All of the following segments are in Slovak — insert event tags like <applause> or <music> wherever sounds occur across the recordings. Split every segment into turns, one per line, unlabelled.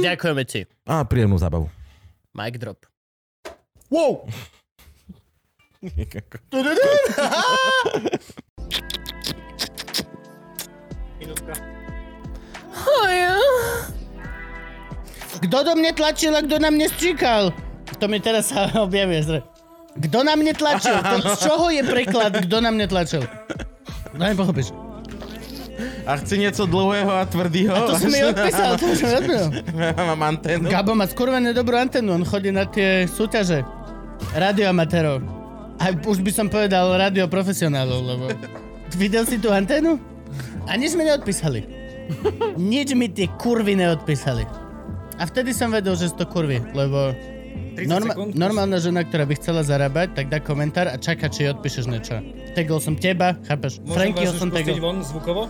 Ďakujeme ti.
A príjemnú zábavu.
Mic drop.
Wow!
Kto do mne tlačil a kto na mne stříkal? To mi teraz sa <laughs> objaví. zre- Kto na mne tlačil? To z čoho je preklad, kto na mne tlačil? No nepochopíš.
A chci niečo dlhého a tvrdého.
To som
<laughs>
mi odpísal, to som mi odpísal.
Mám anténu.
Gabo má skurvené dobrú antenu, on chodí na tie súťaže radioamatérov. A už by som povedal radioprofesionálov, lebo... Videl si tú anténu? A nič mi neodpísali. Nič mi tie kurvy neodpísali. A vtedy som vedel, že sú to kurvy, lebo...
30
Norma-
sekúnd?
normálna žena, ktorá by chcela zarábať, tak dá komentár a čaká, či jej odpíšeš niečo. Tegol som teba, chápeš?
Môžem
Frankyho
vás už
som
pustiť
tegol.
von zvukovo?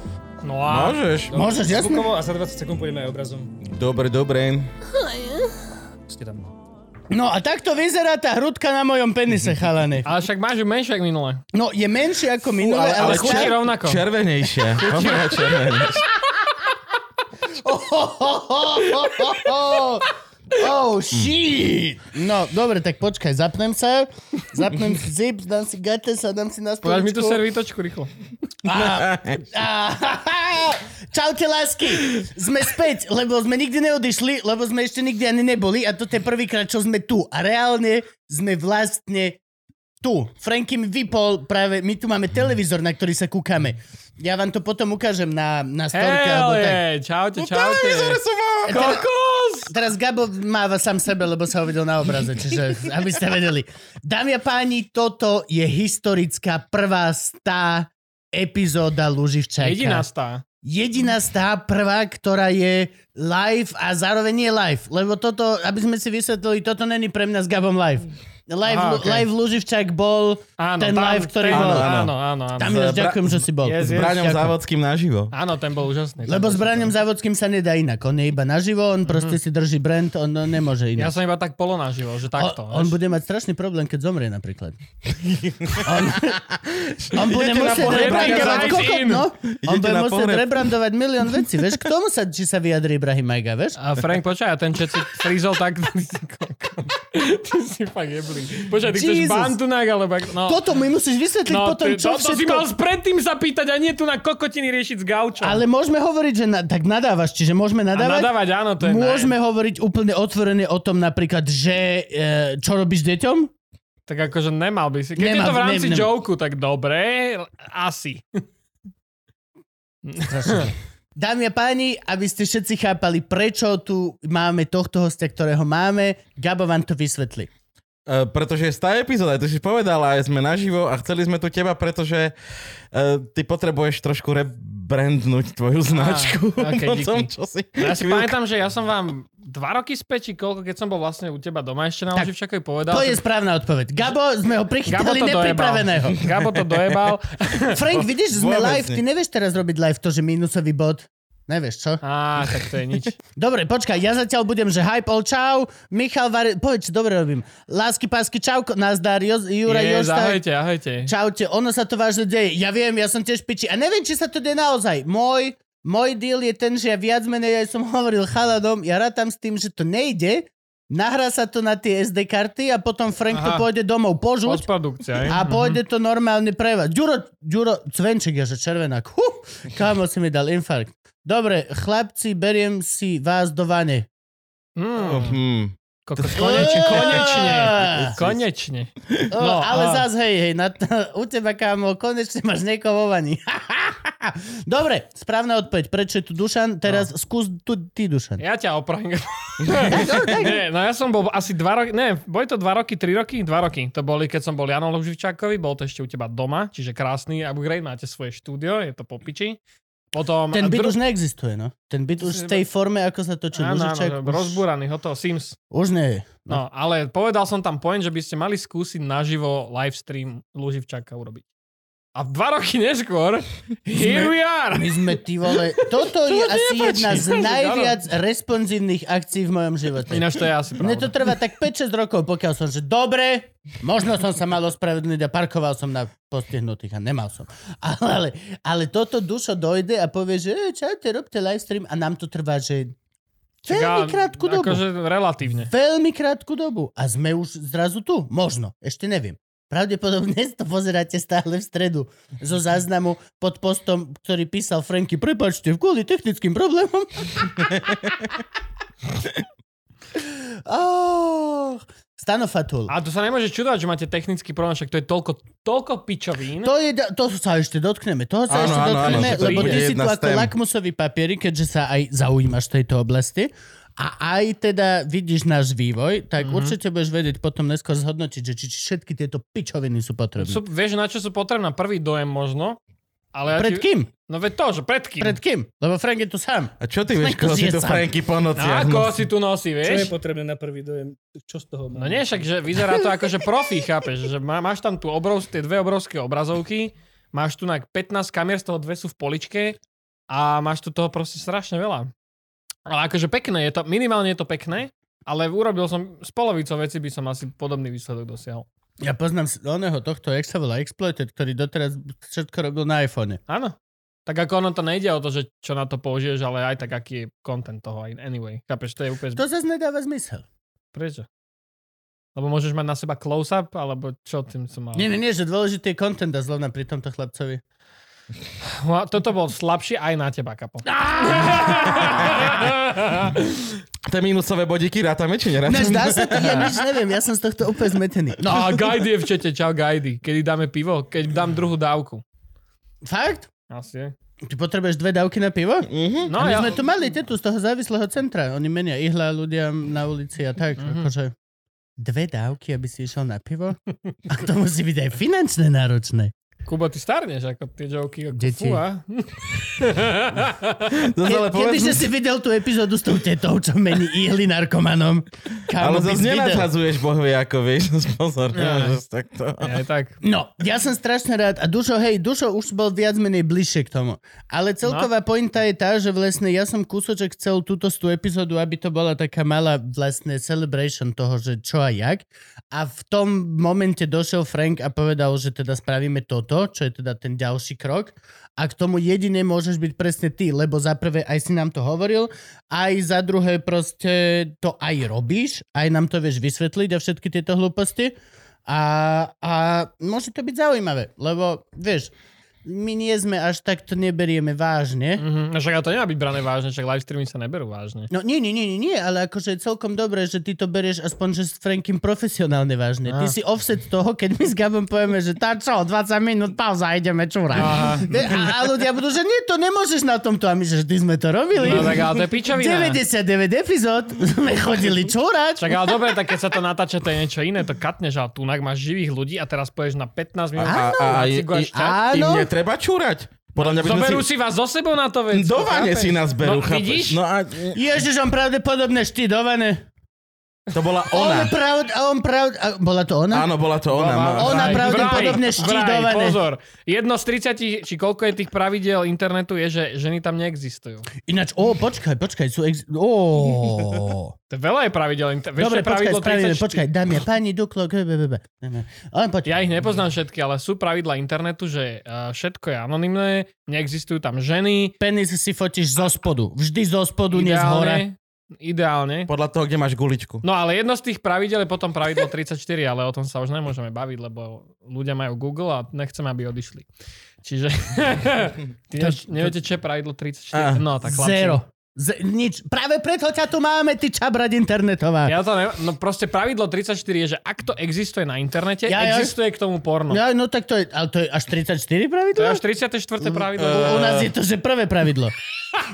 No a...
Môžeš.
Dobre,
Môžeš, jasné.
Zvukovo a za 20 sekúnd pôjdeme aj obrazom.
Dobre, dobre.
Ste tam.
No a takto vyzerá tá hrudka na mojom penise, chalane.
Ale však máš ju menšie ako minule.
No, je menší ako minulé,
ale-
ale,
Ale
ale
chutí
čer-
rovnako.
<laughs> Červenejšie. Oveľa červenejšie.
Oh, shit! No, dobre, tak počkaj, zapnem sa. Zapnem <laughs> zip, dám si gates a dám si na
Podáš mi tú
stoličku.
servitočku rýchlo.
Á, <laughs> Čaute, lásky. Sme späť, lebo sme nikdy neodišli, lebo sme ešte nikdy ani neboli a toto je prvýkrát, čo sme tu. A reálne sme vlastne tu. Franky mi vypol práve, my tu máme televízor, na ktorý sa kúkame. Ja vám to potom ukážem na, na storke. alebo
Hell
tak.
yeah, čaute, čaute. Kokos!
Teraz Gabo máva sám sebe, lebo sa ho videl na obraze, čiže aby ste vedeli. Dámy a páni, toto je historická prvá stá epizóda Luživčaka.
Jediná stá.
Jediná stá prvá, ktorá je live a zároveň nie live. Lebo toto, aby sme si vysvetlili, toto není pre mňa s Gabom live. Live,
Aha,
Aha,
okej.
okay. live Luživčak bol
Áno,
ten
tam-
live, ktorý
ten-
bol.
áno.
Áno, áno, áno.
Tam ináč ďakujem, že si bol.
S
Yes,
Braňom
Ďakujem.
Závodským naživo.
Áno, ten bol úžasný.
Lebo s
Ten bol
Braňom
super.
Závodským sa nedá inak. On je iba naživo, on proste si drží brand, on on nemôže inak.
Mhm. Ja som iba tak polonaživo, že takto.
on, on
vieš.
bude mať strašný problém, keď zomrie
<laughs>
napríklad. on, on bude
Idete na
musieť
pohreb
rebrandovať
Braga
kokot,
Zavodským.
no. On
Idete
bude
na
musieť
pohreb.
rebrandovať milión vecí. Vieš, k tomu sa, či sa vyjadrí Ibrahim Majga, vieš?
A Frank, počkaj, a ten čet si frízol tak... <laughs> Ty si kokot. Ty si fakt jeblý. Počkaj, ty chceš
Jesus.
bantunák, alebo... ak- No.
Toto mi musíš vysvetliť
No,
potom,
ty,
čo
to, to si mal
všetko...
predtým zapýtať a nie tu na kokotiny riešiť s gaučom.
Ale môžeme hovoriť, že na, tak nadávaš, čiže môžeme
a
nadávať?
nadávať, áno, to je
Môžeme hovoriť úplne otvorene o tom napríklad, že e, čo robíš deťom?
Tak akože nemal by si. Keď
Nemal
je to v
by-
rámci
ne- ne-
joke, tak dobre, asi.
Dámy a páni, aby ste všetci chápali, prečo tu máme tohto hostia, ktorého máme, Gabo vám to vysvetlí.
E, pretože je stá epizóda, to si povedala, aj sme naživo a chceli sme tu teba, pretože uh, ty potrebuješ trošku rebrandnúť tvoju
<laughs>
značku.
ok,
<laughs> po
díky.
tom, čo si...
Ja si pamätám, že ja som vám dva roky späť, či koľko, keď som bol vlastne u teba doma ešte na
Tak,
Loživčakovi povedal.
To je
že-
správna odpoveď. Gabo, sme ho
Gabo
prichytali
to dojebal.
nepripraveného.
<laughs> Gabo to <laughs> dojebal.
Frank, vidíš, sme
Vôbec
live,
nie.
ty nevieš teraz robiť live to, že minusový bod. Nevieš, čo?
Á, Ah, tak to je nič.
Dobre, počkaj, ja zatiaľ budem, že hype all čau, Michal Vare, povedz, čo dobre robím. Lásky, pásky, čau, nazdar, Joz, Jura,
Je,
Jošta,
ahojte, ahojte.
Čaute, ono sa to vážne deje. Ja viem, ja som tiež piči. A neviem, či sa to deje naozaj. Môj, môj deal je ten, že ja viac menej, aj som <laughs> hovoril chaladom, ja rátam s tým, že to nejde, nahrá sa to na tie SD karty a potom Frank Aha. to
Aha.
pôjde domov požuť
Postprodukcia, je?
a pôjde to normálne pre vás. Ďuro, Ďuro, cvenček je, že červenák. Huh, kámo si mi dal infarkt. Dobre, chlapci, beriem si vás do vane.
Mm,
Hm.
koko, konečne, konečne. Konečne.
No,
No,
ale
a-
zás, hej, hej, na t- u teba, kámo, konečne máš niekoho vo vani. <laughs> Dobre, správna odpoveď. Prečo je tu Dušan? Teraz no. skús tu ty, Dušan.
Ja ťa <laughs> opravím. Nie, no ja som bol asi dva roky, ne, boli to dva roky, tri roky? Dva roky. To boli, keď som bol Janom Luživčákovi, bol to ešte u teba doma, čiže krásny upgrade, máte svoje štúdio, je to po piči. Potom...
Ten byt
no, dru-
už neexistuje, no. Ten byt už v tej forme, ako sa točil
Áno, no,
Lužiček, už-
áno, rozbúraný, hotovo, Sims.
už nie je.
No, ale povedal som tam point, že by ste mali skúsiť naživo livestream Luživčaka urobiť. A dva roky
<laughs>
neskôr, here we are!
My sme ty vole...
<laughs>
Toto je asi jedna z
Áno.
najviac responsívnych akcií v mojom živote.
Ináč to je asi
Mne to trvá
pravda.
tak 5-6 rokov, pokiaľ som, že dobre, možno som sa mal ospravedlniť a parkoval som na postihnutých a nemal som. <laughs> Ale, ale, ale toto dušo dojde a povie, že e, čaute, robte livestream a nám to trvá, že veľmi krátku dobu.
Akože relatívne.
Veľmi krátku dobu. A sme už zrazu tu? Možno. Ešte neviem. Pravdepodobne <laughs> to pozeráte stále v stredu zo záznamu pod postom, ktorý písal Franky, prepačte, kvôli technickým problémom. oh, Stanofatul.
A to sa nemôže čudovať, že máte technický problém, však to je toľko, toľko pičovín.
To, je, to sa ešte dotkneme, toho sa
Áno,
ešte
áno,
dotkneme,
áno, to
lebo
príde
ty si tu
jedna z
ako
tém.
lakmusový papier, keďže sa aj zaujímaš v tejto oblasti a aj teda vidíš náš vývoj, tak
Mhm.
mm-hmm. určite budeš vedieť potom neskôr zhodnotiť, že či, či všetky tieto pičoviny sú potrebné.
Sú, vieš, na čo sú potrebná? Prvý dojem možno. Ale ja
Pred
ti...
kým?
No veď to, že pred kým?
Pred kým? Lebo Frank je tu sám.
A čo ty vieš,
Smeňko
koho si
zje
tu
sám.
Franky po
No,
nociach
ako
nosí?
si tu nosí,
Čo
vieš?
je potrebné na prvý dojem? Čo z toho mám?
No nie, však, že vyzerá to ako, že profi, chápeš? Že má, máš tam tu obrov, tie dve obrovské obrazovky, máš tu na 15 kamier, z toho dve sú v poličke a máš tu toho proste strašne veľa. Ale akože pekné je to, minimálne je to pekné, ale urobil som, s polovicou veci by som asi podobný výsledok dosiahol.
Ja poznám s- oného tohto, jak sa volá Exploited, ktorý doteraz všetko robil na iPhone.
Áno. Tak ako ono to nejde o to, že čo na to použiješ, ale aj tak aký je content toho aj anyway. Chápeš, to je úplne...
To zase nedáva zmysel.
Prečo? Lebo môžeš mať na seba close-up, alebo čo tým som mal?
Nie, nie, nie, že dôležitý je content a zlovna pri tomto chlapcovi.
No, toto bol slabší aj na teba, kapo.
Tie minusové bodiky rátame, či
Ne,
nerátame?
zdá sa to, ja nič neviem, ja som z tohto úplne zmetený.
No a Gajdy je v čete, čau Gajdy. Kedy dáme pivo? Keď dám druhú dávku.
Fakt?
Asi.
Ty potrebuješ dve dávky na pivo?
Mhm.
No
No, a my
ja...
ja... sme tu mali tetu z toho závislého centra. Oni menia ihla ľudia na ulici a tak.
Mhm.
Mm-hmm. Akože dve dávky, aby si išiel na pivo? A to musí byť aj finančne náročné.
Kubo, ty starneš, ako tie joky. Ako No,
Deti.
fú, a? no,
Zase, No, ale
Ke, kebyže
povedz,
si videl tú epizódu s tou tetou, čo mení ihly narkomanom.
ale
no,
Kámo, by si
zase
videl.
nenadzadzuješ bohvie, ako vieš, <laughs> pozor,
Ja.
nemôžeš takto.
Aj tak.
No, ja som strašne rád. A Dušo, hej, Dušo už bol viac menej bližšie k tomu. Ale celková no. pointa je tá, že vlastne ja som kúsoček chcel túto z tú epizódu, aby to bola taká malá vlastne celebration toho, že čo a jak. A v tom momente došiel Frank a povedal, že teda spravíme toto, čo je teda ten ďalší krok. A k tomu jedine môžeš byť presne ty, lebo za prvé aj si nám to hovoril, aj za druhé proste to aj robíš, aj nám to vieš vysvetliť a všetky tieto hlúposti. A, a môže to byť zaujímavé, lebo vieš, my nie sme až tak to neberieme vážne.
Mhm. No však ale to nemá byť brané vážne, však live streamy sa neberú vážne.
No nie, nie, nie, nie, nie, ale akože je celkom dobré, že ty to berieš aspoň že s Frankim profesionálne vážne. Ty
Á.
si offset toho, keď my s Gabom povieme, že tá čo, 20 minút pauza, ideme čúrať.
Aha.
Ve- A, a ľudia budú, že nie, to nemôžeš na tomto a my, že vždy sme to robili.
No tak ale to je pičovina.
99 epizód sme chodili čúrať.
Čak ale dobre, tak keď sa to natáča, to je niečo iné, to katneš, ale tu máš živých ľudí a teraz poješ na 15 minút
A, a, a, i, i,
naciguješ čas.
im
Áno.
netreba čúrať. Podľa mňa by sme
Zoberú
si...
si vás so sebou na to vec.
Do vane si nás berú,
No,
chápeš?
vidíš?
No a
Ježiš, on pravdepodobne štidované.
to bola
On
ona.
pravd, a on pravd, a bola to ona?
Áno, bola to ona. má-
Ona
Vraj,
pravdepodobne
vraj,
štidované.
vraj, Pozor, jedno z 30, či koľko je tých pravidel internetu je, že ženy tam neexistujú.
Ináč, o, počkaj, počkaj, sú ex... O.
To je veľa je pravidel. inter- Vieš,
Dobre,
čo je pravidlo
počkaj, spravíme,
34?
počkaj, dámy a páni, duklo, k- b- b- b- ne, ne. Len poď.
Ja ich nepoznám všetky, ale sú pravidla internetu, že eh, všetko je anonymné, neexistujú tam ženy,
Penis si fotíš zo spodu. Vždy zo spodu, nie z hora.
ideálne, ideálne.
Podľa toho, kde máš guličku.
No ale jedno z tých pravidel je potom pravidlo 34, ale o tom sa už nemôžeme baviť, lebo ľudia majú Google a nechcem, aby odišli. Čiže
<laughs>
Ty nevieš- neviete, čo je pravidlo 34?
Á,
No, tak chlapci.
Zero. Z, nič. Práve preto ťa tu máme, ty čabrať internetová. Ja,
Ja to ne... No proste pravidlo 34 je, že ak to existuje na internete,
Ja, ja.
existuje k tomu porno.
ja, no tak to je, ale to je až 34
To je
pravidlo? Mm, e,
až 34. pravidlo. <laughs>
U, u nás je to, že prvé pravidlo.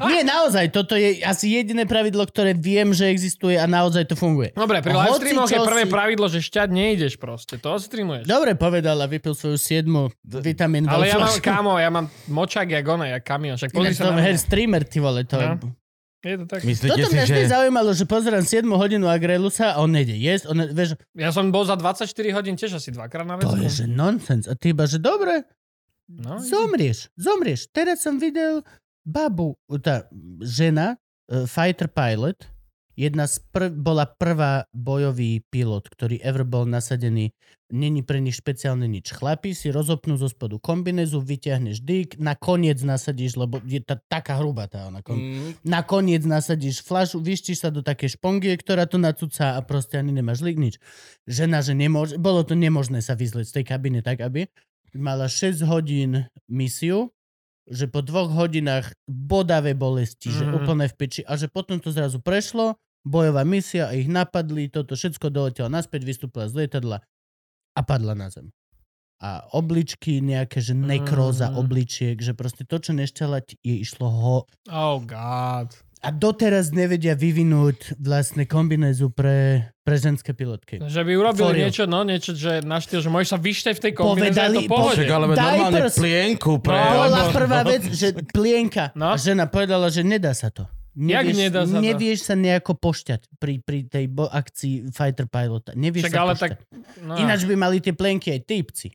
Nie, naozaj, toto je asi jediné pravidlo, ktoré viem, že existuje a naozaj to funguje.
Dobre, pri
Hoci
live streamoch je
čo
prvé
si- No,
pravidlo, že šťať nejdeš proste, to streamuješ.
Dobre povedal a vypil svoju siedmu vitamín
Ale ja mám,
veľflašku.
kámo, ja mám močak jak one, jak kamion, však
no, Inak
pozri
to
sa na mňa.
her streamer, ty vole, to
No.
je...
Je to tak.
Myslíte
Toto
si,
mňa
že...
vždy zaujímalo, že pozerám 7 hodinu Agrelusa a on nejde jesť, on, vieš,
Ja som bol za 24 hodín tiež asi dvakrát na
to
vecku.
je že nonsens. A ty iba, že dobre,
No,
zomrieš, zomrieš. Teraz som videl babu, tá žena, e, fighter pilot, jedna z prv, bola prvá bojový pilot, ktorý ever bol nasadený. Není pre nich špeciálne nič. Chlapi si rozopnú zo spodu kombinezu, vyťahneš dyk, nakoniec nasadíš, lebo je tá, taká hrubá tá ona kom-
Mm,
nakoniec nasadíš flašu, vyštíš sa do takej špongie, ktorá to nacucá a proste ani nemáš lík, nič. Žena, že nemôže, bolo to nemožné sa vyzlieť z tej kabiny tak, aby mala 6 hodín misiu, že po dvoch hodinách bodavé bolesti, mm-hmm. že
Mhm.
úplne v peči a že potom to zrazu prešlo, bojová misia a ich napadli, toto všetko doletela naspäť, vystúpila z lietadla a padla na zem. A obličky nejaké, že nekróza
Mhm.
obličiek, že proste to, čo neštela, jej išlo ho,
Oh god.
a doteraz nevedia vyvinúť vlastne kombinézu pre, pre ženské pilotky.
Že by
For you.
urobili niečo, no niečo, že na štýl, že môžeš sa vyštať v tej kombinéze, je to
Povedali-
v pohode.
Však ale veď
Daj
normálne
prs.
plienku pre...
No,
Bola
no,
prvá
no.
vec, že plienka.
No.
A žena povedala, že nedá sa to.
Jak nedá sa to?
nevieš sa nejako pošťať pri, pri tej bo- akcii Fighter Pilota. Nevieš
Však
sa
ale
pošťať.
tak... No.
Ináč by mali tie plienky aj
<laughs>
týpci.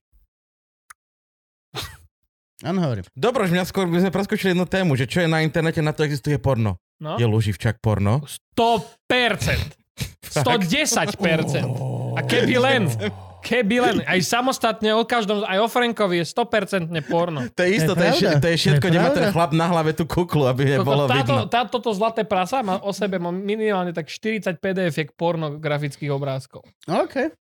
Áno, hovorím.
Dobre, už mňa skôr by sme preskočili jednu tému, že čo je na internete, na to existuje porno.
no.
Je Luživčak porno?
100%. 110%. A keby len, keby len, aj samostatne o každom, aj o Frankovi je 100% porno.
To je isto, to
To
je,
je
šie-
pravda.
to je všetko,
To je
kde má ten
pravda.
chlap na hlave tú kuklu, aby nebolo
Koko, táto,
vidno.
tá, toto zlaté prasa má o sebe mo- minimálne tak 40 pdf pornografických obrázkov.
"No, OK.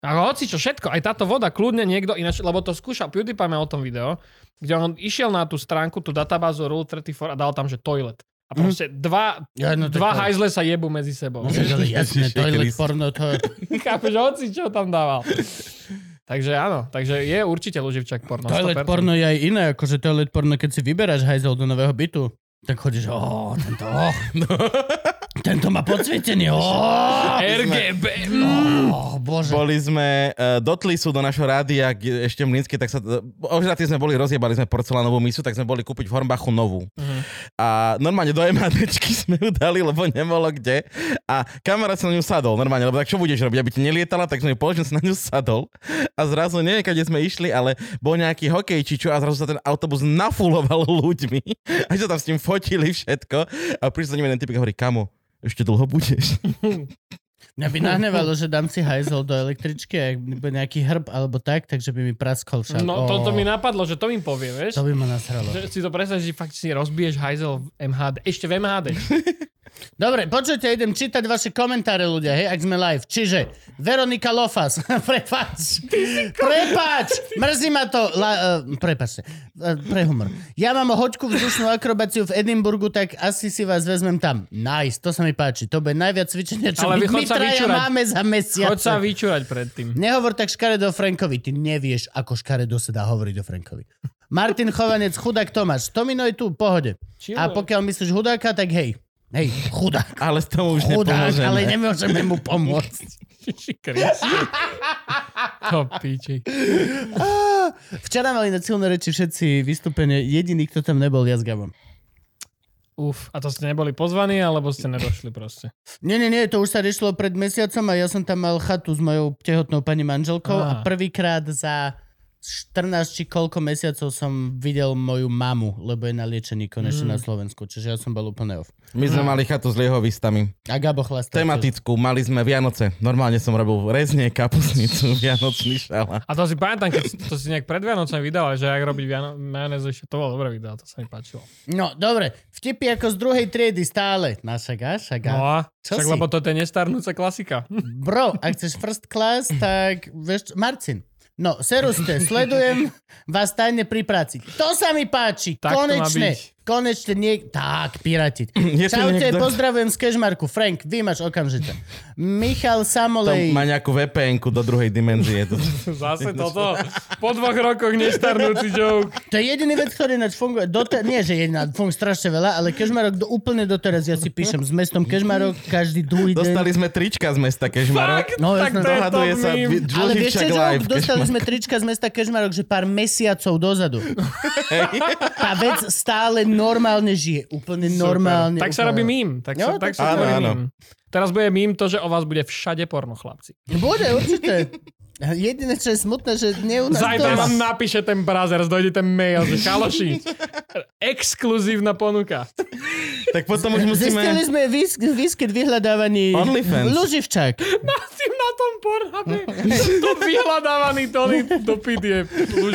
A hoci čo, všetko, aj táto voda, kľudne niekto ináč, lebo to skúša, PewDiePie má o tom video, kde on išiel na tú stránku, tú databázu Rule 34 a dal tam, že toilet. A proste dva,
Ja, no tak
dva
to-
hajzle sa jebu medzi
<laughs>
sebou.
Však ale Jasné,
Ježiši
toilet
Kriste.
porno, to
Chápeš, hoci čo tam dával. Takže áno, takže je určite Luživčak porno.
Toilet
100%.
porno je aj iné, akože toilet porno, keď si vyberáš hajzel do nového bytu, tak chodíš, o, tento, o, tento má podsvietenie, o,
No, RGB. mm,
o, bože.
<laughs> Boli sme uh, do Tlisu, do našho rádia, kde- ešte mlínske, tak sa... Ožratí sme boli, rozjebali sme porcelánovú misu, tak sme boli kúpiť v Hornbachu novú.
Mhm.
A normálne do MHDčky sme ju dali, lebo nebolo kde. A kamarát sa na ňu sadol, normálne, lebo tak čo budeš robiť, aby ti nelietala, tak sme ju položili, sa na ňu sadol. A zrazu neviem, kde sme išli, ale bol nejaký hokej či čo a zrazu sa ten autobus nafuloval ľuďmi. A sa tam s ním fotili všetko. A prišiel za ním jeden typik a hovorí, kamo, ešte dlho budeš. <laughs>
Mňa by nahnevalo, že dám si hajzel do električky a ak bude nejaký hrb alebo tak, takže by mi praskol však. o,
No, toto mi napadlo, že to im povie, vieš?
To by ma nasralo.
Že si to predstavíš, že fakt si rozbiješ hajzel v MHD. Ešte v MHD.
Dobre, počujte, idem čítať vaše komentáre, ľudia, hej, ak sme live. Čiže, Veronika Lofas, <laughs> prepáč,
<laughs>
prepáč, mrzí ma to, la, uh, prepáčte, uh, prehumor. Ja mám hoďku vzdušnú akrobáciu v Edinburgu, tak asi si vás vezmem tam. Nice, to sa mi páči, to bude najviac cvičenia, čo my,
Ale vy chod
my
sa
traja
vyčúrať.
máme za mesiac.
Choď sa vyčúrať predtým.
Nehovor tak škaredo o Frankovi. Ty nevieš, ako škaredo sa dá hovoriť o Frankovi. Martin Chovanec, chudák Tomáš. Tomino je tu, pohode.
Chill.
A pokiaľ myslíš chudáka, tak hej. Hej, chudák.
Ale s tomu už
Chudák,
nepomôžeme.
ale nemôžeme mu pomôcť.
Ježiši Kriste. <laughs> To piči.
Včera mali na silné reči všetci vystúpenie. Jediný, kto tam nebol, ja s Gabom.
Uf, a to ste neboli pozvaní, alebo ste nedošli proste.
Nie, nie, nie, to už sa riešilo pred mesiacom a ja som tam mal chatu s mojou tehotnou pani manželkou
Á.
a prvýkrát za 14 či koľko mesiacov som videl moju mamu, lebo je na liečení konečne na Slovensku, čiže ja som bol úplne off.
My sme mali chatu s liehovistami.
A Gabo chlastal.
Tematickú, mali sme Vianoce. Normálne som robil rezne, kapusnicu, <laughs> vianočný šala.
A to si pamätám, keď to si nejak pred Vianocami vydal, že ak robiť Viano- majonez ešte, to bolo dobre video, to sa mi páčilo.
No, dobre. Vtipy ako z druhej triedy stále. Naša gaša,
No
no.
a,
Čo
však
si?
lebo to je nestarnúca klasika.
Bro, ak chceš first class, tak vieš, čo- Marcin. No, seruste, sledujem vás tajne pri práci. To sa mi páči,
Tak to má
konečne.
byť.
Konečne nie... Tak, piratiť.
Je tu
Čaute,
niekto?
pozdravujem z Kešmarku. Frank, vymaš okamžite. Michal
Tam
Samolej.
má nejakú vpn do druhej
<laughs>
dimenzie.
Zase toto. Po dvoch rokoch neštarnúci joke.
To je jediný vec, ktorý ináč funguje. Doter- nie, že jediná, funguje strašne veľa, ale Kešmarok do, úplne doteraz ja si píšem s mestom Kešmarok každý druhý deň.
Dostali sme trička z mesta Kežmarok.
No,
tak
jasné.
to je to
Dohaduje sa
mým.
vi-
Ale
Žlživčak
vieš čo, Joe?
live.
dostali
Kežmarok.
sme trička z mesta Kežmarok, že pár mesiacov dozadu. Tá vec stále normálne žije. Úplne normálne.
Tak sa
úplne.
robí mím. Tak sa,
Jo, tak
tak sa
áno,
robí
áno.
mím. Teraz bude mím to, že o vás bude všade porno, chlapci.
Bude, No určite. Jediné, čo je smutné, že nie u nás
Zajtra
doma.
vám napíše ten brazers, dojde ten mail, že chaloši, exkluzívna ponuka.
<laughs> Tak potom už musíme...
<laughs> Zistili sme výsk- výskyt vyhľadávaní
OnlyFans.
Luživčák.
Na tým na tom pornabe, <laughs> to vyhľadávaný Tony do pidie.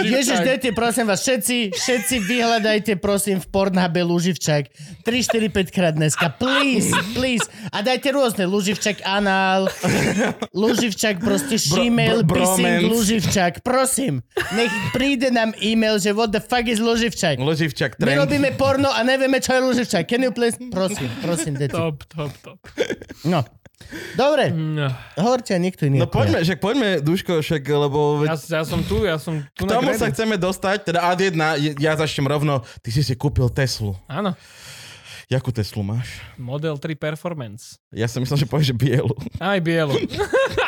Ježiš, dajte, prosím vás, všetci, všetci vyhľadajte, prosím, v Pornhube Luživčak. 3, 4, 5 krát dneska. Please, please. A dajte rôzne. Luživčak anál, Luživčak proste šimel,
br- bromance.
pissing, Luživčak. Prosím, nech príde nám e-mail, že what the fuck is Luživčak.
Loživčak
My
trend.
robíme porno a nevieme, čo je Luživčak. Can you please? Prosím, prosím, deti.
Top, top, top.
No. Dobre,
No.
hovorte a niekto iný.
No
ako ja.
poďme, však poďme, Duško, však, lebo...
Ja, ja som tu, ja som tu
K tomu
na
sa
grede.
chceme dostať, teda ad jedna, je- ja začnem rovno. Ty si si kúpil Teslu.
Áno,
Jakú Teslu máš?
Model 3 Performance.
Ja som myslel, že povieš, že bielu.
Aj bielu. <laughs>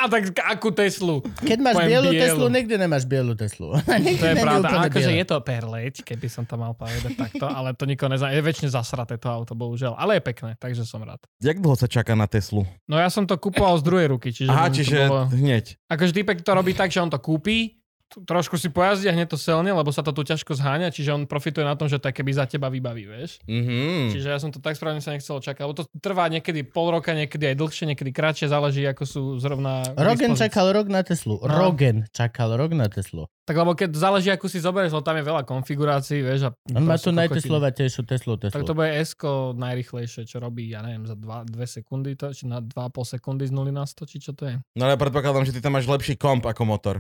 A tak akú Teslu.
Keď máš
Poviem
bielu
bielu.
Teslu, nikdy nemáš bielu Teslu. <laughs>
To je pravda. Akože je to perleť, keby som to mal povedať takto, ale to nikoho nezná. Je väčšine zasraté to auto, bohužiaľ. Ale je pekné, takže som rád.
Jak dlho sa čaká na Teslu?
No ja som to kupoval z druhej ruky, čiže...
Aha,
by to
čiže
bolo-
hneď.
Akože typek to robí tak, že on to kúpi, t- trošku si pojazdí a hneď to selne, lebo sa to tu ťažko zháňa, čiže on profituje na tom, že to keby za teba vybaví, vieš.
Mhm.
Čiže ja som to tak správne sa nechcel čakať, lebo to trvá niekedy pol roka, niekedy aj dlhšie, niekedy kratšie, záleží ako sú zrovna... k
Rogen
dispozícii. No.
čakal rok na Teslu. Rogen čakal rok na Teslu.
Tak lebo keď záleží, akú si zoberieš, lebo tam je veľa konfigurácií, vieš. A
On má
No
tu
proste kokotiny.
najteslovatejšiu Teslu
Tak
Teslu.
to bude s najrychlejšie, čo robí, ja neviem, za 2 sekundy, to, či na 2,5 sekundy z 0 na 100, či čo to je.
No ale predpokladám, že ty tam máš lepší komp ako motor.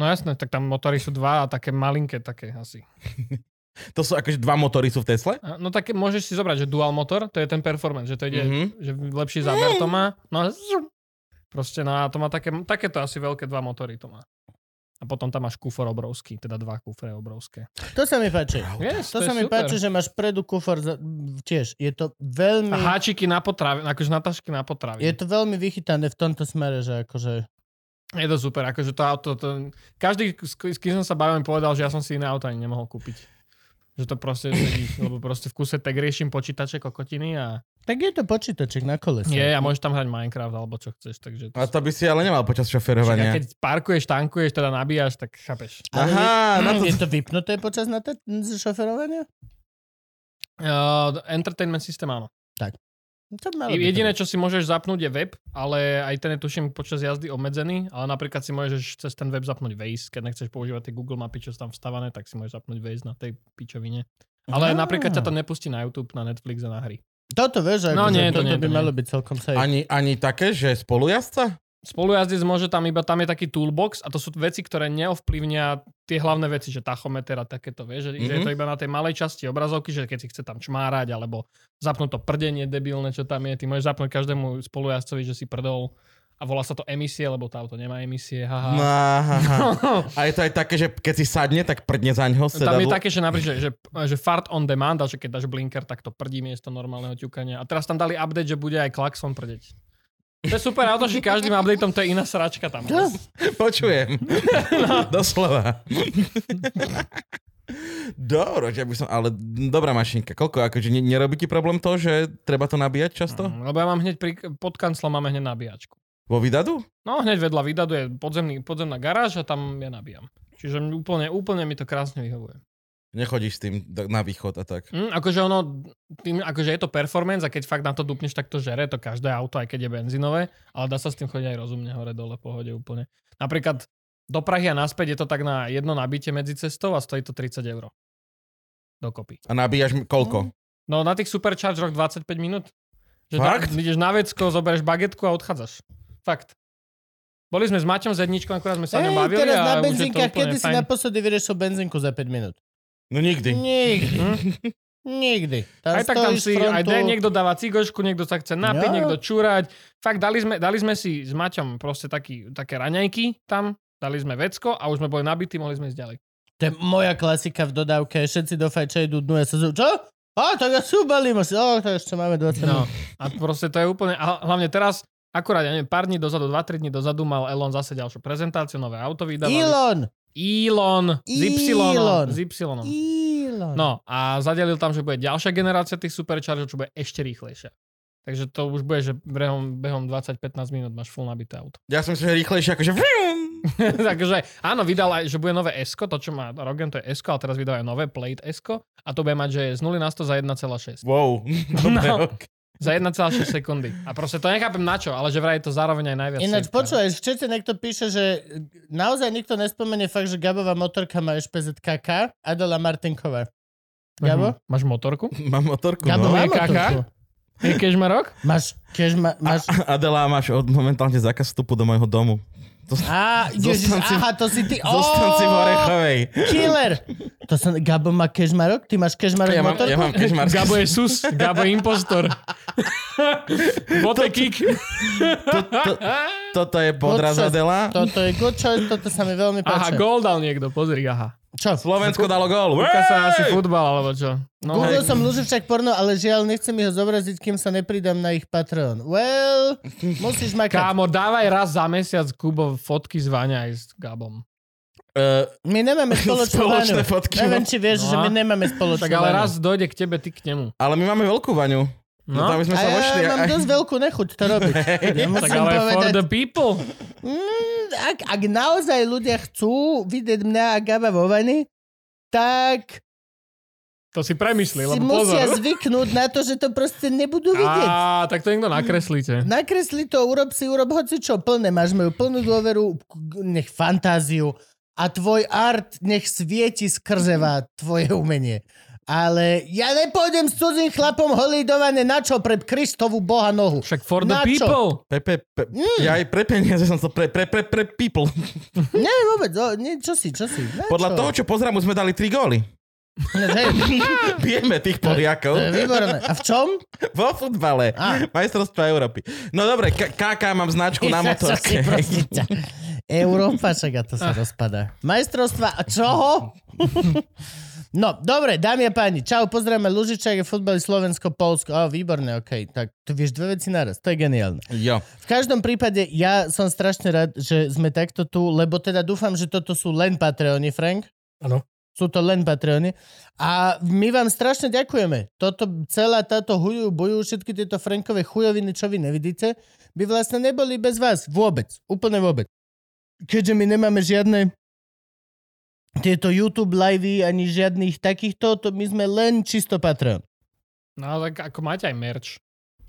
No jasné, tak tam motory sú dva a také malinké, také asi.
To sú akože dva motory sú v Tesle?
A- No tak môžeš si zobrať, že dual motor, to je ten performance, že to ide,
Mhm.
že lepší záber to má. No a zzzum. proste, no a to má také, takéto asi veľké dva motory to má. A potom tam máš kufor obrovský, teda dva kufre obrovské.
To sa mi páči.
Yes,
To, sa mi páči, že máš predu kufor za... tiež. Je to veľmi...
A háčiky na potravy, akože na tašky na potravy.
Mhm. Je to veľmi vychytané v tomto smere, že akože...
Je to super, akože to auto, to, každý, s k- s kým som sa bavil, mi povedal, že ja som si iné auto ani nemohol kúpiť. Že to proste sedí, lebo proste v kuse tak riešim počítače kokotiny a
Tak je to počítaček na kolese.
je a môžeš tam hrať Minecraft alebo čo chceš, takže...
A to by si ale nemal počas
Však a
šoferovania.
keď parkuješ, tankuješ, teda nabíjaš, tak chápeš.
Ale je,
Aha, na to...
je to vypnuté počas nata- šoferovania?
Uh, entertainment systém áno.
No To malo by to
Jediné,
byť.
čo si môžeš zapnúť je web, ale aj ten je tuším počas jazdy obmedzený, ale napríklad si môžeš cez ten web zapnúť Waze, keď nechceš používať tie Google mapy, čo sú tam vstavané, tak si môžeš zapnúť Waze na tej pičovine.
Á.
Ale napríklad ťa to nepustí na YouTube, na Netflix a na hry.
Toto vieš,
No
akože
nie, to
toto
nie,
by
to nie.
malo byť celkom safe.
Ani, ani také, že spolujazdca?
Spolujazdec môže tam iba, tam je taký toolbox a to sú veci, ktoré neovplyvnia tie hlavné veci, že tachometer a takéto, vieš, že, mm-hmm. že je
Mhm.
to iba na tej malej časti obrazovky, že keď si chce tam čmárať alebo zapnúť to prdenie debilné, čo tam je, ty môžeš zapnúť každému spolujazdcovi, že si prdol a volá sa to emisie, lebo to auto nemá emisie, haha.
No, aha, aha. A je to aj také, že keď si sadne, tak prdne za ňoho
<laughs> Tam je
sedadlo.
také, že napríklad, že, že fart on demand, a že keď dáš blinker, tak to prdí miesto normálneho ťukania. A teraz tam dali update, že bude aj klaxon prdeť. To je super auto, že každým updateom to je iná sračka tam.
Čo?
Počujem.
<laughs>
<laughs>
No.
Doslova. Dobro, že by som, ale dobrá mašinka. Koľko, akože ne- nerobí ti problém to, že treba to nabíjať často?
Mm, Lebo ja mám hneď pri, pod kanclom máme hneď nabíjačku.
Vo Vidadu?
No hneď vedľa Vidadu je podzemný, podzemná garáž a tam ja nabíjam. Čiže mi úplne, úplne mi to krásne vyhovuje.
Nechodíš s tým do- na východ a tak.
Mm, akože ono, tým, akože je to performance a keď fakt na to dupneš, tak to žere, to každé auto, aj keď je benzínové, ale dá sa s tým chodiť aj rozumne hore dole v pohode úplne. Napríklad do Prahy a naspäť je to tak na jedno nabíte medzi cestou a stojí to 30 eur. Dokopy.
A nabíjaš
Mm.
m- koľko?
No na tých superchargeroch 25 minút. Že
Fakt?
Na, ideš na vecko, zoberieš bagetku a odchádzaš. Fakt. Boli sme s Maťom z jedničkou, akurát sme sa o
Ej,
ňom bavili.
teraz
a
na
už je to
benzínkach,
úplne
kedy si
fajn.
naposledy vyriešil benzínku za 5 minút? <laughs>
No nikdy.
Nikdy.
Hm?
Nikdy. Tam
Aj tak tam
stojíš
si,
frontu.
aj de, niekto dáva cigošku, niekto sa chce napiť,
Jo.
niekto čúrať. Fakt, dali sme, dali sme si s Maťom proste taký, také raňajky tam, dali sme vecko a už sme boli nabití, mohli sme ísť ďalej.
To je moja klasika v dodávke. Všetci do fajča idú dnu, ja sa zau... Čo? A, tak ja si ubalím. A si, o, to ešte máme 20
No
minút.
a proste to je úplne, a hlavne teraz, akurát, ja neviem, pár dní dozadu, 2-3 dní dozadu mal Elon zase ďalšiu prezentáciu, nové auto vydávali.
Elon!
Elon! Z Y.
Elon.
Z Y.
Elon!
No a zadelil tam, že bude ďalšia generácia tých superchargerov, čo bude ešte rýchlejšia. Takže to už bude, že behom, behom 20-15 minút máš full nabité auto. <laughs>
Ja som si rýchlejšie akože... vroom.
Takže áno, vydal aj, že bude nové S, to čo má Rogan, to je S, ale teraz vydal aj nové Plate S a to bude mať, že je z 0 na 100 za 1,6.
<laughs>
Wow. Dobre,
No.
ok.
Za 1,6 sekundy. A proste to nechápem na čo, ale že vraj je to zároveň aj najviac.
Ináč
safe.
počúvaj, v čete niekto píše, že naozaj nikto nespomenie fakt, že Gabová motorka má EŠPZKK Adela Martinková.
Máš-
Gabo?
Máš motorku? <laughs>
Mám motorku,
Gabo
no.
má
Je KK?
motorku.
Je kežmarok?
Máš, keď ma, máš...
Adela, máš od momentálne zákaz vstupu do môjho domu. To,
Á, ježiš,
Zostan si-
aha, to si ty.
Zostan si v
Ó,
Orechovej.
Killer! To som, Gabo má kežmarok? Ty máš kežmarok
Ja mám,
motorku?
ja mám kežmarský...
Gabo je sus, Gabo je
<laughs>
impostor. Bote kick.
To, <laughs> <laughs> to, toto je podraz
Good choice.
Adela.
Toto je good choice, toto sa mi veľmi
Aha,
páči.
gól dal niekto, pozri, aha.
Čo?
Slovensko dalo gól.
Uka sa asi
Uej!
futbal, alebo čo? No,
Google
hej.
som Luživčak porno, ale žiaľ, nechcem ho zobraziť, kým sa nepridám na ich Patreon. Well, musíš makať.
Kámo, dávaj raz za mesiac Kubo fotky z Váňa aj s Gabom.
Eh,
My nemáme spoločnú
Spoločné
vanu.
fotky.
Neviem, či vieš,
No
že
a?
my nemáme spoločnú
Tak ale
vanu.
raz dojde k tebe, ty k nemu.
Ale my máme veľkú vaňu. No,
No.
tam
A
sme sa
ja
vošli.
mám
aj-
dosť veľkú nechuť to robiť. Ja
Tak
musím
ale for
povedať,
the people.
mm, ak, ak naozaj ľudia chcú vidieť mňa a Gaba vo vani, tak
To si premyslí,
si
lebo
musia
pozor.
zvyknúť na to, že to proste nebudú vidieť.
Á, tak to niekto nakreslíte.
Nakresli to, urob si, urob hoci čo plné. Máš moju plnú dôveru, k- nech fantáziu a tvoj art nech svieti skrze vás, tvoje umenie. Ale ja nepôjdem s cudzým chlapom holý do vane, na čo pre Kristovu boha nohu.
Však for the
Na čo?
people.
Pepe, pe,
Mm.
ja aj pre peniaze som to pre, pre, pre, pre
<laughs>
people.
Ne, vôbec, o, nie, čo si, čo si. Na čo?
Podľa toho, čo pozerám, už sme dali tri
<laughs>
góly.
Ne, hej,
Bijeme tých
to je
Poliakov
výborné. A v čom?
vo futbale.
Á.
Majstrovstva Európy. No dobre, K- KK mám značku na
Čo si,
<laughs> motorke.
prosím ťa. Európa, však a to sa rozpadá. Majstrovstva, a čoho? No, dobre, dámy a páni, čau, pozdravíme Lužičák, futbal Slovensko, Polsko. O, výborné, okej, tak tu vieš dve veci naraz, to je geniálne.
Jo.
V každom prípade, ja som strašne rád, že sme takto tu, lebo teda dúfam, že toto sú len Patreoni, Frank.
Áno.
Sú to len Patreony. A my vám strašne ďakujeme. Toto, celá táto huju, boju, všetky tieto Frankové chujoviny, čo vy nevidíte, by vlastne neboli bez vás. Vôbec. Úplne vôbec. Keďže my nemáme žiadne tieto YouTube livey ani žiadnych takýchto, to my sme len čisto Patreon.
No tak ako máte aj merch.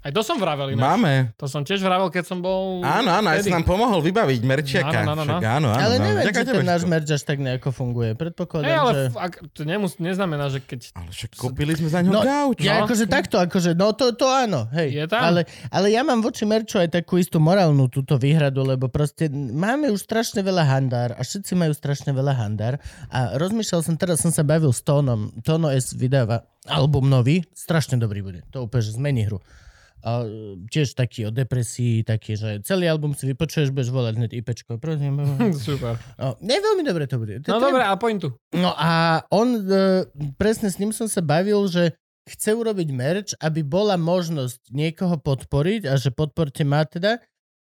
Aj to som vravel ináč.
Máme.
To som tiež vravel, keď som bol...
Áno, áno, aj si
vtedy.
nám pomohol vybaviť merčiaka.
Áno, áno, áno.
Však Áno, áno,
Ale
áno.
neviem, či
Ďakujem
ten
tebe,
náš
Žižko.
merch až tak nejako funguje. Predpokladám,
Hej, ale
že...
f- ak, to nemus, neznamená, že keď... <laughs>
Ale však kúpili sme za ňo
No,
gauč.
Ja
No.
akože takto, akože, no to, to áno, hej.
Je tam?
Ale, ale ja mám voči merču aj takú istú morálnu túto výhradu, lebo proste máme už strašne veľa handár a všetci majú strašne veľa handár a rozmýšľal som, teraz som sa bavil s Tónom, Tóno S vydáva album nový, strašne dobrý bude, to úplne, že zmení hru. A, e, tiež taký o depresii, taký, že celý album si vypočuješ, budeš volať hneď IPčko, prosím.
<laughs> Hm, Super.
O, ne, veľmi dobre to bude.
No
Treba-
dobre, a pointu.
No a on, e, presne s ním som sa bavil, že chce urobiť merch, aby bola možnosť niekoho podporiť a že podporte ma teda,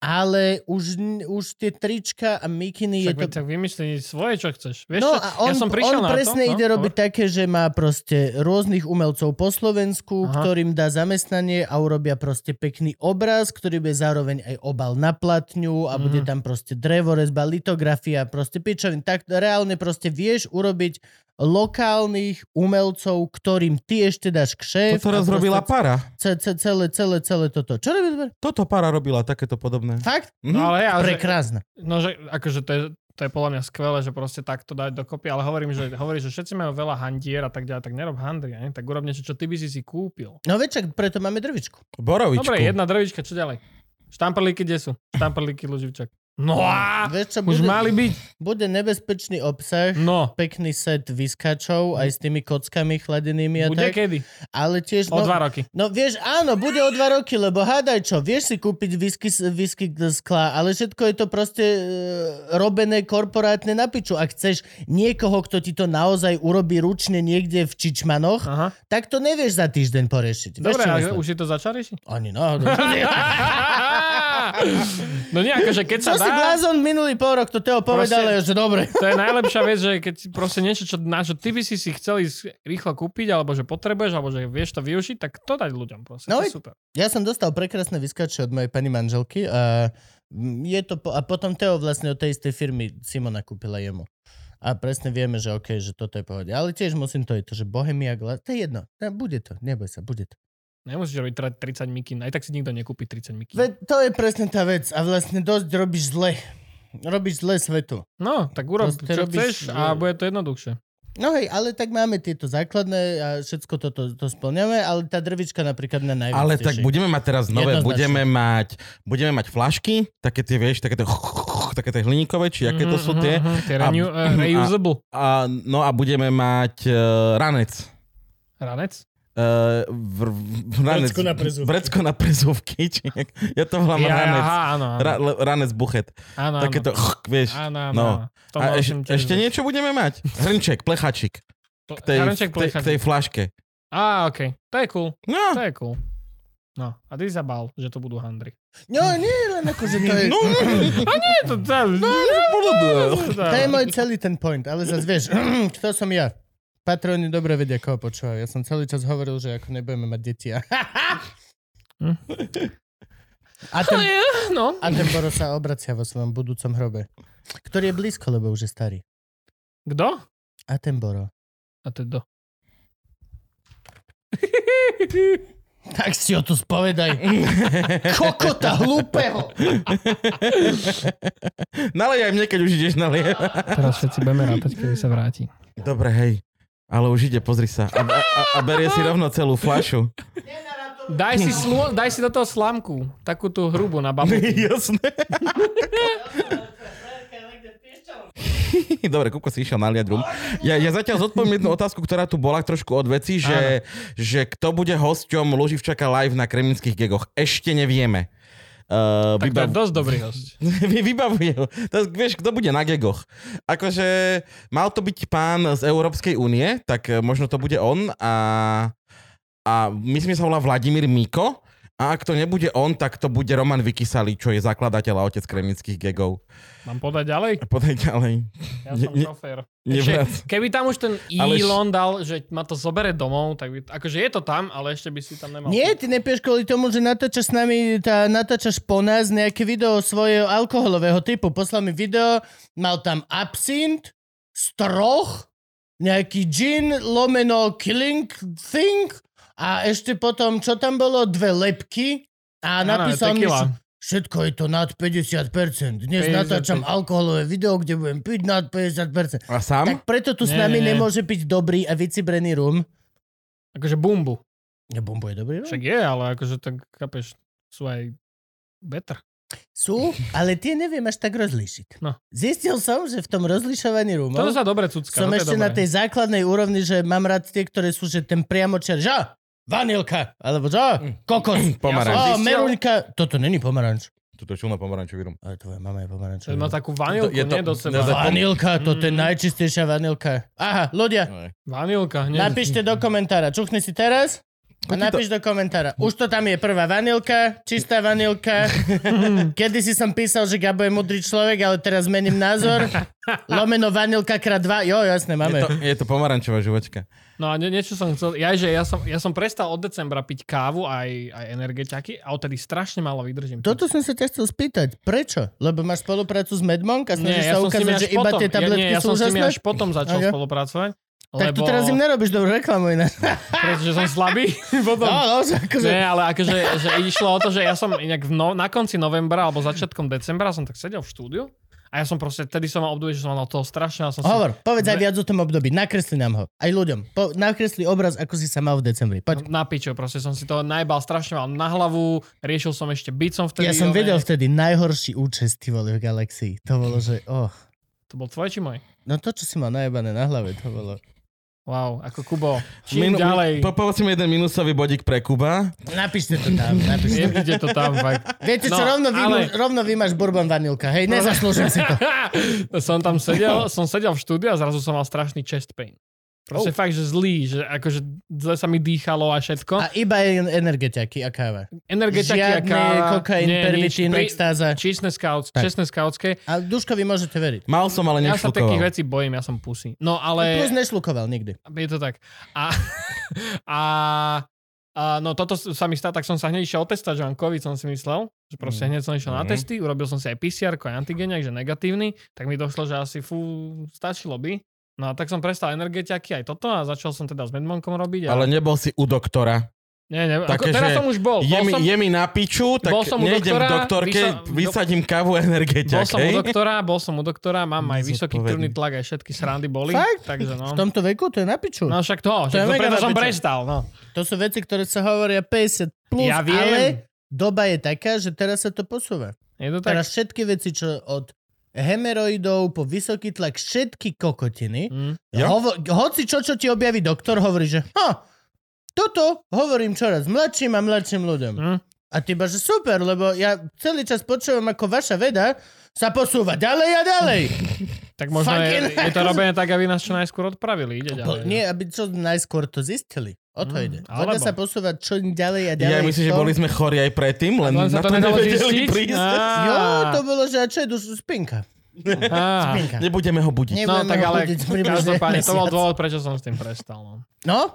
ale už, n- už tie trička a mikiny je
Však
to...
veď tak vymyslí svoje, čo chceš. Vieš,
No
čo?
a on,
ja som prišiel
on
na
presne
to,
ide
no?
robiť také, že má proste rôznych umelcov po Slovensku,
Aha.
ktorým dá zamestnanie a urobia proste pekný obraz, ktorý bude zároveň aj obal na platňu a
Mhm.
bude tam proste drevorezba, litografia, proste pičovin. Tak reálne proste vieš urobiť lokálnych umelcov, ktorým ty ešte dáš kšéf.
Toto
a
raz
proste
robila para.
ce- ce- Celé, celé, celé toto. Čo robí dobre?
Toto para robila takéto podobné. Mhm.
Fakt?
No, ale ja, že,
Prekrásne.
no, že, akože to je, to je podľa mňa skvelé, že proste takto dať dokopy, ale hovorím, že, hovorí, že všetci majú veľa handier a tak ďalej, tak nerob handry, ne? tak urob niečo, čo ty by si si kúpil.
No večer, preto máme drvičku.
Borovičku.
Dobre, jedna drvička, čo ďalej? Štamprlíky, kde sú? Štamprlíky, Luživčak.
Hm.
No a
Vieš čo,
už
bude-
mali byť.
Bude nebezpečný obsah,
No,
pekný set vyskačov, aj s tými kockami chladenými a
bude
tak.
kedy?
Ale tiež...
O
no,
dva roky.
No vieš, áno, bude o dva roky, lebo hádaj čo, vieš si kúpiť whisky, z- whisky z skla, ale všetko je to proste e, robené korporátne na piču. Ak chceš niekoho, kto ti to naozaj urobí ručne niekde v Čičmanoch,
Aha.
tak to nevieš za týždeň poriešiť. Vieš,
Dobre,
čo
ale
myslím?
už si to začal riešiť?
Ani náhodou.
<laughs> No nie, akože keď
Čo
sa
si
dá,
blázon minulý pol rok, to Teo povedal,
Proste-
ja, že dobre.
to je najlepšia vec, že keď proste niečo, čo, na čo ty by si si chcel ísť rýchlo kúpiť, alebo že potrebuješ, alebo že vieš to využiť, tak to dať ľuďom proste.
No
to
i-
je super.
Ja som dostal prekrásne vyskače od mojej pani manželky a, mm, je to po, a potom Teo vlastne od tej istej firmy Simona kúpila jemu. A presne vieme, že OK, že toto je pohode. Ale tiež musím to, je to, že Bohemia Glass, to je jedno. Ne, bude to, neboj sa, bude to.
Nemusíš robiť tra- 30 mikin, aj tak si nikto nekúpi 30 mikin.
Ve, to je presne tá vec a vlastne dosť robíš zle. Robíš zle svetu.
No, tak urob,
Proste
čo
robíš-
chceš a bude to jednoduchšie.
No hej, ale tak máme tieto základné a všetko toto to splňame, ale tá drvička napríklad na najviac
Ale tak
teší.
budeme mať teraz nové,
Jednoznačne.
budeme mať, budeme mať flašky, také tie, vieš, také tie, také tie hliníkové, či aké to sú
Mhm,
tie.
mhm, Tie
A-
renew, eh, reusable.
A, no a budeme mať uh, ranec.
Ranec?
Uh, vr, v, ranec.
Vrecko na prezúvky.
Vrecko na prezúvky. Či, jak- ja to volám
Ja,
ranec.
aha, áno, áno.
Ra, le- ranec buchet.
áno, áno.
Takéto, vieš.
Áno, áno.
No.
áno. V tom
A eš,
nosím tiež
ešte
vec.
niečo budeme mať? Hrnček, plechačik.
Pl-
K tej,
Ranček
k tej, k
plechadlo.
tej flaške.
Á, okej. To je cool, to
No,
je cool. No, a ty sa bál, že to budú handry.
No nie, len akože to je...
no, <laughs>
Nie, to celé.
To je môj celý ten point, ale zase vieš, <clears throat> kto som ja? Patroni dobre vedia, koho počúvajú. Ja som celý čas hovoril, že ako nebudeme mať deti. A,
Hm.
a ten,
No,
a ten Boro sa obracia vo svojom budúcom hrobe, ktorý je blízko, lebo už je starý.
kto?
A ten Boro.
A to je do.
Tak si ho tu spovedaj. Kokota hlúpeho.
nalej aj mne, keď už ideš
<laughs>
nalej.
Teraz všetci budeme rátať, kedy sa vráti.
Dobre, hej. Ale už ide, pozri sa. A, a, a- a berie si rovno celú flašu.
Daj si, slu- daj si do toho slamku, takú tú hrubu na
<laughs>
babu.
Jasné. Dobre, Kuko si išiel naliať rum. Ja, ja zatiaľ zodpoviem jednu otázku, ktorá tu bola trošku od veci, že, že kto bude hosťom Luživčaka live na kremlinských gegoch. Ešte nevieme. Uh,
Tak to je dosť dobrý host.
<laughs> Vy vybavuje ho. To, vieš, kto bude na gegoch? Akože mal to byť pán z Európskej únie, tak e, možno to bude on a, a myslím, že sa volá Vladimír Miko a ak to nebude on, tak to bude Roman Vykysalý, čo je zakladateľ a otec kremnických gegov.
Mám podať ďalej?
A podaj ďalej.
Ja som
Ne-
šofér.
Nevrac.
Ešte, keby tam už ten
Ale š-
Elon dal, že ma to zobere domov, tak by, akože je to tam, ale ešte by si tam nemal.
Nie, ty nepieš kvôli tomu, že natáčaš s nami, tá, natáčaš po nás nejaké video svojho alkoholového typu. Poslal mi video, mal tam absint, stroch, nejaký gin, lomeno killing thing a ešte potom, čo tam bolo, dve lepky a
Áno,
napísal mi,
tequila.
že všetko je to nad 50%. Dnes
55.
natáčam alkoholové video, kde budem piť nad 50%.
A sám?
Tak preto tu s
Nie,
nami
nie, nie.
nemôže piť dobrý a vycibrený rum.
Akože bumbu.
Ja bombo je dobrý rum.
Však je, ale akože tak, chápeš, sú aj better.
Sú, ale tie neviem až tak rozlíšiť.
No.
Zistil som, že v tom rozlišovaní rumov
Toto sa dobre cucka.
No. som
toto no je
ešte
dobré.
na tej základnej úrovni, že mám rád tie, ktoré sú, že ten priamočiar, že á, vanilka, alebo že á, <clears throat> kokos,
Pomaranč.
á,
som- zistil-
meruňka, toto není pomaranč.
Tuto čulno pomarančový rum.
Ale tvoja mama je
Že má
pomarančová.
takú vanilku,
Je to-
nie do seba.
je to-
Vanilka, toto je
No Mm.
najčistejšia vanilka. Aha, ľudia,
Vanilka, hneď.
napíšte do komentára, čuchni si teraz a
Koľko to-
napíš do komentára. Už to tam je prvá vanilka, čistá
<laughs>
vanilka. Kedy si som písal, že Gabo je mudrý človek, ale teraz mením
<laughs>
názor. Lomeno vanilka krát dva. Jo, jasne,
Je to,
máme.
je to pomarančová žuvačka.
No a nie, niečo som chcel, ja, že ja som, ja som prestal od decembra piť kávu aj, aj energetiaky a odtedy strašne málo vydržím.
Toto som sa ťa chcel spýtať. Prečo? Lebo máš spoluprácu s Medmonk a snažíš
nie,
sa
ja som s nimi
ukázať,
až
že iba
potom.
tie tabletky
ja, nie, ja
sú
som s nimi
úžasné?
až potom začal
Ok.
spolupracovať.
Tak
lebo,
tu teraz im nerobíš dobrú reklamu
<laughs>
iné.
Pretože som slabý. <laughs> potom,
No, no, že akože...
Nie, ale akože že išlo o to, že ja som inak v no, na konci novembra alebo začiatkom decembra som tak sedel v štúdiu a A ja som proste, vtedy som mal obdobie, že som mal toho strašne. A som si,
Hovor, povedz aj
Dve-
viac o tom období. Nakresli nám ho. Aj ľuďom. Po, nakresli obraz, ako si sa mal v decembri. Poď.
na pičo, proste som si to najbal strašne mal na hlavu, riešil som ešte bycom vtedy.
Ja som
one-
vedel vtedy najhorší účest, ty vole, v Galaxii. To bolo, že oh.
To bol tvoj či môj?
No to, čo si mal najebané na hlave, to bolo.
Wow, ako Kubo. Čím ďalej,
Po, povedzme jeden minusový bodík pre Kuba.
Napíšte to tam, napíšte.
je- ide to tam fakt.
<laughs>
<laughs>
Viete čo,
No,
rovno, vy,
ale-
rovno vy máš bourbon vanilka, hej, nezaslúžim si to.
som tam sedel, som sedel v štúdiu a zrazu som mal strašný chest pain. Proste oh. fakt, že zlý, že akože zle sa mi dýchalo a všetko.
A
A
iba jen energetiaky a káva.
No. Energetiaky a
Žiadny
káva.
kokain,
nie, nič.
pervitín,
Pri-
extáza.
Čistné skauts,
Tak.
čistné skautské.
A Duškovi môžete veriť.
Mal som, ale
Ja sa takých
nešlukoval.
vecí bojím, ja som pusy. No ale...
Plus nešlukoval nikdy.
Je to tak. A, <laughs> a, a no toto sa mi stá, tak som sa hneď išiel otestať, že mám COVID, som si myslel, že proste hneď som išiel na
Mhm.
testy, urobil som si aj PCR, aj antigeniak, že negatívny, tak mi došlo, že asi fú, stačilo by. No a tak som prestal energetiaky aj toto a začal som teda s medmonkom robiť. A...
Ale nebol si u doktora.
nie, nie, ako,
také,
teraz
že
som už bol.
Je
Oh, bol
mi,
som,
je mi na piču, tak
Bol som u
nejdem
doktora,
k doktorke,
vysa- do-
vysadím kávu
bol
energetiak,
som u
hej?
doktora, bol som u doktora, mám aj vysoký
Nezodpovedný.
krvný tlak, aj všetky srandy boli.
Fakt?
Takže
V
no.
tomto veku to je na piču.
No však to,
To je
však to
mega
preto som
napätie.
prestal. No.
To sú veci, ktoré sa hovoria 50 plus,
Ja viem.
ale doba je taká, že teraz sa to posúva.
Je to tak?
Teraz všetky veci, čo od hemeroidov po vysoký tlak, všetky kokotiny,
Mm.
Jo?
hovo- hoci čo, čo ti objaví doktor, hovorí, že ha, toto hovorím čoraz mladším a mladším ľuďom.
Mm.
A ty iba, že super, lebo ja celý čas počúvam, ako vaša veda sa posúva ďalej a ďalej.
Tak možno je,
Fucking-
je to robené tak, aby nás čo najskôr odpravili. Ide
Po,
<laughs> ďalej. no.
nie, aby čo najskôr to zistili. O to
Mm,
ide.
alebo-
Veda sa posúva čo ďalej a ďalej.
Ja myslím, že
To-
boli sme chorí aj predtým, len,
Len
na
sa to
to
nedalo
nevedeli
zistiť.
prísť.
Á,
Jo, to bolo, že a čo je duš, spinka.
á.
Spinka.
Nebudeme ho budiť.
Ah. No
Nebudeme
tak
ho
ale
budiť približne
každopádne to bol
mesiac.
dôvod, prečo som s tým prestal. No.
No,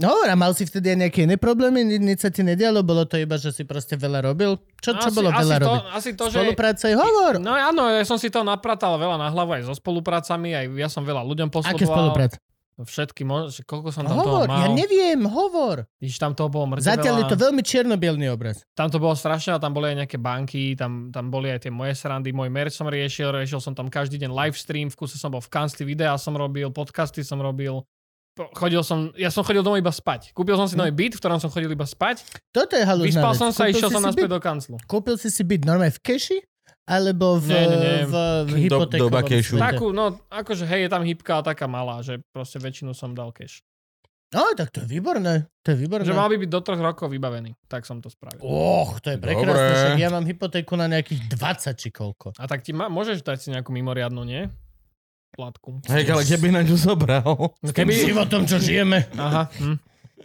No, a mal si vtedy aj nejaké iné problémy, ni- nič sa ti nedialo, bolo to iba, že si proste veľa robil. Čo, čo
asi,
bolo
asi
veľa
to,
robiť?
Asi to, že...
Spolupráca je hovor.
No áno, ja som si to napratal veľa na hlavu aj so spoluprácami, aj ja som veľa ľuďom posloboval.
Aké spolupráce?
Všetky, mož- že koľko som
No,
tam toho
hovor,
mal.
ja neviem, hovor.
Vidíš, tam toho bolo mŕte
Zatiaľ
veľa.
je to veľmi čiernobielný obraz.
Tam to bolo strašné, a tam boli aj nejaké banky, tam, tam boli aj tie moje srandy, môj merch som riešil, riešil som tam každý deň livestream, v kuse som bol v kancli, videá som robil, podcasty som robil. Po- Chodil som, ja som chodil domov iba spať. Kúpil som si
Mhm.
nový byt, v ktorom som chodil iba spať.
Toto je halúzna
Vyspal
vec.
som sa a
Kúpil
išiel
si si
som
byt?
naspäť do kanclu.
Kúpil si si byt normálne v keši? Alebo v,
Nie, nie, nie.
v, v
Do-
hypotékovom
doba kešu.
svete?
Takú, no akože hej, je tam hybka taká malá, že proste väčšinu som dal cash.
No, tak to je výborné. To je výborné.
Že mal by byť do troch rokov vybavený, tak som to spravil.
Och, to je prekrásne.
Dobre.
Však ja mám hypotéku na nejakých 20 či koľko.
A tak ti ma, môžeš dať si nejakú mimoriadnu, nie? Platku.
Hej, ale kde by na ňu zobral?
No
Keby... S tým životom, čo žijeme.
Aha, hm.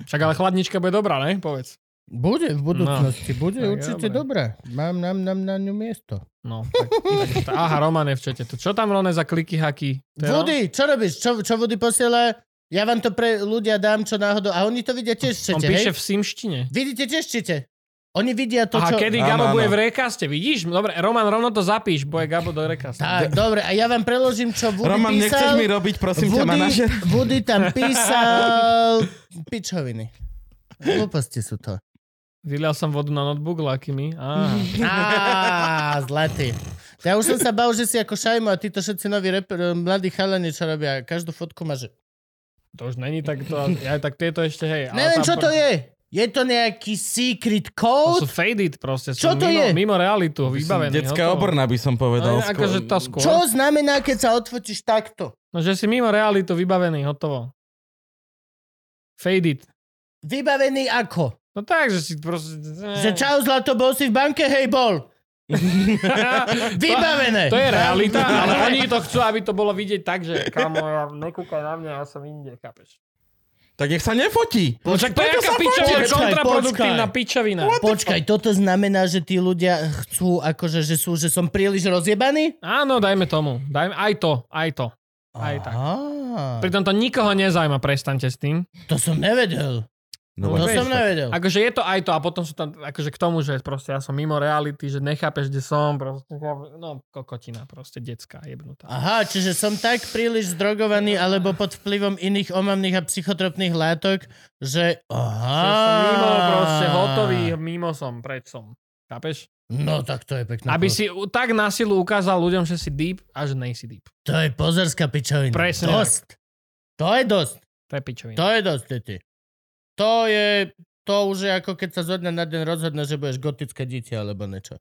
Však ale chladnička bude dobrá, ne? Povedz.
Bude v budúcnosti, no. bude
Tak
určite dobré. Mám nám, nám na ňu miesto.
No,
<laughs>
tak, tak, aha, Roman je v čete. To, čo tam Rone za kliky haky?
Woody, čo robíš? Čo, čo Woody posiela? Ja vám to pre ľudia dám, čo náhodou. A oni to vidia tiež v
On
čete, hej?
píše v simštine.
Vidíte tiež v čete? Oni vidia to,
aha,
čo...
kedy
Áno,
Gabo
áno.
bude v rekaste, vidíš? Dobre, Roman, rovno to zapíš, bude Gabo do rekaste.
Tak, dobre, a ja vám preložím, čo Woody
Roman,
písal.
nechceš mi robiť, prosím ťa, manažer?
Woody
<laughs>
tam písal pičoviny. Hlúposti sú to.
Vylial som vodu na notebook lakými. Á,
Mhm. Á, zlatý. Ja už som sa bál, že si ako Šajmo a títo všetci noví reper, mladí chalani, čo robia. Každú fotku má, že...
to už není tak to, aj tak tieto ešte, hej. ale
Neviem,
tam
čo
pr-
to je. Je to nejaký secret
To
code?
sú faded proste, sú
Čo to
mimo,
je?
mimo realitu, vybavený.
Detská oborná by som povedal.
No, akože to skôr.
Čo znamená, keď sa odfotíš takto?
No, že si mimo realitu vybavený, hotovo. Faded.
Vybavený ako?
No tak, že si proste... Eh,
Že čau zlato, bol si v banke? Hej, bol. Vybavené.
<laughs> To je realita, ale oni to chcú, aby to bolo vidieť tak, že kamo, ja nekúkaj na mňa, ja som inde, chápeš?
Tak nech sa nefotí.
No však to je aká pičovina,
počkaj,
kontraproduktívna
počkaj.
pičovina.
Počkaj, toto znamená, že tí ľudia chcú, akože, že sú, že som príliš rozjebaný?
Áno, dajme tomu. Dajme, aj to, aj to. Aj tak.
Á,
Pritom to nikoho nezajíma, prestante s tým.
To som nevedel.
No,
To
vieš,
som nevedel.
Akože je to aj to a potom sú tam, akože k tomu, že proste ja som mimo reality, že nechápeš, kde som, proste, no kokotina, proste detská, jebnutá.
Aha, čiže som tak príliš zdrogovaný alebo pod vplyvom iných omamných a psychotropných látok, že... Aha.
Že som mimo, proste hotový, mimo som, preč som. Chápeš?
No tak to je pekná
Aby
pos-
si u- tak na silu ukázal ľuďom, že si deep a že nejsi deep.
To je pozerská pičovina.
Presne
Dosť. To je dosť.
To je pičovina.
To je dosť, deti. To je... To už je ako keď sa zo dňa na deň rozhodne, že budeš gotické dieťa alebo niečo.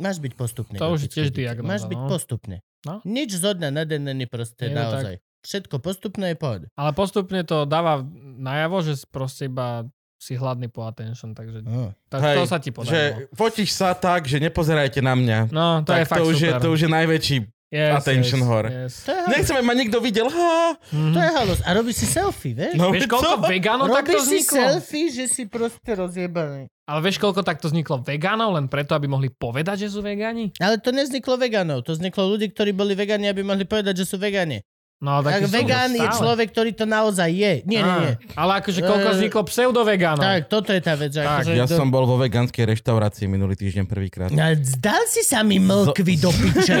Máš byť postupný.
To už je
gotické
tiež
dieťa.
diagnóza,
Máš byť
no.
postupný.
No.
Nič zo dňa na deň není prosté,
Je to
naozaj. Všetko postupné je pohode.
Ale postupne to dáva najavo, že proste iba si hladný po attention, takže
Mm.
tak
Hej,
to sa ti podarilo.
Že fotíš sa tak, že nepozerajte na mňa.
No, to
tak
je fakt
to, už je,
super.
to už je najväčší.
yes,
attention
yes,
whore.
Yes.
To je halus.
Nechceme ma nikto videl. Ha.
To
Mhm.
je halus. A robíš si selfie, vieš?
No,
Vieš,
co?
<laughs>
koľko vegánov takto
Robíš si
vzniklo?
selfie, že si proste rozjebaný.
Ale vieš, koľko takto vzniklo vegánov len preto, aby mohli povedať, že sú vegáni?
Ale to nevzniklo veganov, to vzniklo ľudí, ktorí boli vegáni, aby mohli povedať, že sú vegáni.
No,
Tak
ale takí sú
vegán je
stále.
človek, ktorý to naozaj je. Nie, nie, nie.
Á, Ale akože koľko
Eh,
vzniklo pseudovegánov?
Tak, toto je tá vec. že
Tak,
akože
Ja
do-
som bol vo vegánskej reštaurácii minulý týždeň prvýkrát.
Ale No, Zdal si sa mi mlkvy do piče.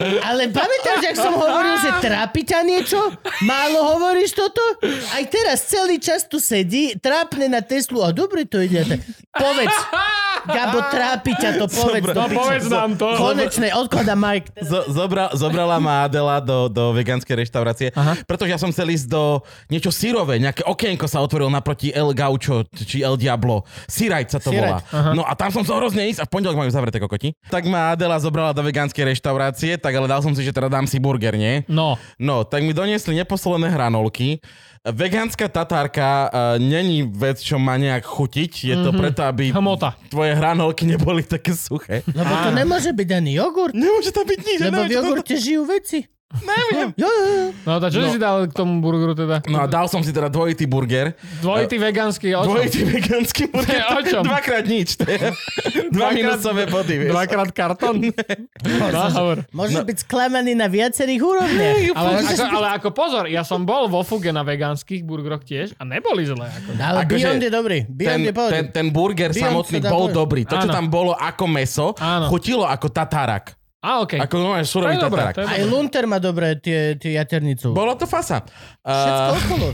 Ale pamätáš, ak som hovoril, že trápi ťa niečo? Málo hovoríš toto? Aj teraz celý čas tu sedí, trápne na Teslu. A dobre to ide. Povedz. Gabo, trápi ťa to, povedz.
Dobre.
do
No
piče.
povedz nám
<laughs>
to.
Konečnej odklada Mike.
Zo, zobra, zobrala ma Adela do, do vegánskej reštaurácie,
Aha.
pretože ja som chcel ísť do niečo sírové, nejaké okienko sa otvorilo naproti El Gaucho či El Diablo. Sirajt sa to
Sirajt,
volá. No a tam som chcel hrozne ísť a v pondelok majú zavreté kokoti. Tak ma Adela zobrala do vegánskej reštaurácie, tak ale dal som si, že teda dám si burger, nie?
No,
No, tak mi doniesli neposolené hranolky. Vegánska tatárka uh, není vec, čo má nejak chutiť. Je to preto, aby
hmota.
tvoje hranolky neboli také suché.
Lebo to
Áno.
nemôže byť ani jogurt.
Nemôže tam byť nič. ja
Lebo v
neviem, čo tam-
jogurte žijú veci.
Neviem.
Jo, jo, jo.
No a čo
No.
si dal k tomu burgeru teda?
No a dal som si teda dvojitý burger.
Dvojitý vegánsky očom.
Dvojitý vegánsky <laughs> burger.
To je o čom?
Dvakrát nič. To je dva
Dvakrát-
minusové body, vieš.
Dvakrát kartón. No, hovor.
<laughs>
Môžeš
No.
byť sklamaný na viacerých úrovniach.
Ale, ako, ale ako pozor, ja som bol vo Fuge na vegánskych burgeroch tiež a neboli zlé. Ako.
Ale
Akože
Beyond je dobrý.
Ten,
Beyond je pohode.
ten, ten burger
Beyond
samotný
sa dá
bol
povedať.
dobrý. To, čo
Áno.
tam bolo ako meso,
Áno.
chutilo ako tatarak.
A okej.
Ako normálne
To
surový
je dobré,
tatarak.
to je
Aj
dobré.
Lunter má dobré tie, tie jaternicu.
Bolo to fasa.
Všetko
Uh,
okolo.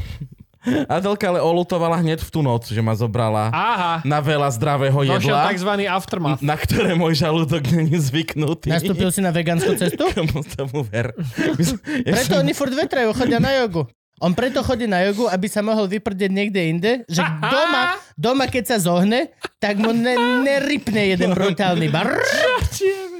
Adelka ale olutovala hneď v tú noc, že ma zobrala
Aha,
na veľa zdravého
došiel
jedla,
tzv. aftermath.
na ktoré môj žalúdok není zvyknutý.
Nastúpil si na vegánsku cestu?
Komu tomu ver. My sme- ja
Preto
som-
oni furt vetrajú, chodia na jogu. On preto chodí na jogu, aby sa mohol vyprdeť niekde inde, že doma, doma keď sa zohne, tak mu ne, nerypne jeden brutálny bar.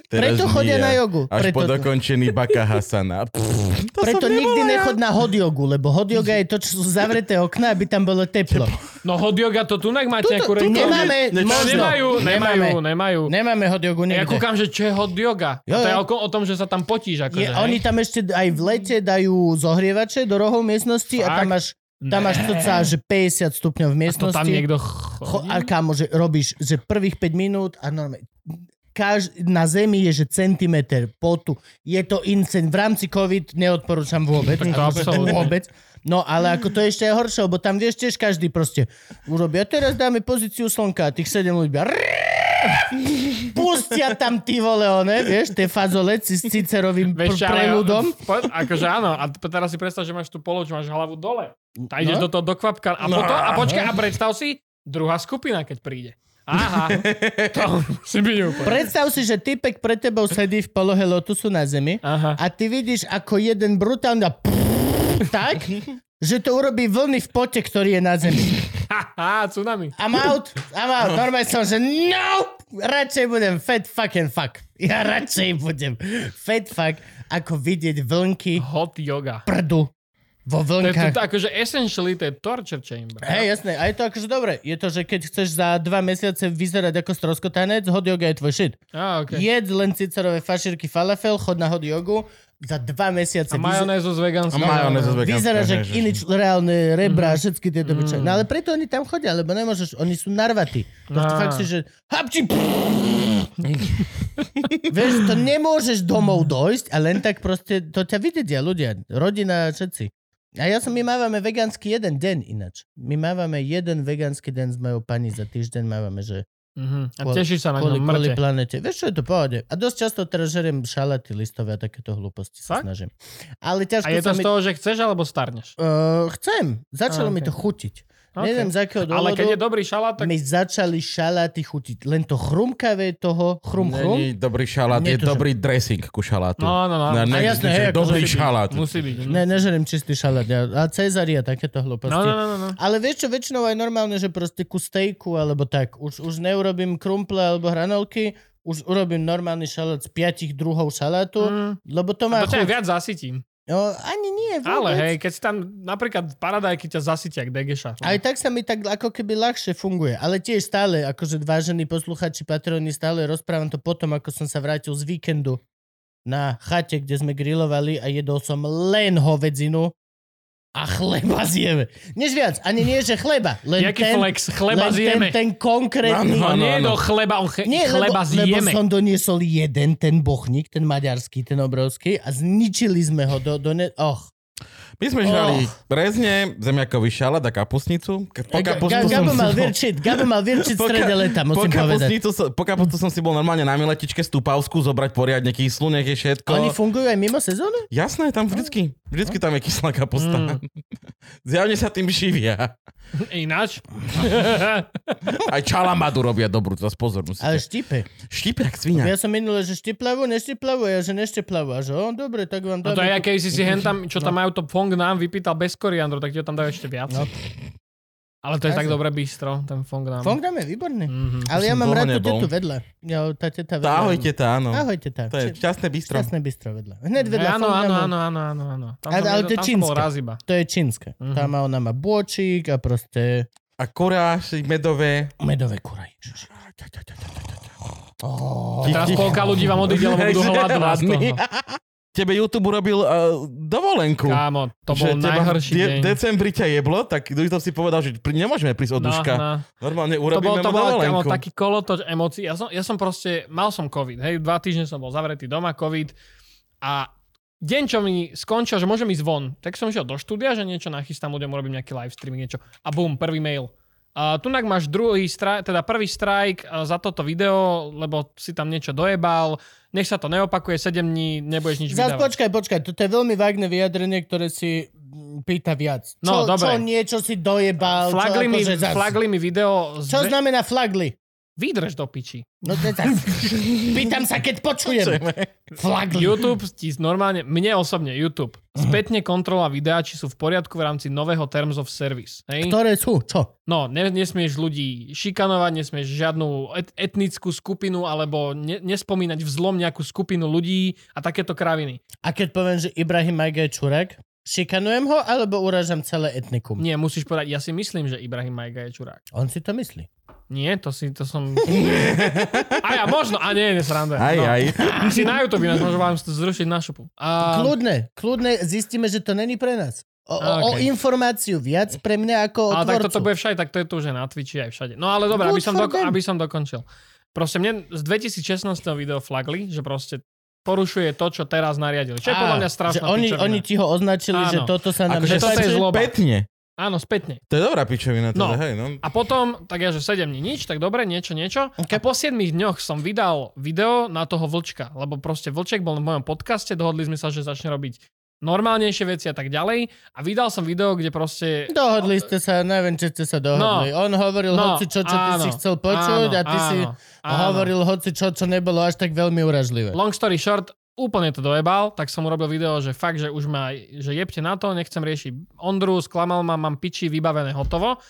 Teraz
Preto chodia
nie.
na jogu.
Až
Preto to.
po dokončený Baka Hasana. Pff, to
Preto
som
nikdy
nebola ja.
nechod na hot jogu, lebo hot yoga je to, čo sú zavreté okna, aby tam bolo teplo.
No hot yoga to tu máte
Tuto,
nejakú
tu
reklamu?
nemáme,
ne-
možno.
Nemajú, nemajú,
Nemáme.
nemajú.
Nemáme hot jogu nikde.
Ja kúkam, že čo je hot yoga.
Jo,
Jo, to je
jo.
o, ko- o tom, že sa tam potíš. Akože,
Je, oni tam ešte aj v lete dajú zohrievače do rohov miestnosti a tam
Fakt?
máš, tam máš to celá, že 50 stupňov v
to
miestnosti.
tam niekto
Cho,
chodí.
a kámo, že robíš, že prvých 5 minút a normálne Kaž, na zemi je, že centimeter potu. Je to insane. V rámci COVID neodporúčam vôbec.
Tak to
Akože
absolútne.
Vôbec. No ale ako to je ešte aj horšie, lebo tam vieš tiež každý proste urobí. A teraz dáme pozíciu slnka a tých sedem ľudí. a <laughs> Pustia tam ty vole, one, vieš, tie fazole si s Cicerovým pr-
Vieš, čo, ale-
preludom.
<laughs> Po, akože áno, a t- teraz si predstav, že máš tú poloč, máš hlavu dole. A ideš
No.
do toho do kvapka. A,
No.
potom, a počkaj, a predstav si, druhá skupina, keď príde.
<laughs>
Aha, to musí byť úplne.
Predstav si, že typek pred tebou sedí v polohe lotusu na zemi
Aha.
a ty vidíš, ako jeden brutálny a <laughs> tak, že to urobí vlny v pote, ktorý je na zemi.
Aha, tsunami.
I'm out, I'm out. Normálne som, že no, radšej budem fat fucking fuck. Ja radšej budem fat fuck, ako vidieť vlnky
Hot yoga.
prdu vo
To je to,
vlnkách.
to, akože essentially, to je torture chamber.
Hej, jasné. A je to akože dobre. Je to, že keď chceš za dva mesiace vyzerať ako stroskotanec, hod yoga je tvoj shit.
Á, okay.
Jedz len cicerové fašírky falafel, chod na hod jogu, za dva mesiace
A majonézu z vegánskeho.
A majonézu z vegánskeho,
vyzeráš
hej,
jak
že-
iný čl- reálne rebra,
Mhm.
mm. všetky tieto mm. No ale preto oni tam chodia, lebo nemôžeš, oni sú narvatí. Proste
Á.
fakt si, že hapči,
<laughs>
Vieš, to nemôžeš domov dojsť a len tak proste, to ťa videdia ľudia, rodina, všetci. A ja som, my mávame vegánsky jeden deň ináč. My mávame jeden vegánsky deň s mojou pani za týždeň, mávame, že
Mhm. A
Kvôli-
tešíš sa na
kvôli,
ňom
kvôli
mŕte.
planete. Vieš, čo je to pohode? A dosť často teraz žeriem šalaty listové a takéto hlúposti sa
Fakt?
snažím. Ale ťažko
A je
sa
to z
mi...
toho, že chceš alebo starneš?
Uh, Eh, chcem. Začalo
Á,
mi
ok.
to chutiť.
Okay.
Neviem z akého
Ale
dôvodu.
keď je dobrý šalát, tak...
mi začali šaláty chutiť. Len to chrumkavé toho, <laughs> chrum, chrum.
Není dobrý šalát, je
Netužím.
dobrý dressing ku šalátu.
No, no, no.
A
Na, ne,
jasné, hej, akože
dobrý
musí byť.
šalát.
Musí byť.
Ne, nežerem čistý šalát. Ja, a cezaria, takéto hlúposti.
No, no, no, no, no.
Ale vieš čo, väčšinou aj normálne, že proste ku stejku alebo tak. Už, už neurobím krumple alebo hranolky, už urobím normálny šalát z piatich druhov šalátu, mm.
Mm.
lebo to má
To ťa
chuť.
aj viac zasytím.
No, ani nie, vôbec.
Ale hej, keď si tam napríklad paradajky ťa zasytia, ak degeša.
Aj No. tak sa mi tak ako keby ľahšie funguje. Ale tiež stále, akože vážení posluchači, patroni, stále rozprávam to potom, ako som sa vrátil z víkendu na chate, kde sme grilovali a jedol som len hovedzinu a chleba zjeme. Než viac, ani nie, že chleba. Len
Jaký
ten,
flex?
len
Chleba zjeme.
Ten, ten konkrétny...
Áno,
No
áno,
nie,
áno.
no chleba, on ch-
Nie,
chleba
lebo,
zjeme.
lebo som doniesol jeden, ten bochník, ten maďarský, ten obrovský a zničili sme ho do... do ne- och.
My sme žrali brezne, zemiakový šalát a kapusnicu. Ke- Po
Oh. Ga-
kapusnicu
Gabo mal
som si bol-
virčiť, Gabo mal virčiť
Po ka-
strede leta,
po
musím povedať.
kapusnicu, som- po kapusnicu som si bol normálne na miletičke z Tupavsku zobrať poriadne kyslú, nech je všetko.
Oni fungujú aj mimo sezóny?
Jasné, tam vždycky. Vždycky tam je kyslá kapusta.
Mm.
<laughs> Zjavne sa tým živia.
<laughs>
Ináč.
Aj čalamadu robia dobrú, teraz pozor musíte.
Ale štípe.
Štipiak svinia.
Ja som minule, že štiplavu, neštiplavu, ja že neštiplavu. A že on, dobre, tak vám
No
dáme.
to je, keď si si hen tam, čo tam majú to Fong nám vypýtal bez koriandru, tak ti ho tam dajú ešte viac.
No.
Ale to je tak
Jasne.
dobre bistro, ten Fong nám.
Fong tam je výborný.
Mhm.
Ale ja
som
mám
Hm, dlho
rád tú
nebol.
tetu vedľa. Ja, tá teta vedľa.
Tá, ahojte tá, áno.
Ahojte, tá.
To je šťastné bistro.
Šťastné bistro vedľa. Hneď vedľa
Eh, Áno,
Fongramu.
áno, áno, áno, áno, áno. Tam,
Ale-
som,
ale
jedol-
to je
tam som bol
čínske.
raz iba.
To je čínske.
Mhm.
Tam má ona má bočík a proste
A koráši medové.
medové kuraj.
A Teraz polka ľudí vám odíde,
<laughs>
lebo
<laughs>
budú hladní nás toho.
Tebe YouTube urobil uh, dovolenku.
Kámo, to bol
teba v
najhorší deň.
decembri ťa jeblo, tak YouTube si povedal, že pri, nemôžeme prísť od
No,
Duška.
no.
Normálne
To bol,
urobíme mu
to bol kámo,
dovolenku.
taký kolotoč emócií. Ja som, ja som proste, mal som COVID, hej, dva týždne som bol zavretý doma, COVID a deň, čo mi skončil, že môžem ísť von, tak som išiel do štúdia, že niečo nachystám, ľuďom urobím nejaký live streaming, niečo a bum, prvý mail. A tunak máš druhý strajk, teda prvý strajk eh, za toto video, lebo si tam niečo dojebal, nech sa to neopakuje, 7 dní, nebudeš nič
Zas
vydávať.
počkaj, počkaj, toto je veľmi vágne vyjadrenie, ktoré si mm, pýta viac. Čo,
No,
čo
dobre.
niečo si dojebal,
Flagli
čo
mi,
akože zas.
flagli mi video,
Čo
z...
znamená flagli?
vydrž do piči.
No to je
<laughs>
tak. Pýtam sa, keď počujem. Flagli.
YouTube ti normálne, mne osobne YouTube,
Mhm.
spätne kontrola videa, či sú v poriadku v rámci nového Terms of Service. Hej?
Ktoré sú? Čo?
No, ne, nesmieš ľudí šikanovať, nesmieš žiadnu et, etnickú skupinu alebo ne, nespomínať vzlom nejakú skupinu ľudí a takéto kraviny.
A keď poviem, že Ibrahim Majga je čurák, šikanujem ho alebo uražam celé
Mhm.
etnikum?
Nie, musíš povedať, ja si myslím, že Ibrahim Majga je čurák.
On si to myslí.
Nie, to si, to
<laughs>
som... a ja, možno, a nie, nesranda.
Aj, aj.
No, si na YouTube, ináč môžem vám zrušiť na šupu. A...
Kľudne, kľudne zistíme, že to není pre nás. O, o, o
Okay.
informáciu viac pre mňa ako o
Ale tak
tvorcu.
toto bude všade, tak to je tu už aj na Twitchi aj všade. No ale dobre,
Good
aby, som
for
doko-
them.
aby som dokončil. Proste mne z 2016 video flagli, že proste porušuje to, čo teraz nariadili. Čo je
Á,
podľa mňa
že
strašná
oni,
pičovina.
oni ti ho označili,
Áno.
že toto sa nám
Akože
toto je
nepáči.
zlo- zloba.
Spätne.
Áno, spätne.
To je dobrá pičovina. Teda,
No.
hej, no.
A potom, tak ja, že 7 dní nič, tak dobre, niečo, niečo.
Okay.
A po 7 dňoch som vydal video na toho vlčka, lebo proste vlček bol v mojom podcaste, dohodli sme sa, že začne robiť normálnejšie veci a tak ďalej. A vydal som video, kde proste...
Dohodli ste sa, neviem, či ste sa dohodli. On hovoril
No,
hoci čo, čo ty
áno,
si chcel počuť a ty si hovoril hoci čo, čo nebolo až tak veľmi uražlivé.
Long story short, úplne to dojebal, tak som urobil video, že fakt, že už ma, že jebte na to, nechcem riešiť Ondru, sklamal ma, mám piči, vybavené, hotovo.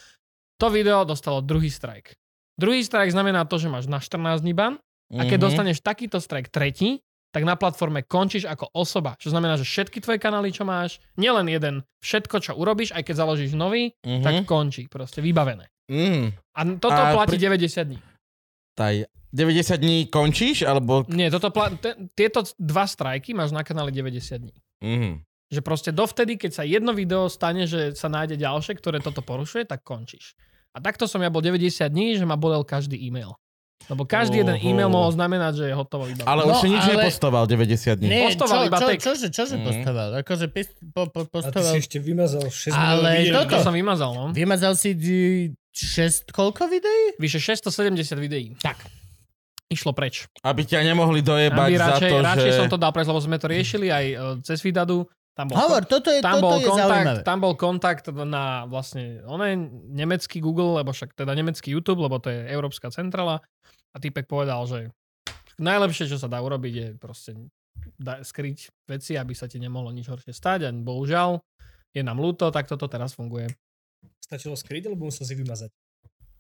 To video dostalo druhý strike. Druhý strike znamená to, že máš na 14 dní ban a keď
Mhm.
dostaneš takýto strike tretí, tak na platforme končíš ako osoba. Čo znamená, že všetky tvoje kanály, čo máš, nielen jeden, všetko, čo urobíš, aj keď založíš nový,
Mhm.
tak končí. Proste vybavené.
Mm.
A toto
A
platí
pri-
90 dní.
Taj, 90 dní končíš, alebo...
Nie, toto pla- te- tieto dva strajky máš na kanále 90 dní.
Mm.
Že proste dovtedy, keď sa jedno video stane, že sa nájde ďalšie, ktoré toto porušuje, tak končíš. A takto som ja bol 90 dní, že ma bolel každý e-mail. Lebo každý jeden
Oho.
e-mail mohol znamenať, že je hotovo iba.
Ale
No,
už si nič
ale-
nepostoval 90 dní.
Nie,
Postoval
čo,
iba
čo,
text.
čože, čože
Mhm.
postoval? Akože pis, po, po,
A ty si
postoval...
ešte vymazal 6
Ale
miliónov
to
toto-
videí.
som vymazal, no.
Vymazal si 6 koľko videí?
Vyše 670 videí. Tak. Išlo preč.
Aby ťa nemohli dojebať
Aby
za
radšej,
to,
radšej
že...
som to dal preč, lebo sme to riešili aj e, cez Vidadu. Tam bol,
Hovor, toto je,
tam
toto
bol
je
kontakt,
zaujímavé.
tam bol kontakt na vlastne, on je nemecký Google, lebo však teda nemecký YouTube, lebo to je Európska centrála a typek povedal, že najlepšie, čo sa dá urobiť je proste da, skryť veci, aby sa ti nemohlo nič horšie stať a bohužiaľ je nám ľúto, tak toto teraz funguje.
Stačilo skryť, alebo musel si vymazať.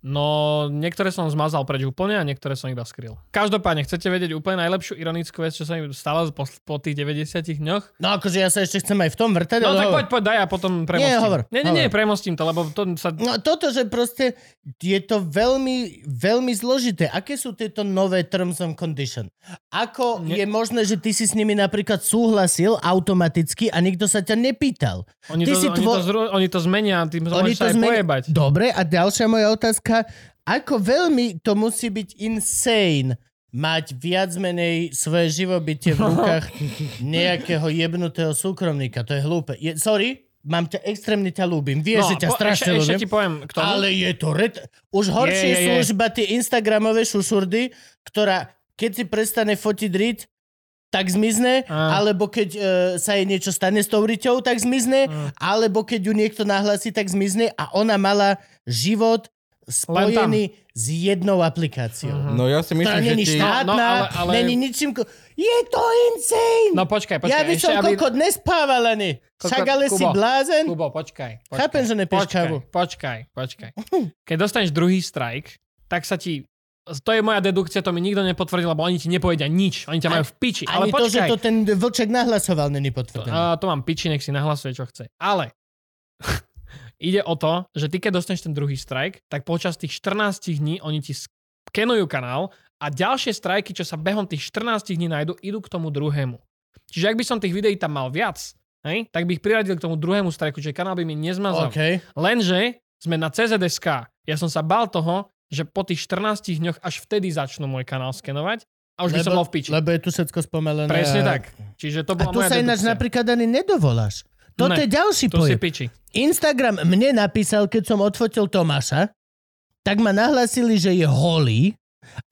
No, niektoré som zmazal preč úplne a niektoré som iba skryl. Každopádne, chcete vedieť úplne najlepšiu ironickú vec, čo sa mi stala po, po tých 90 dňoch?
No akože ja sa ešte chcem aj v tom vrtať.
No
ale
tak
hovor.
poď, poď, daj a potom premostím.
hovor,
nie, nie, nie,
hovor.
premostím to, lebo to sa...
No toto, že proste je to veľmi, veľmi zložité. Aké sú tieto nové terms and condition? Ako ne...
Ne-
je možné, že ty si s nimi napríklad súhlasil automaticky a nikto sa ťa nepýtal?
Oni
Ty
to,
si
oni,
tvo-
to zru, oni to zmenia, tým sa
Oni
môžeš
to
aj
zmeni-
pojebať.
Dobre, a ďalšia moja otázka. Ako veľmi to musí byť insane mať viac menej svoje
<laughs>
živobytie v rukách nejakého jebnutého súkromníka. To je hlúpe. Je, sorry, mám ťa, extrémne ťa ľúbim. Vieš, že ťa
No, po-
strašne
e, ešte, ešte
ľúbim.
ti poviem k tomu.
Ale je to ret... Už horšie
Je,
je,
je, je.
služba tie Instagramové šušurdy, ktorá keď si prestane fotiť rit, tak zmizne,
Á.
alebo keď e, sa jej niečo stane s tou riťou, tak zmizne,
Mm.
alebo keď ju niekto nahlasí, tak zmizne a ona mala život spojený s jednou
Mhm. Hm.
aplikáciou.
No ja si
Ktorá
myslím, že
není
ti...
štátna,
No, ale- ale-
není ničím... Ko... Je to insane!
No počkaj, počkaj.
ja by som
ešte, aby...
kokot nespával ani.
Kokot-
Však ale si
Kubo,
blázen.
Kubo, počkaj. počkaj
Chápem, že nepiješ
počkaj,
kávu.
Počkaj,
<laughs>
počkaj. Keď dostaneš druhý strike, tak sa ti... To je moja dedukcia, to mi nikto nepotvrdil, lebo oni ti nepovedia nič. Oni ťa majú v piči. Ale
Ani to, že
počkaj.
to ten vlček nahlasoval, není potvrdené.
A to mám piči, nech si nahlasuje, čo chce. Ale <laughs> ide o to, že ty keď dostaneš ten druhý strike, tak počas tých 14 dní oni ti skenujú kanál a ďalšie strajky, čo sa behom tých 14 dní nájdu, idú k tomu druhému. Čiže ak by som tých videí tam mal viac, hej, tak by ich priradil k tomu druhému strajku, čiže kanál by mi nezmazal.
OK.
Lenže sme na CZSK. Ja som sa bál toho, že po tých 14 dňoch až vtedy začnú môj kanál skenovať a už by som bol v piči.
lebo je tu všetko spomelené.
Presne
a-
tak. Čiže to
A
bola
tu
moja
sa ináč
dedukcia.
napríklad ani nedovoláš. Toto je
Ne,
ďalší
Tu si
pojem.
piči.
Instagram mne napísal, keď som odfotil Tomáša, tak ma nahlasili, že je holý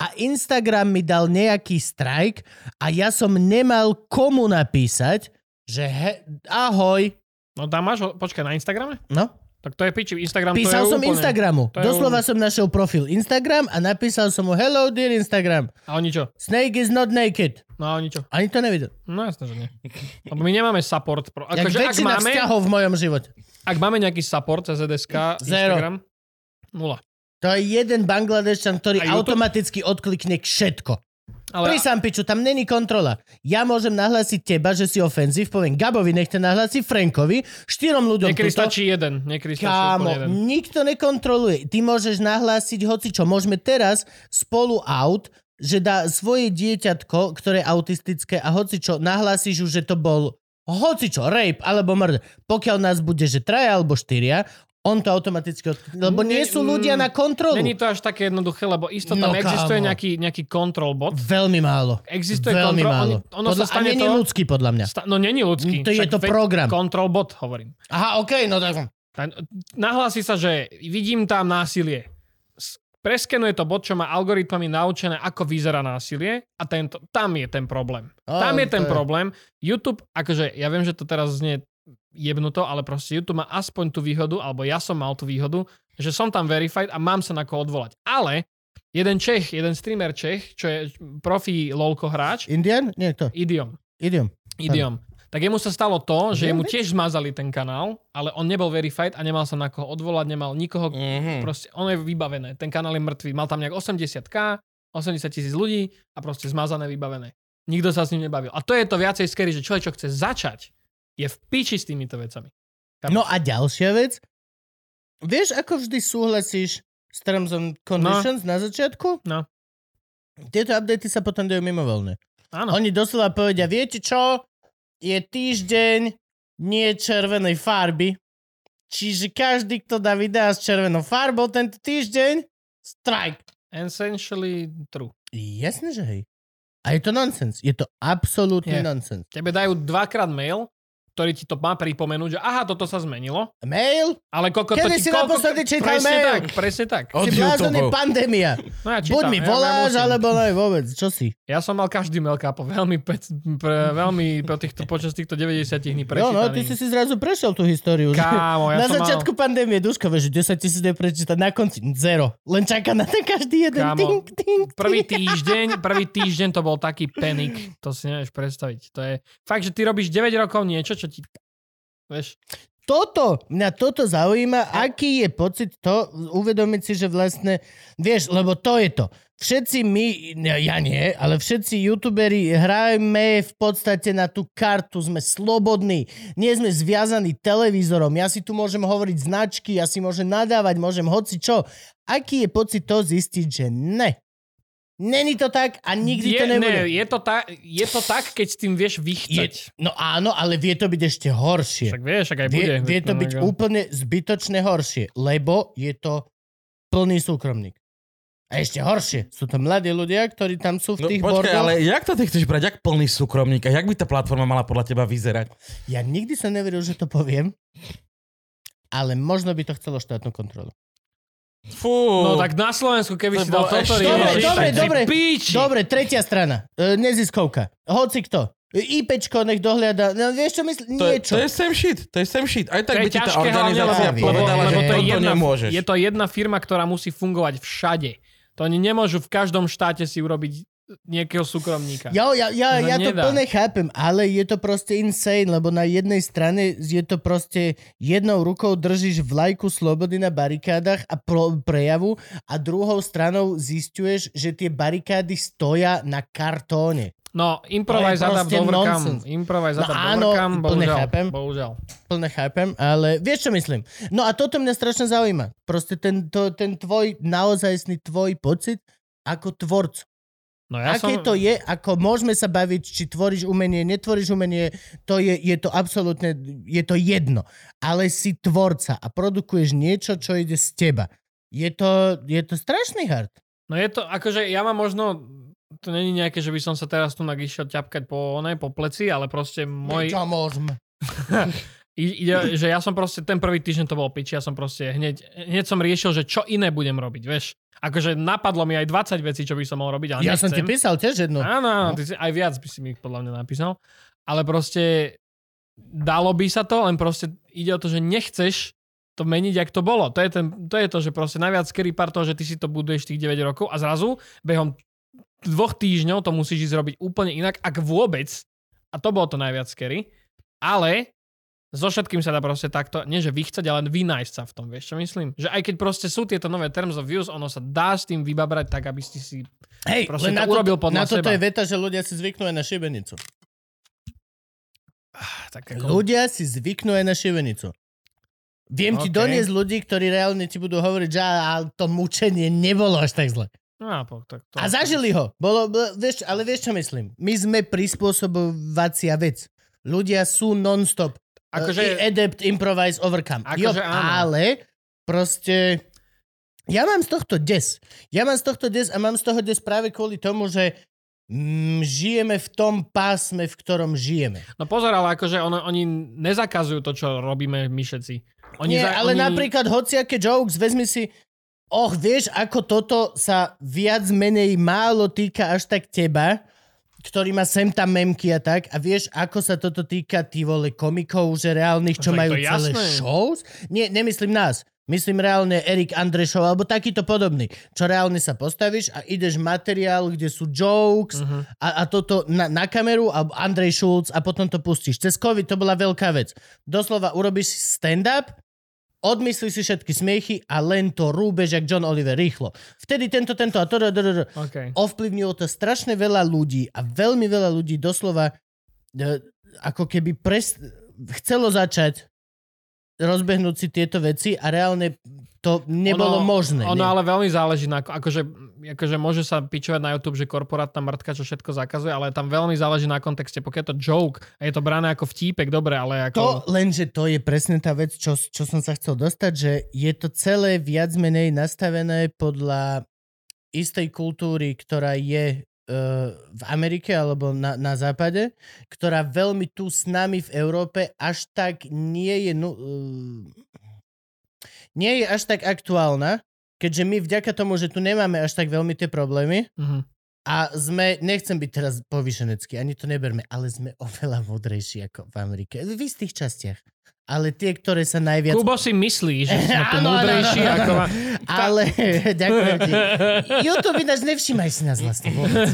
a Instagram mi dal nejaký strike a ja som nemal komu napísať, že he, ahoj,
No tam máš, ho- počkaj, na Instagrame?
no.
Tak to je piči, Instagram
Písal
to je
som
úplne...
Instagramu.
to je
Doslova
úplne-
som našiel profil Instagram a napísal som mu Hello dear Instagram.
A oni čo?
Snake is not naked.
No a oni čo?
Ani to nevidel.
No jasné, že nie. Lebo my nemáme support. Pro...
Jak
Akože, ak,
väčšina
máme,
vzťahov v mojom živote.
ak máme nejaký support CZSK,
Zero.
Instagram, nula.
To je jeden Bangladeščan, ktorý
A YouTube?
automaticky odklikne všetko.
Ale,
Ale... Prísam piču, tam není kontrola. Ja môžem nahlásiť teba, že si ofenzív, poviem Gabovi, nech to nahlási Frankovi, štyrom ľuďom
niekedy
tuto.
stačí jeden. Niekedy stačí úplne jeden.
Kámo, nikto nekontroluje. Ty môžeš nahlásiť hocičo. Môžeme teraz spolu aut, že dá svoje dieťatko, ktoré je autistické a hocičo, nahlásiš už, že to bol hocičo, rape alebo mrd. Pokiaľ nás bude, že traja alebo štyria, on to automaticky odkryje. Lebo nie,
Nie,
sú ľudia
mm,
na kontrolu.
Není to až také jednoduché, lebo isto
No
tam existuje
kámo.
nejaký, nejaký control bot.
Veľmi málo.
Existuje
Veľmi
kontrol,
málo.
oni- ono
Podľa,
sa
a
stane
není
to-
ľudský, podľa mňa.
Sta- no není ľudský.
To je
však
to
veď
program.
Control bot, hovorím.
Aha, okej, no tak...
Tak, Nahlási sa, že vidím tam násilie. S- Preskenuje to bod, čo má algoritmami naučené, ako vyzerá násilie a tento, tam je ten problém.
Á,
Tam je
to
ten
je-
problém. YouTube, akože ja viem, že to teraz znie jebnuto, ale proste YouTube má aspoň tú výhodu, alebo ja som mal tú výhodu, že som tam verified a mám sa na koho odvolať. Ale jeden Čech, jeden streamer Čech, čo je profi lolko hráč,
Indian? Nie, to.
idiom,
Idiom.
idiom. Tak jemu sa stalo to, že
Viem,
jemu
veď.
tiež zmazali ten kanál, ale on nebol verified a nemal sa na koho odvolať, nemal nikoho,
Mm.
Mhm.
Proste on je vybavené. Ten kanál je mŕtvý. Mal tam nejak 80k, 80 tisíc ľudí a proste zmazané, vybavené. Nikto sa s ním nebavil. A to je to viacej scary, že človek, čo chce začať, je v piči s týmito vecami.
No a ďalšia vec. Vieš, ako vždy súhlasíš s terms and conditions no. na začiatku?
No.
Tieto updaty sa potom dajú mimovoľne.
Áno.
No. Oni doslova povedia, viete čo? Je týždeň nie červenej farby. Čiže každý, kto dá videa s červenou farbou tento týždeň, strike.
Essentially true.
Jasne, že hej. A je to nonsens. Je to absolútny
Je.
nonsens.
Tebe dajú dvakrát mail, ktorý ti to má pripomenúť, že aha, toto sa zmenilo,
Mail?
ale koľko to
Kedy
ti...
si
koľko-
naposledy čítal
presne
mail?
tak, presne tak.
Od
Ty blázon, je
YouTube.
pandémia.
No ja
Buď
čítam,
mi
ja- ja
voláš,
musím.
alebo aj vôbec. Čo si?
Ja som mal každý mail kápo, veľmi, pe, pre, veľmi po týchto, počas týchto 90 dní prečítaný.
No, no, ty si si zrazu prešiel tú históriu. že-
Kámo, ja
<laughs> na
som
začiatku pandémie, Duško, vieš, že 10 tisíc je prečítať, na konci zero. Len čaká na ten každý jeden.
Kámo,
Tink, tink,
mal prvý týždeň, prvý týždeň to bol taký penik, to si nevieš predstaviť. To je fakt, že ty robíš 9 rokov niečo, čo ti... Vieš,
toto, mňa toto zaujíma, aký je pocit to uvedomiť si, že vlastne, vieš, lebo to je to. Všetci my, ne, ja nie, ale všetci youtuberi hrajme v podstate na tú kartu, sme slobodní, nie sme zviazaní televízorom, ja si tu môžem hovoriť značky, ja si môžem nadávať, môžem hoci čo. Aký je pocit to zistiť, že ne. Není to tak a nikdy
je,
to nebude.
Ne, je, to ta, je to tak, keď s tým vieš
je,
vychcať.
no áno, ale vie to byť ešte horšie.
Však vieš, však aj
Vie,
bude. No,
vie to byť
Ako-
úplne zbytočne horšie, lebo je to plný súkromník. A ešte horšie, sú to mladí ľudia, ktorí tam sú v
No,
tých
počkaj,
bordoch.
ale jak to ty chceš brať? Jak plný súkromník? A jak by tá platforma mala podľa teba vyzerať?
Ja nikdy som neveril, že to poviem, ale možno by to chcelo štátnu kontrolu.
Fú.
No tak na Slovensku, keby
To
si
bolo
dal toto
ešte
riešiť,
horšie. Dobre,
tak si
dobre,
píči.
Dobre, tretia strana. E, neziskovka. Hoci kto. E, IPčko nech dohľada. No, vieš čo myslím?
To je,
Niečo.
to je same shit, to je same shit. Aj
To
tak by
je
ti tá
ťažké hlavne, lebo,
organizácia
lebo-
povedala,
lebo
že
to
je,
toto
jedna,
nemôžeš.
je to jedna firma, ktorá musí fungovať všade. To oni nemôžu v každom štáte si urobiť nejakého súkromníka.
Jo, ja, ja,
No
ja to
nedá.
plne chápem, ale je to proste insane, lebo na jednej strane je to proste jednou rukou držíš vlajku slobody na barikádach a pro, prejavu a druhou stranou zistuješ, že tie barikády stoja na kartóne.
No, improvise
To je
adapt
proste
overcome.
nonsense.
Improvise
No
adapt
áno,
overcome,
úplne
bohužiaľ.
chápem.
bohužiaľ.
Plne chápem, ale vieš, čo myslím. No a toto mňa strašne zaujíma. Proste ten, to, ten tvoj, naozajstný tvoj pocit ako tvorcu.
No ja
Ja Aké
som...
to je, ako môžeme sa baviť, či tvoríš umenie, netvoríš umenie, to je, je to absolútne, je to jedno. Ale si tvorca a produkuješ niečo, čo ide z teba. Je to, je to strašný hard.
No je to, akože ja mám možno... To není nejaké, že by som sa teraz tu išiel ťapkať po, ne, po pleci, ale proste môj...
Čo môžem?
I, ide, že ja som proste, ten prvý týždeň to bol piči, ja som proste hneď, hneď som riešil, že čo iné budem robiť, vieš. Akože napadlo mi aj 20 vecí, čo by som mohol robiť, ale
Ja som
nechcem.
ti písal tiež jednu.
Áno, áno, ty si, aj viac by si mi ich podľa mňa napísal. Ale proste dalo by sa to, len proste ide o to, že nechceš to meniť, jak to bolo. To je, ten, to, je to, že proste najviac scary part toho, že ty si to buduješ tých 9 rokov a zrazu behom dvoch týždňov to musíš ísť robiť úplne inak, ak vôbec. A to bolo to najviac scary. Ale so všetkým sa dá proste takto, nie že vychcať, ale vynájsť sa v tom, vieš čo myslím? Že aj keď proste sú tieto nové terms of use, ono sa dá s tým vybabrať tak, aby si si...
Hej,
proste
len na,
to urobil
to,
podľa
na toto
seba.
je veta, že ľudia si zvyknú aj na šibenicu.
Ah, Tak
Ľudia si zvyknú aj na šibenicu. Viem ti
OK.
doniesť ľudí, ktorí reálne ti budú hovoriť, že á, to mučenie nebolo až tak zle.
No, po, tak to...
A zažili ho. Bolo, bolo, vieš, ale vieš, čo myslím? My sme prispôsobovacia vec. Ľudia sú non-stop. Akože...
Akože,
Adept, improvise, overcome.
Akože
Jo,
áno.
ale proste... Ja mám z tohto des. Ja mám z tohto des a mám z toho des práve kvôli tomu, že mm, žijeme v tom pásme, v ktorom žijeme.
no pozor, ale akože on, oni nezakazujú to, čo robíme my všetci. Oni
Nie,
za,
ale
oni...
napríklad hociaké jokes, vezmi si, och, vieš, ako toto sa viac menej málo týka až tak teba, ktorý má sem tam memky a tak, a vieš, ako sa toto týka ty vole komikov, že reálnych, čo
Však No to
majú
je
celé
jasné.
shows? Nie, nemyslím nás. Myslím reálne Erik Andrešov alebo takýto podobný, čo reálne sa postavíš a ideš materiál, kde sú jokes
Mhm,
uh-huh. a, a toto na, na kameru a Andrej Šulc a potom to pustíš. Cez COVID to bola veľká vec. Doslova urobíš si stand-up, odmyslí si všetky smiechy a len to rúbeš, jak John Oliver, rýchlo. Vtedy tento, tento a to, to, to, to, to.
Okay.
Ovplyvnilo to strašne veľa ľudí a veľmi veľa ľudí doslova e, ako keby pres... chcelo začať rozbehnúť si tieto veci a reálne to nebolo
ono,
možné.
Ono
nie?
ale veľmi záleží na... Akože, akože môže sa pičovať na YouTube, že korporátna mrtka, čo všetko zakazuje, ale tam veľmi záleží na kontexte. Pokiaľ je to joke a je to brané ako vtípek, dobre, ale
To,
ako...
lenže to je presne tá vec, čo, čo som sa chcel dostať, že je to celé viac menej nastavené podľa istej kultúry, ktorá je e, v Amerike alebo na, na západe, ktorá veľmi tu s nami v Európe až tak nie je nu, eh, nie je až tak aktuálna, keďže my vďaka tomu, že tu nemáme až tak veľmi tie problémy
Mhm.
a sme, nechcem byť teraz povýšenecký, ani to neberme, ale sme oveľa modrejší ako v Amerike. V istých častiach. Ale tie, ktoré sa najviac...
Kubo si myslí,
<laughs>
že sme
Áno,
tu
áno,
múdrejší
áno, áno.
ako... ma-
Ale, ďakujem ti. YouTube ináč nevšímaj si nás vlastne vôbec.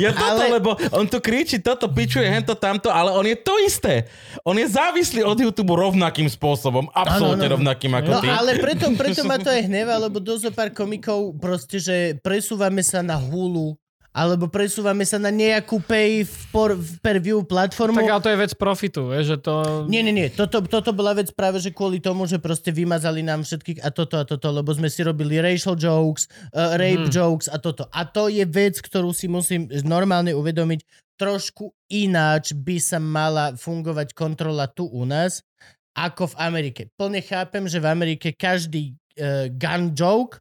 Ja toto,
Ale-
ale... lebo on tu kričí, toto pičuje, hento, tamto, ale on je to isté. On je závislý od YouTube rovnakým spôsobom. Absolútne
Áno, áno.
rovnakým ako
No
ty.
ale preto, preto ma to aj hneva, lebo dosť zo pár komikov proste, že presúvame sa na Hulu, alebo presúvame sa na nejakú pay v por, v per view platformu.
Tak ale to je vec profitu, vieš, že to...
Nie, nie, nie. Toto, toto bola vec práve, že kvôli tomu, že proste vymazali nám všetkých a toto a toto, lebo sme si robili racial jokes, uh, rape
Mhm.
jokes a toto. A to je vec, ktorú si musím normálne uvedomiť. Trošku ináč by sa mala fungovať kontrola tu u nás, ako v Amerike. Plne chápem, že v Amerike každý uh, gun joke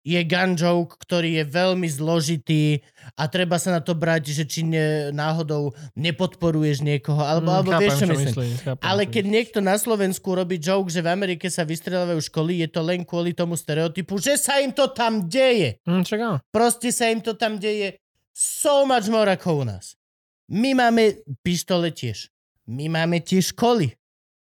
je gun joke, ktorý je veľmi zložitý a treba sa na to brať, že či ne, náhodou nepodporuješ niekoho, alebo,
Mm,
alebo
chápem,
vieš, čo
čo
myslím.
myslíš, chápem,
Ale
čo
keď niekto na Slovensku robí joke, že v Amerike sa vystrelávajú školy, je to len kvôli tomu stereotypu, že sa im to tam deje.
myslíš. Mm, čak áno.
Proste sa im to tam deje so much more ako u nás. My máme pištole tiež. My máme tiež školy.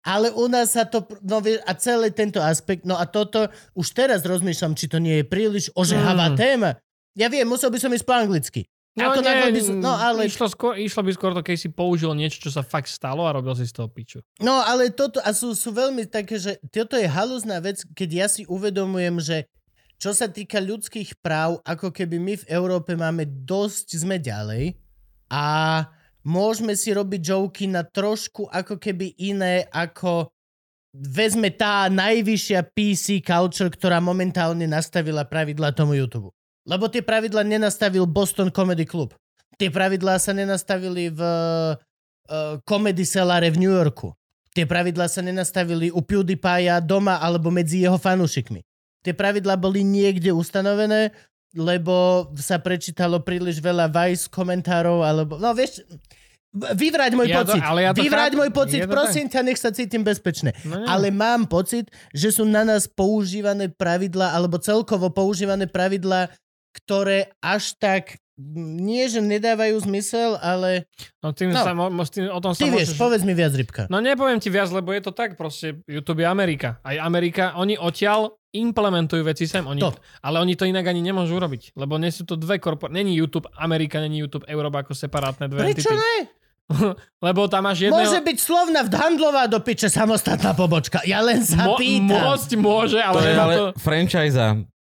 Ale u nás sa to... pr- No, vie- a celý tento aspekt... No a toto... Už teraz rozmýšľam, či to nie je príliš ožehavá
Mm.
téma. Ja viem, musel by som ísť po anglicky. Ako
nie,
náhle by som- no, ale-
išlo, skôr, išlo by skôr to, keď si použil niečo, čo sa fakt stalo a robil si z toho piču.
No ale toto, a sú, sú veľmi také, že toto je halúzná vec, keď ja si uvedomujem, že čo sa týka ľudských práv, ako keby my v Európe máme dosť, sme ďalej a môžeme si robiť joky na trošku ako keby iné ako vezme tá najvyššia PC culture, ktorá momentálne nastavila pravidla tomu YouTube. Lebo tie pravidla nenastavil Boston Comedy Club. Tie pravidlá sa nenastavili v uh, Comedy Cellare v New Yorku. Tie pravidlá sa nenastavili u PewDiePie doma alebo medzi jeho fanúšikmi. Tie pravidlá boli niekde ustanovené, lebo sa prečítalo príliš veľa Vice komentárov, alebo... No vieš, vyvrať môj
Ja to-
pocit.
ale ja to
vyvrať
chápem.
môj pocit,
Je to tak.
prosím ťa, nech sa cítim bezpečne.
No, nie.
Mm. Ale mám pocit, že sú na nás používané pravidla, alebo celkovo používané pravidla, ktoré až tak m, nie, že nedávajú zmysel, ale...
no, tým
no.
no. Sa, mo, mo- s tým, o tom sa
Ty vieš,
môžeš...
povedz mi viac, Rybka.
No nepoviem ti viac, lebo je to tak, proste YouTube je Amerika. Aj Amerika, oni odtiaľ implementujú veci sem, oni,
To.
ale oni to inak ani nemôžu urobiť, lebo nie sú to dve korporácie. Není YouTube Amerika, není YouTube Európa ako separátne dve
Prečo
entity.
ne?
<laughs> Lebo tam máš jedného...
Môže byť slovna v handlová do piče samostatná pobočka. Ja len sa
Mo-
pýtam.
môcť môže, ale
To je
nemá
ale
to...
franchise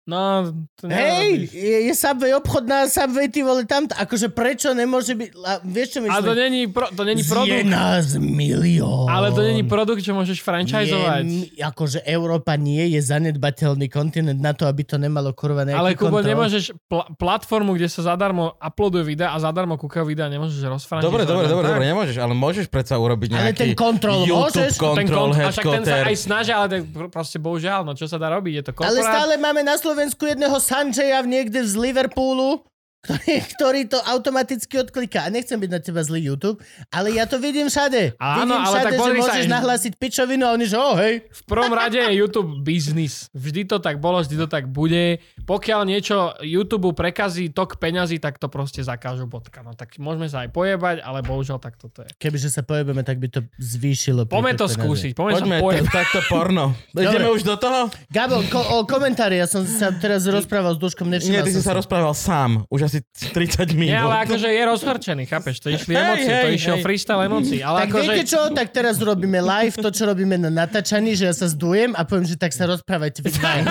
No, to
Hej,
nerobíš.
je, je Subway obchodná, Subway ty vole tamto. Akože prečo nemôže byť... A vieš čo
A
myslím?
to není, pro, to není
Je
produkt,
nás milión.
ale to není produkt, čo
Je,
môžeš franchisovať.
mi- akože Európa nie je zanedbateľný kontinent na to, aby to nemalo kurva nejaký
Ale
kontrol.
Kubo, nemôžeš pl- platformu, kde sa zadarmo uploaduje videa a zadarmo kúkajú videa, nemôžeš rozfranchisovať.
Dobre, dobre,
len
dobre,
tak.
dobre, nemôžeš, ale môžeš predsa urobiť nejaký
Ale ten kontrol
YouTube
môžeš? Ten
Ten
control,
kont- a však ten sa
headquarter.
aj snažia, ale tak pr- proste bohužiaľ, no čo sa dá robiť, je to korporát.
Ale stále máme na Slovensku jedného Sanjaya v- niekde z Liverpoolu, ktorý, ktorý to automaticky odkliká. A nechcem byť na teba zlý YouTube, ale ja to vidím všade.
Áno,
vidím
ale
všade,
tak
že
pozri sa,
môžeš
že-
nahlásiť pičovinu a oni, že oh, hej.
V prvom rade je YouTube biznis. Vždy to tak bolo, vždy to tak bude. Pokiaľ niečo YouTube prekazí tok peňazí, tak to proste zakážu bodka. No tak môžeme sa aj pojebať, ale bohužiaľ tak toto je.
Kebyže sa pojebeme, tak by to zvýšilo.
Poďme
prítok
to
peniazy.
skúsiť, poďme,
Poďme,
sa
to, <laughs>
pojebať.
takto porno. Ideme už do toho?
Gabo, ko- o komentári, ja som sa teraz rozprával s Duškom, nevšimal
Nie, ty si
som
sa rozprával sám, už asi 30 minút.
Nie, ale akože je rozhorčený, chápeš? To išli
Hej,
emócie, to
hej,
išiel
hej.
freestyle emócií. Ale
Tak viete
akože...
čo, tak teraz robíme live, to čo robíme na natáčaní, že ja sa zdujem a poviem, že tak sa rozprávajte vy
<laughs>
dvaja.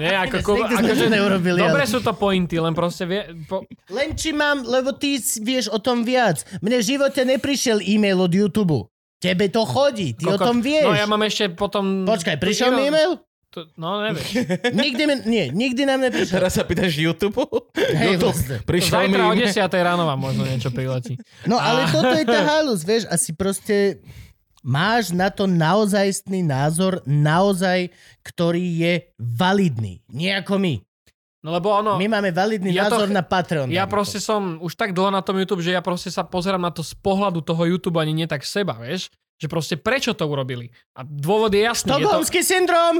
Nie, ako,
Nikdy
Kubo-
sme to
akože
neurobili, ale-
dobre sú to pointy, len proste vie, po,
Len či mám, lebo ty si vieš o tom viac. Mne v živote neprišiel e-mail od YouTube. Tebe to chodí, ty o
kokot-
tom vieš.
No ja mám ešte potom...
Počkaj, prišiel
Iro-
mi e-mail?
to- No
<laughs>
nevieš.
Nikdy mi, nie, nikdy nám neprišiel.
Teraz sa pýtaš YouTube?
Hej,
YouTube.
vlastne.
Prišiel mi...
Zajtra o
<laughs>
10. ráno vám možno niečo priletí.
No
Ah.
ale toto je tá halus, vieš, asi proste máš na to naozajstný názor, naozaj, ktorý je validný. Nie ako my.
No lebo ono,
My máme validný
Ja to
názor
ch-
na Patreon.
ja
dajme
proste som už tak dlho na tom YouTube, že ja proste sa pozerám na to z pohľadu toho YouTube ani nie tak seba, vieš? Že proste prečo to urobili? A dôvod je
to.
jasný. Je to,
Štokholmský
<laughs>
syndrom!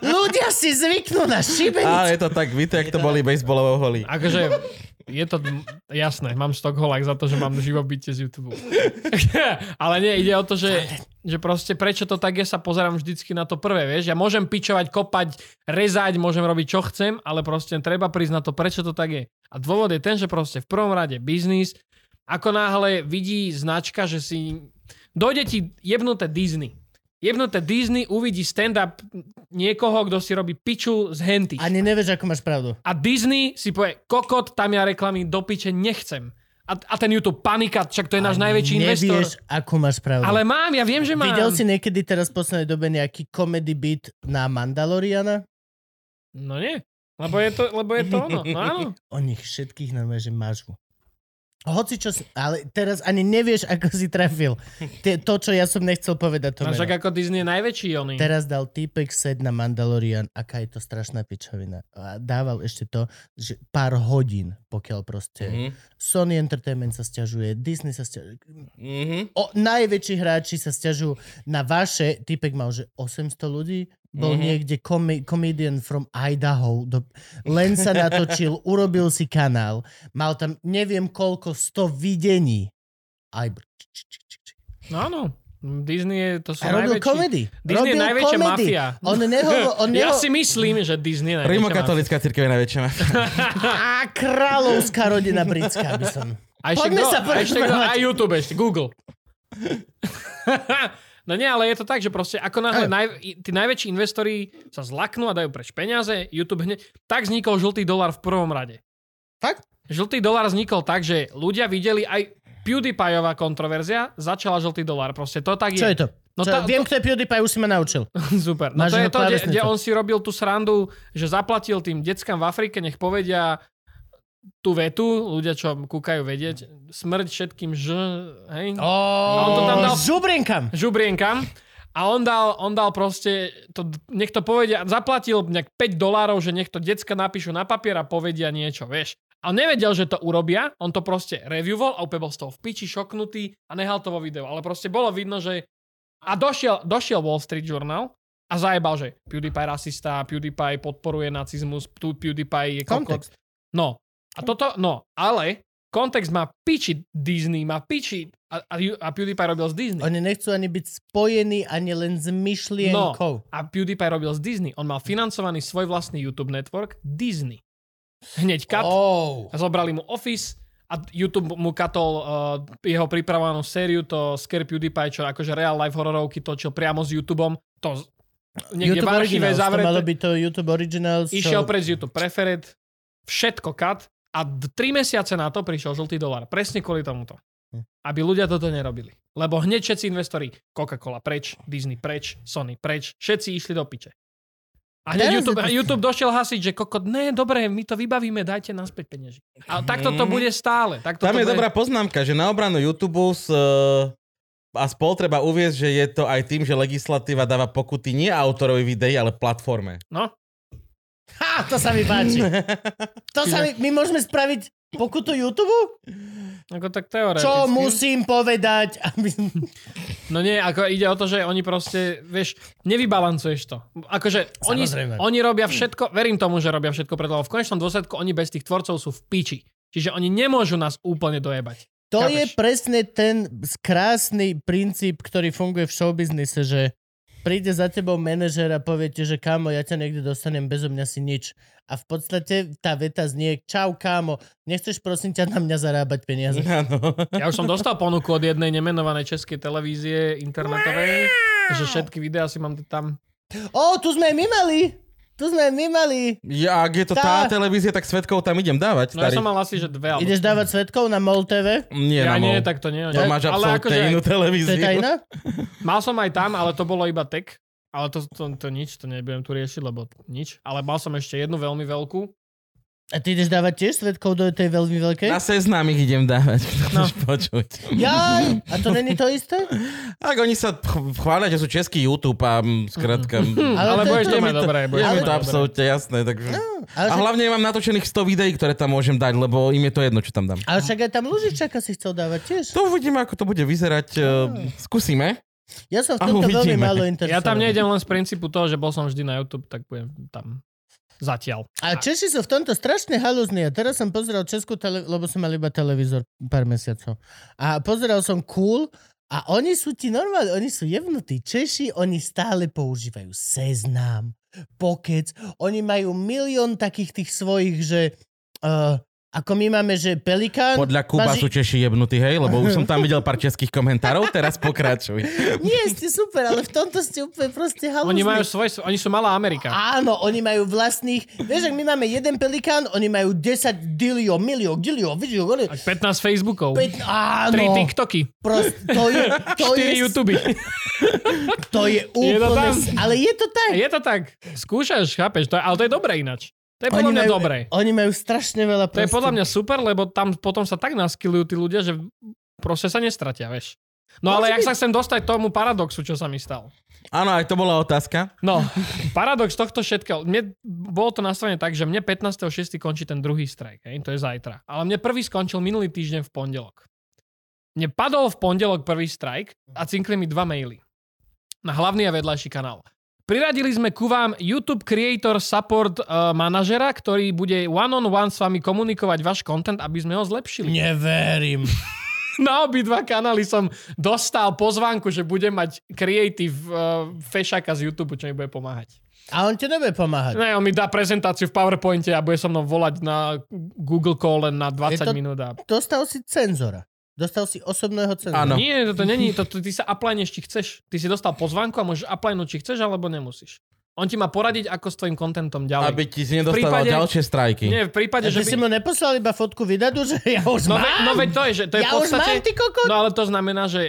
Ľudia si zvyknú na šibenicu.
Ale je to tak, víte, jak to boli baseballové holí.
akože, je to m- jasné, mám Stockholak za to, že mám živobytie z YouTube. <laughs> Ale nie, ide o to, že, že proste prečo to tak je, sa pozerám vždycky na to prvé, vieš? Ja môžem pičovať, kopať, rezať, môžem robiť čo chcem, ale proste treba prísť na to, prečo to tak je. A dôvod je ten, že proste v prvom rade biznis, ako náhle vidí značka, že si... Dojde ti jebnuté Disney. Jebnuté Disney uvidí stand-up niekoho, kto si robí piču z henty.
Ani nevieš, ako máš pravdu.
A Disney si povie, kokot, tam ja reklamy do piče nechcem. A, a ten YouTube panika, však to je náš najväčší investor.
Nevieš, ako máš pravdu.
Ale mám, ja viem, že mám.
Videl si niekedy teraz v poslednej dobe nejaký comedy beat na Mandaloriana?
No nie. Lebo je to, lebo je to ono. No áno.
O nich všetkých normálne, že mažu. Hoci čo si, ale teraz ani nevieš, ako si trafil. Te, to, čo ja som nechcel povedať, <laughs> to meno.
No však ako Disney je najväčší oný.
Teraz dal týpek sed na Mandalorian, aká je to strašná pičovina. A dával ešte to, že pár hodín, pokiaľ proste...
Mhm.
Mm-hmm. Sony Entertainment sa stiažuje, Disney sa stiažuje.
Mhm.
O, najväčší hráči sa stiažujú na vaše, typek mal, že 800 ľudí, bol mm-hmm. niekde komi- comedian from Idaho, do, len sa
<laughs>
natočil, urobil si kanál, mal tam neviem koľko, 100 videní. Aj, br- či- či- či- či- či.
No áno. Disney je, to sú
a robil
najväčší.
komedy.
Disney je
robil
najväčšia
komedy.
mafia. <laughs>
On nehovo- on neho-
Ja si myslím, že Disney je najväčšia mafia.
Rímokatolická církev je najväčšia mafia.
A kráľovská rodina britská by som.
A ešte
Poďme
kto?
sa
A ešte kto?
porozprávať.
Aj YouTube, ešte
<laughs>
Google. no nie, ale je to tak, že proste ako náhle
Áno.
naj, i- tí najväčší investori sa zlaknú a dajú preč peniaze, YouTube hneď... Tak vznikol žltý dolar v prvom rade.
Fakt?
Žltý dolar vznikol tak, že ľudia videli aj PewDiePieová kontroverzia, začala žltý dolar. Proste to tak
Čo je to? No
No
Čo,
tá,
viem, kto je PewDiePie, už si ma
<laughs>
naučil.
Super. No
Máš
to je
jeho
to, kde,
klávesnicu.
kde on si robil tú srandu, že zaplatil tým deckám v Afrike, nech povedia tú vetu, ľudia, čo kúkajú vedieť, smrť všetkým ž... Hej?
Ó,
on to tam dal-
žubrienkam.
Žubrienkam. A on dal, on dal proste, to, nech to povedia, zaplatil nejak 5 dolárov, že nech to decka napíšu na papier a povedia niečo, vieš. A on nevedel, že to urobia, on to proste reviewol a úplne bol z toho v piči, šoknutý a nehal to vo videu. Ale proste bolo vidno, že... A došiel, došiel Wall Street Journal a zajebal, že PewDiePie rasista, PewDiePie podporuje nacizmus, tu PewDiePie je kokot.
Kontext.
No. A toto, no, ale kontext má piči Disney, má piči a, a, a PewDiePie robil z Disney.
Oni nechcú ani byť spojení, ani len s myšlienkou. No.
A PewDiePie robil z Disney. On mal financovaný svoj vlastný YouTube network Disney. Hneď kat,
Oh.
oh. zobrali mu Office a YouTube mu katol uh, jeho pripravovanú sériu, to Scare PewDiePie, čo akože real life hororovky točil priamo s YouTubeom. To z- niekde
YouTube
v archíve
Originals, to malo
zavreté.
byť to YouTube Originals.
Išiel
čo...
pred YouTube Preferred, všetko kat a d- tri mesiace na to prišiel žltý dolar. Presne kvôli tomuto. Aby ľudia toto nerobili. Lebo hneď všetci investori, Coca-Cola preč, Disney preč, Sony preč, všetci išli do piče. A hneď
Teraz
YouTube,
je to-
YouTube došiel hasiť, že kokot, ne, dobre, my to vybavíme, dajte naspäť peniaži. A takto to bude stále. Takto
Tam je
to bude...
dobrá poznámka, že na obranu YouTube s, eh, a spol treba uviezť, že je to aj tým, že legislatíva dáva pokuty nie autorovi videí, ale platforme. <laughs>
No,
Ha, to sa mi páči. to sa mi... My môžeme spraviť pokutu YouTube?
ako tak teoreticky.
Čo musím povedať, aby...
No nie, ako ide o to, že oni proste, vieš, nevybalancuješ to. Akože oni,
Samozrejme.
oni robia všetko, verím tomu, že robia všetko preto, lebo v konečnom dôsledku oni bez tých tvorcov sú v piči. Čiže oni nemôžu nás úplne dojebať.
To
Chápeš?
je presne ten krásny princíp, ktorý funguje v showbiznise, že príde za tebou manažer a povie ti, že kámo, ja ťa niekde dostanem, bezo mňa si nič. A v podstate tá veta znie, čau kámo, nechceš prosím ťa na mňa zarábať
<laughs>
peniaze?
Áno.
Ja už som dostal ponuku od jednej nemenovanej českej televízie internetovej, že všetky videá si mám tam.
Ó, tu sme aj my mali! Tu sme aj my mali!
Ja, ak je to tá,
Tá.
televízia, tak svetkov tam idem dávať.
No ja
starý.
som mal asi, že dve. Alebo...
Ideš dávať svetkov na MOL TV?
Nie, na
Ja nie,
mol.
tak to nie.
no. To máš
ale
absolútne
akože
akože
inú
To je
televíziu.
tá iná?
Mal som aj tam, ale to bolo iba tech. Ale to, to, to nič, to nebudem tu riešiť, lebo nič. Ale mal som ešte jednu veľmi veľkú,
A ty ideš dávať tiež svetkov do tej veľmi veľkej?
Na seznam ich idem
<laughs>
dávať, keď to
No.
chceš počuť.
Jaj! A to není to isté?
Tak oni sa ch- chvália, že sú český YouTube a mm, skrátka...
Mhm. Ale to
Ale
je to-
budeš
No,
to mať
to-
dobré. budeš
Je mi
mať
to
dobré.
absolútne jasné, takže...
Ale,
A
však,
hlavne mám natočených 100 videí, ktoré tam môžem dať, lebo im je to jedno, čo tam dám.
ale však aj tam Lužičaka si chcel dávať tiež.
To uvidíme, ako to bude vyzerať. eh, Skúsime.
Ja som
A
v tomto veľmi
uvidíme.
málo interesovaný.
Ja tam nejdem len z princípu toho, že bol som vždy na YouTube, tak budem tam zatiaľ.
A Češi sú v tomto strašne halúzni. A teraz som pozeral Česku tele... lebo som mal iba televízor pár mesiacov. A pozeral som Cool a oni sú ti normálni, oni sú jevnutí. Češi, oni stále používajú seznam, pokec. Oni majú milión takých tých svojich, že... Uh, ako my máme, že pelikán...
Podľa Kuba
Važi-
sú Češi jebnutí, hej, lebo už som tam videl pár českých komentárov, teraz pokračuj.
Nie, ste super, ale v tomto ste úplne proste halúzni.
Oni majú svoj, oni sú malá Amerika.
Áno, oni majú vlastných... Vieš, ak my máme jeden pelikán, oni majú 10 dilio, milio, dilio, vidío, golio.
A 15 Facebookov.
Peť, áno,
Tri TikToky,
prost, to je, no. to je,
4 YouTube.
to je
Je
úplne,
to tam.
s- ale je to tak.
<laughs> Je to tak. Skúšaš, chápeš, to je, ale to je dobré ináč. To je podľa mňa
majú,
dobré.
oni majú strašne veľa
To je podľa mňa super, lebo tam potom sa tak naskilujú tí ľudia, že proste sa nestratia, vieš. No ale jak sa chcem dostať tomu paradoxu, čo sa mi stal.
Áno, aj to bola otázka.
No, paradox tohto všetkého. Mne, bolo to nastavené tak, že mne 15.6. končí ten druhý strajk, hej, to je zajtra. Ale mne prvý skončil minulý týždeň v pondelok. Mne padol v pondelok prvý strajk a cinkli mi dva maily. Na hlavný a vedľajší kanál. Priradili sme ku vám YouTube Creator Support uh, manažera, ktorý bude one-on-one s vami komunikovať váš content, aby sme ho zlepšili
Neverím.
na obidva kanály som dostal pozvánku, že budem mať creative uh, fešaka z YouTube, čo mi bude pomáhať.
A on ti nebude pomáhať.
Ne, on mi dá prezentáciu v PowerPointe a bude so mnou volať na Google Call len na
Je
20
to-
minút. A...
Dostal si cenzora. Dostal si osobného cenzora.
Áno.
Nie, toto není, to, to, ty sa aplajneš, či chceš. Ty si dostal pozvánku a môžeš aplajnúť, či chceš, alebo nemusíš. On ti má poradiť, ako s tvojim kontentom ďalej.
Aby ti si nedostával
prípade-
ďalšie strajky.
Nie, v prípade,
A
že
ty si mu
by...
neposlal iba fotku vydadu, že ja už
No,
mám?
ve, no veď to je, že to je
ja
v
už
podstate...
mám, ty kokot?
No ale to znamená, že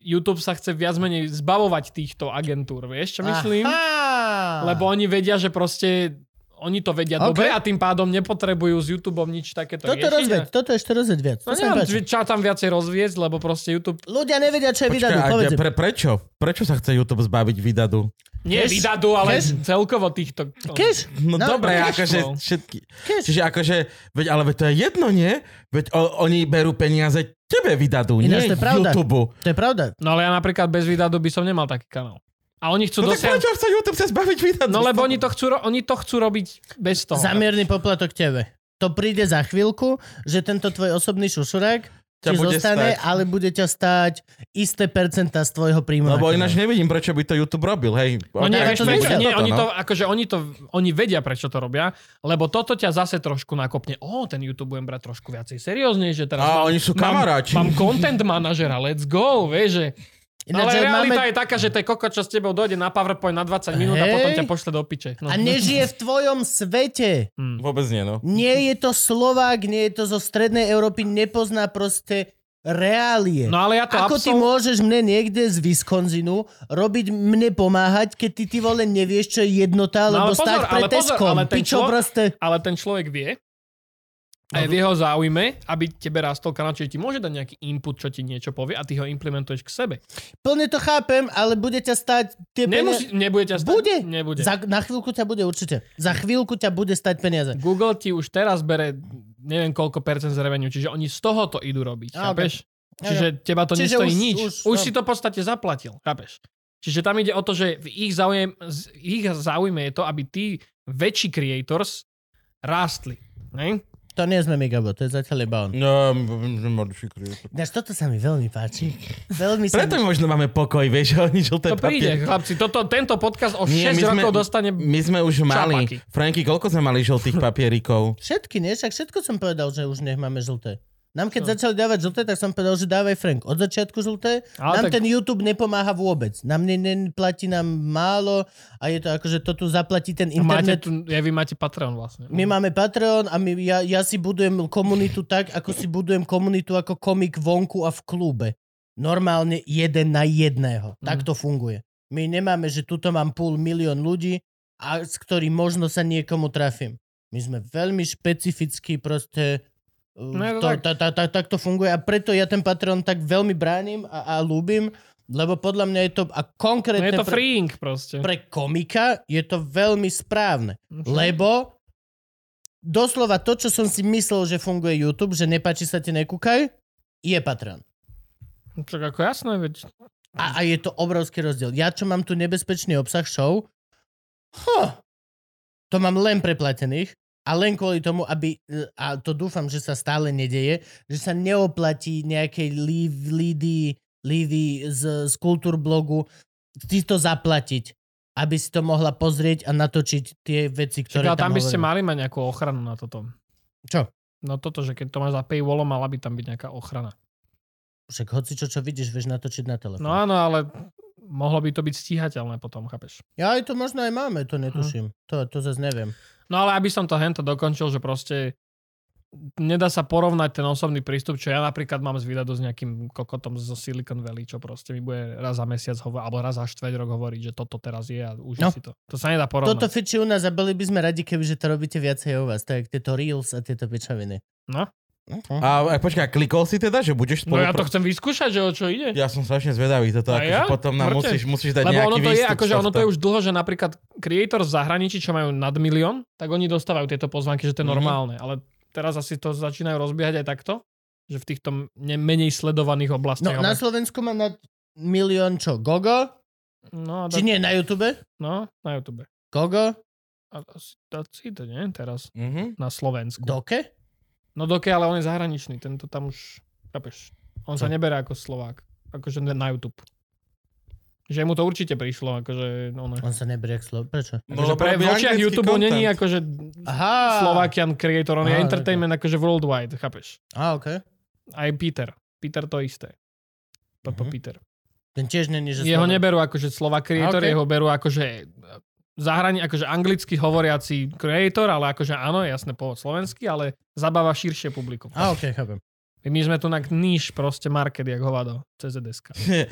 YouTube sa chce viac menej zbavovať týchto agentúr, vieš čo myslím?
Aha.
Lebo oni vedia, že proste oni to vedia
Ok.
dobre a tým pádom nepotrebujú s YouTubeom nič takéto
Toto
riešiť.
rozveď,
A-
toto ešte rozveď viac.
No
To sa mi
neviem,
páči.
či- čo tam viacej rozviesť, lebo proste YouTube...
Ľudia nevedia, čo je
Počkaj,
vydadu,
a
povedz
kde-
im.
pre, prečo? Prečo sa chce YouTube zbaviť vydadu?
Nie
Cash?
vydadu, ale
Cash?
celkovo týchto...
Keš?
No, dobre,
cash
akože
flow.
všetky.
Cash.
Čiže akože, veď, ale veď to je jedno, nie? Veď o, oni berú peniaze tebe vydadú,
Ináč
nie
to je pravda.
YouTube.
To je pravda.
No ale ja napríklad bez vydadu by som nemal taký kanál. A oni chcú
No tak
dosiahnuť...
prečo chce YouTube sa zbaviť vydadu?
No lebo oni to, chcú, ro- oni to chcú robiť bez toho.
Zamierny poplatok tebe. To príde za chvíľku, že tento tvoj osobný šušurák ti
Ťa bude
zostane,
stať.
ale bude ťa stáť isté percenta z tvojho príjmu.
Lebo
na
ináč
kanál.
nevidím, prečo by to YouTube robil, hej.
No nie,
tak
vieš
to
prečo?
nebude
nie
toto,
oni,
no.
to, akože oni, to, oni vedia, prečo to robia, lebo toto ťa zase trošku nakopne. O, ten YouTube budem brať trošku viacej seriózne, že teraz
A
mám,
oni sú
mám,
kamaráči.
mám content manažera, let's go, vieš, že...
Ináč,
ale
aj
realita je taká, že to je koko, čo s tebou dojde na PowerPoint na 20 minút a
Hej.
potom ťa pošle do piče. No. Mm.
A nežije v tvojom svete.
Vôbec nie, no.
Nie je to Slovák, nie je to zo strednej Európy, nepozná proste reálie.
no ale ja to
Ako ty
absol-
môžeš mne niekde z Wisconsinu robiť mne pomáhať, keď ty ty vole nevieš, čo je jednota,
No,
lebo
ale pozor,
stať pred
ale pozor,
Teskom.
ale ten
Pičo
člo-
proste.
ale ten človek vie, a je v jeho záujme, aby tebe rastol kanál, čiže ti môže dať nejaký input, čo ti niečo povie a ty ho implementuješ k sebe.
Plne to chápem, ale bude ťa stať tie peniaze.
Nemusí, nebude ťa stať?
Bude.
Nebude.
Za, na chvíľku ťa bude určite. Za chvíľku ťa bude stať peniaze.
Google ti už teraz bere neviem koľko percent z revenue, čiže oni z toho to idú robiť,
Á,
chápeš? Čiže teba to
Čiže
nestojí
už-
nič.
už-
Už,
no.
si to v podstate zaplatil, chápeš? Čiže tam ide o to, že v ich, záujem, z- ich záujme je to, aby tí väčší creators rástli. Ne?
To nie sme Migabo, to je zatiaľ iba on.
No, m- m- mladší kreatív.
Ináč, toto sa mi veľmi páči. Veľmi sa
Preto
mi...
možno máme pokoj, vieš, <laughs> že oni žlté
To príde,
papier-
chlapci. Toto, tento podcast o
Nie, my
6
sme-
rokov dostane...
My sme už mali.
Čapáky.
Franky, koľko sme mali žltých papierikov?
Všetky, nie? Však všetko som povedal, že už nech máme žlté. Nám keď začali dávať žlté, tak som povedal, že dávaj Frank od začiatku žlté.
Ale
nám
tak-
ten YouTube nepomáha vôbec. Nám ne, ne, platí nám málo a je to ako, že to tu zaplatí ten
A Máte
internet.
tu, ja, vy máte Patreon vlastne.
My máme Patreon a my, ja, ja si budujem komunitu tak, ako si budujem komunitu ako komik vonku a v klube. Normálne jeden na jedného.
Mhm.
Tak to funguje. My nemáme, že tuto mám pol milión ľudí, a s ktorým možno sa niekomu trafím. My sme veľmi špecifickí proste... uh,
No je to
to,
tak.
tak. Ta, ta, ta, tak to funguje a preto ja ten Patreon tak veľmi bránim a, a ľúbim, lebo podľa mňa je to, a
No
konkrétne
je to
pre,
freeing proste. No
pre komika je to veľmi správne. Lebo doslova to, čo som si myslel, že funguje YouTube, že nepáči sa ti, nekúkaj, je Patreon.
Čak ako jasné, veď.
A, a je to obrovský rozdiel. Ja, čo mám tu nebezpečný obsah show, huh, to mám len preplatených a len kvôli tomu, aby, e, a to dúfam, že sa stále nedeje, že sa neoplatí nejakej lív- lídy, lívy z, z kultúr blogu ty to zaplatiť, aby si to mohla pozrieť a natočiť tie veci,
Čak,
ktoré
ale tam by ste
hovorím.
mali mať nejakú ochranu na toto.
Čo?
No toto, že keď to máš za paywallom, mala by tam byť nejaká ochrana.
Však hoci čo, čo vidíš, vieš natočiť na telefón.
No áno, ale mohlo by to byť stíhateľné potom, chápeš?
Ja aj to možno aj máme, to
Mhm.
netuším. To, to zase neviem.
No ale aby som to hento dokončil, že proste nedá sa porovnať ten osobný prístup, čo ja napríklad mám z výdadu s nejakým kokotom zo Silicon Valley, čo proste mi bude raz za mesiac hovoriť, alebo raz za štveť rok hovoriť, že toto teraz je a už
No.
si to. To sa nedá
Toto
porovnať.
fiči u nás a boli by sme radi, keby že to robíte viacej u vás. To je tieto reels a tieto pičoviny.
No.
Mhm.
A, a počkaj, klikol si teda, že budeš
No
spolu...
ja to chcem vyskúšať, že o čo ide.
ja som strašne zvedavý toto,
A
akože
ja?
potom nám
Mŕte.
musíš, musíš dať
Lebo
nejaký
ono to je,
výstup. z
akože ono to je
tohto.
už dlho, že napríklad creator v zahraničí, čo majú nad milión, tak oni dostávajú tieto pozvanky, že to je
Mhm.
normálne. Ale teraz asi to začínajú rozbiehať aj takto, že v týchto ne- menej sledovaných
No,
oblastiach.
na Slovensku má na milión čo? Gogo?
no, a
Či
tak-
nie, na YouTube?
no, na YouTube.
Gogo?
A asi, asi to nie, teraz
Mhm.
na Slovensku. Do.
Doke?
No dokiaľ, ale on je zahraničný, tento tam už, chápeš, on sa
Čo?
Hm.
neberá ako Slovák, akože na na YouTube. Že mu to určite prišlo, akože ono.
On sa neberie k slovo. Prečo?
No, lebo
No, pre,
robí
v očiach
anglický
YouTube není
content.
akože
Aha.
Slovakian creator, on je
Aha,
entertainment akože worldwide, chápeš?
Á, ok.
Aj Peter. Peter to isté. Papa
Mhm.
Peter.
Ten tiež není, že
Jeho
Slovak.
neberú akože Slovak creator,
A,
Ah,
okej.
jeho berú akože zahrani, akože anglicky hovoriaci creator, ale akože áno, jasné, pôvod slovenský, ale zabáva širšie publikum.
Ah.
Á, ok, chápem.
My sme tu na níž proste market, jak hovado, CZDSK.
<laughs>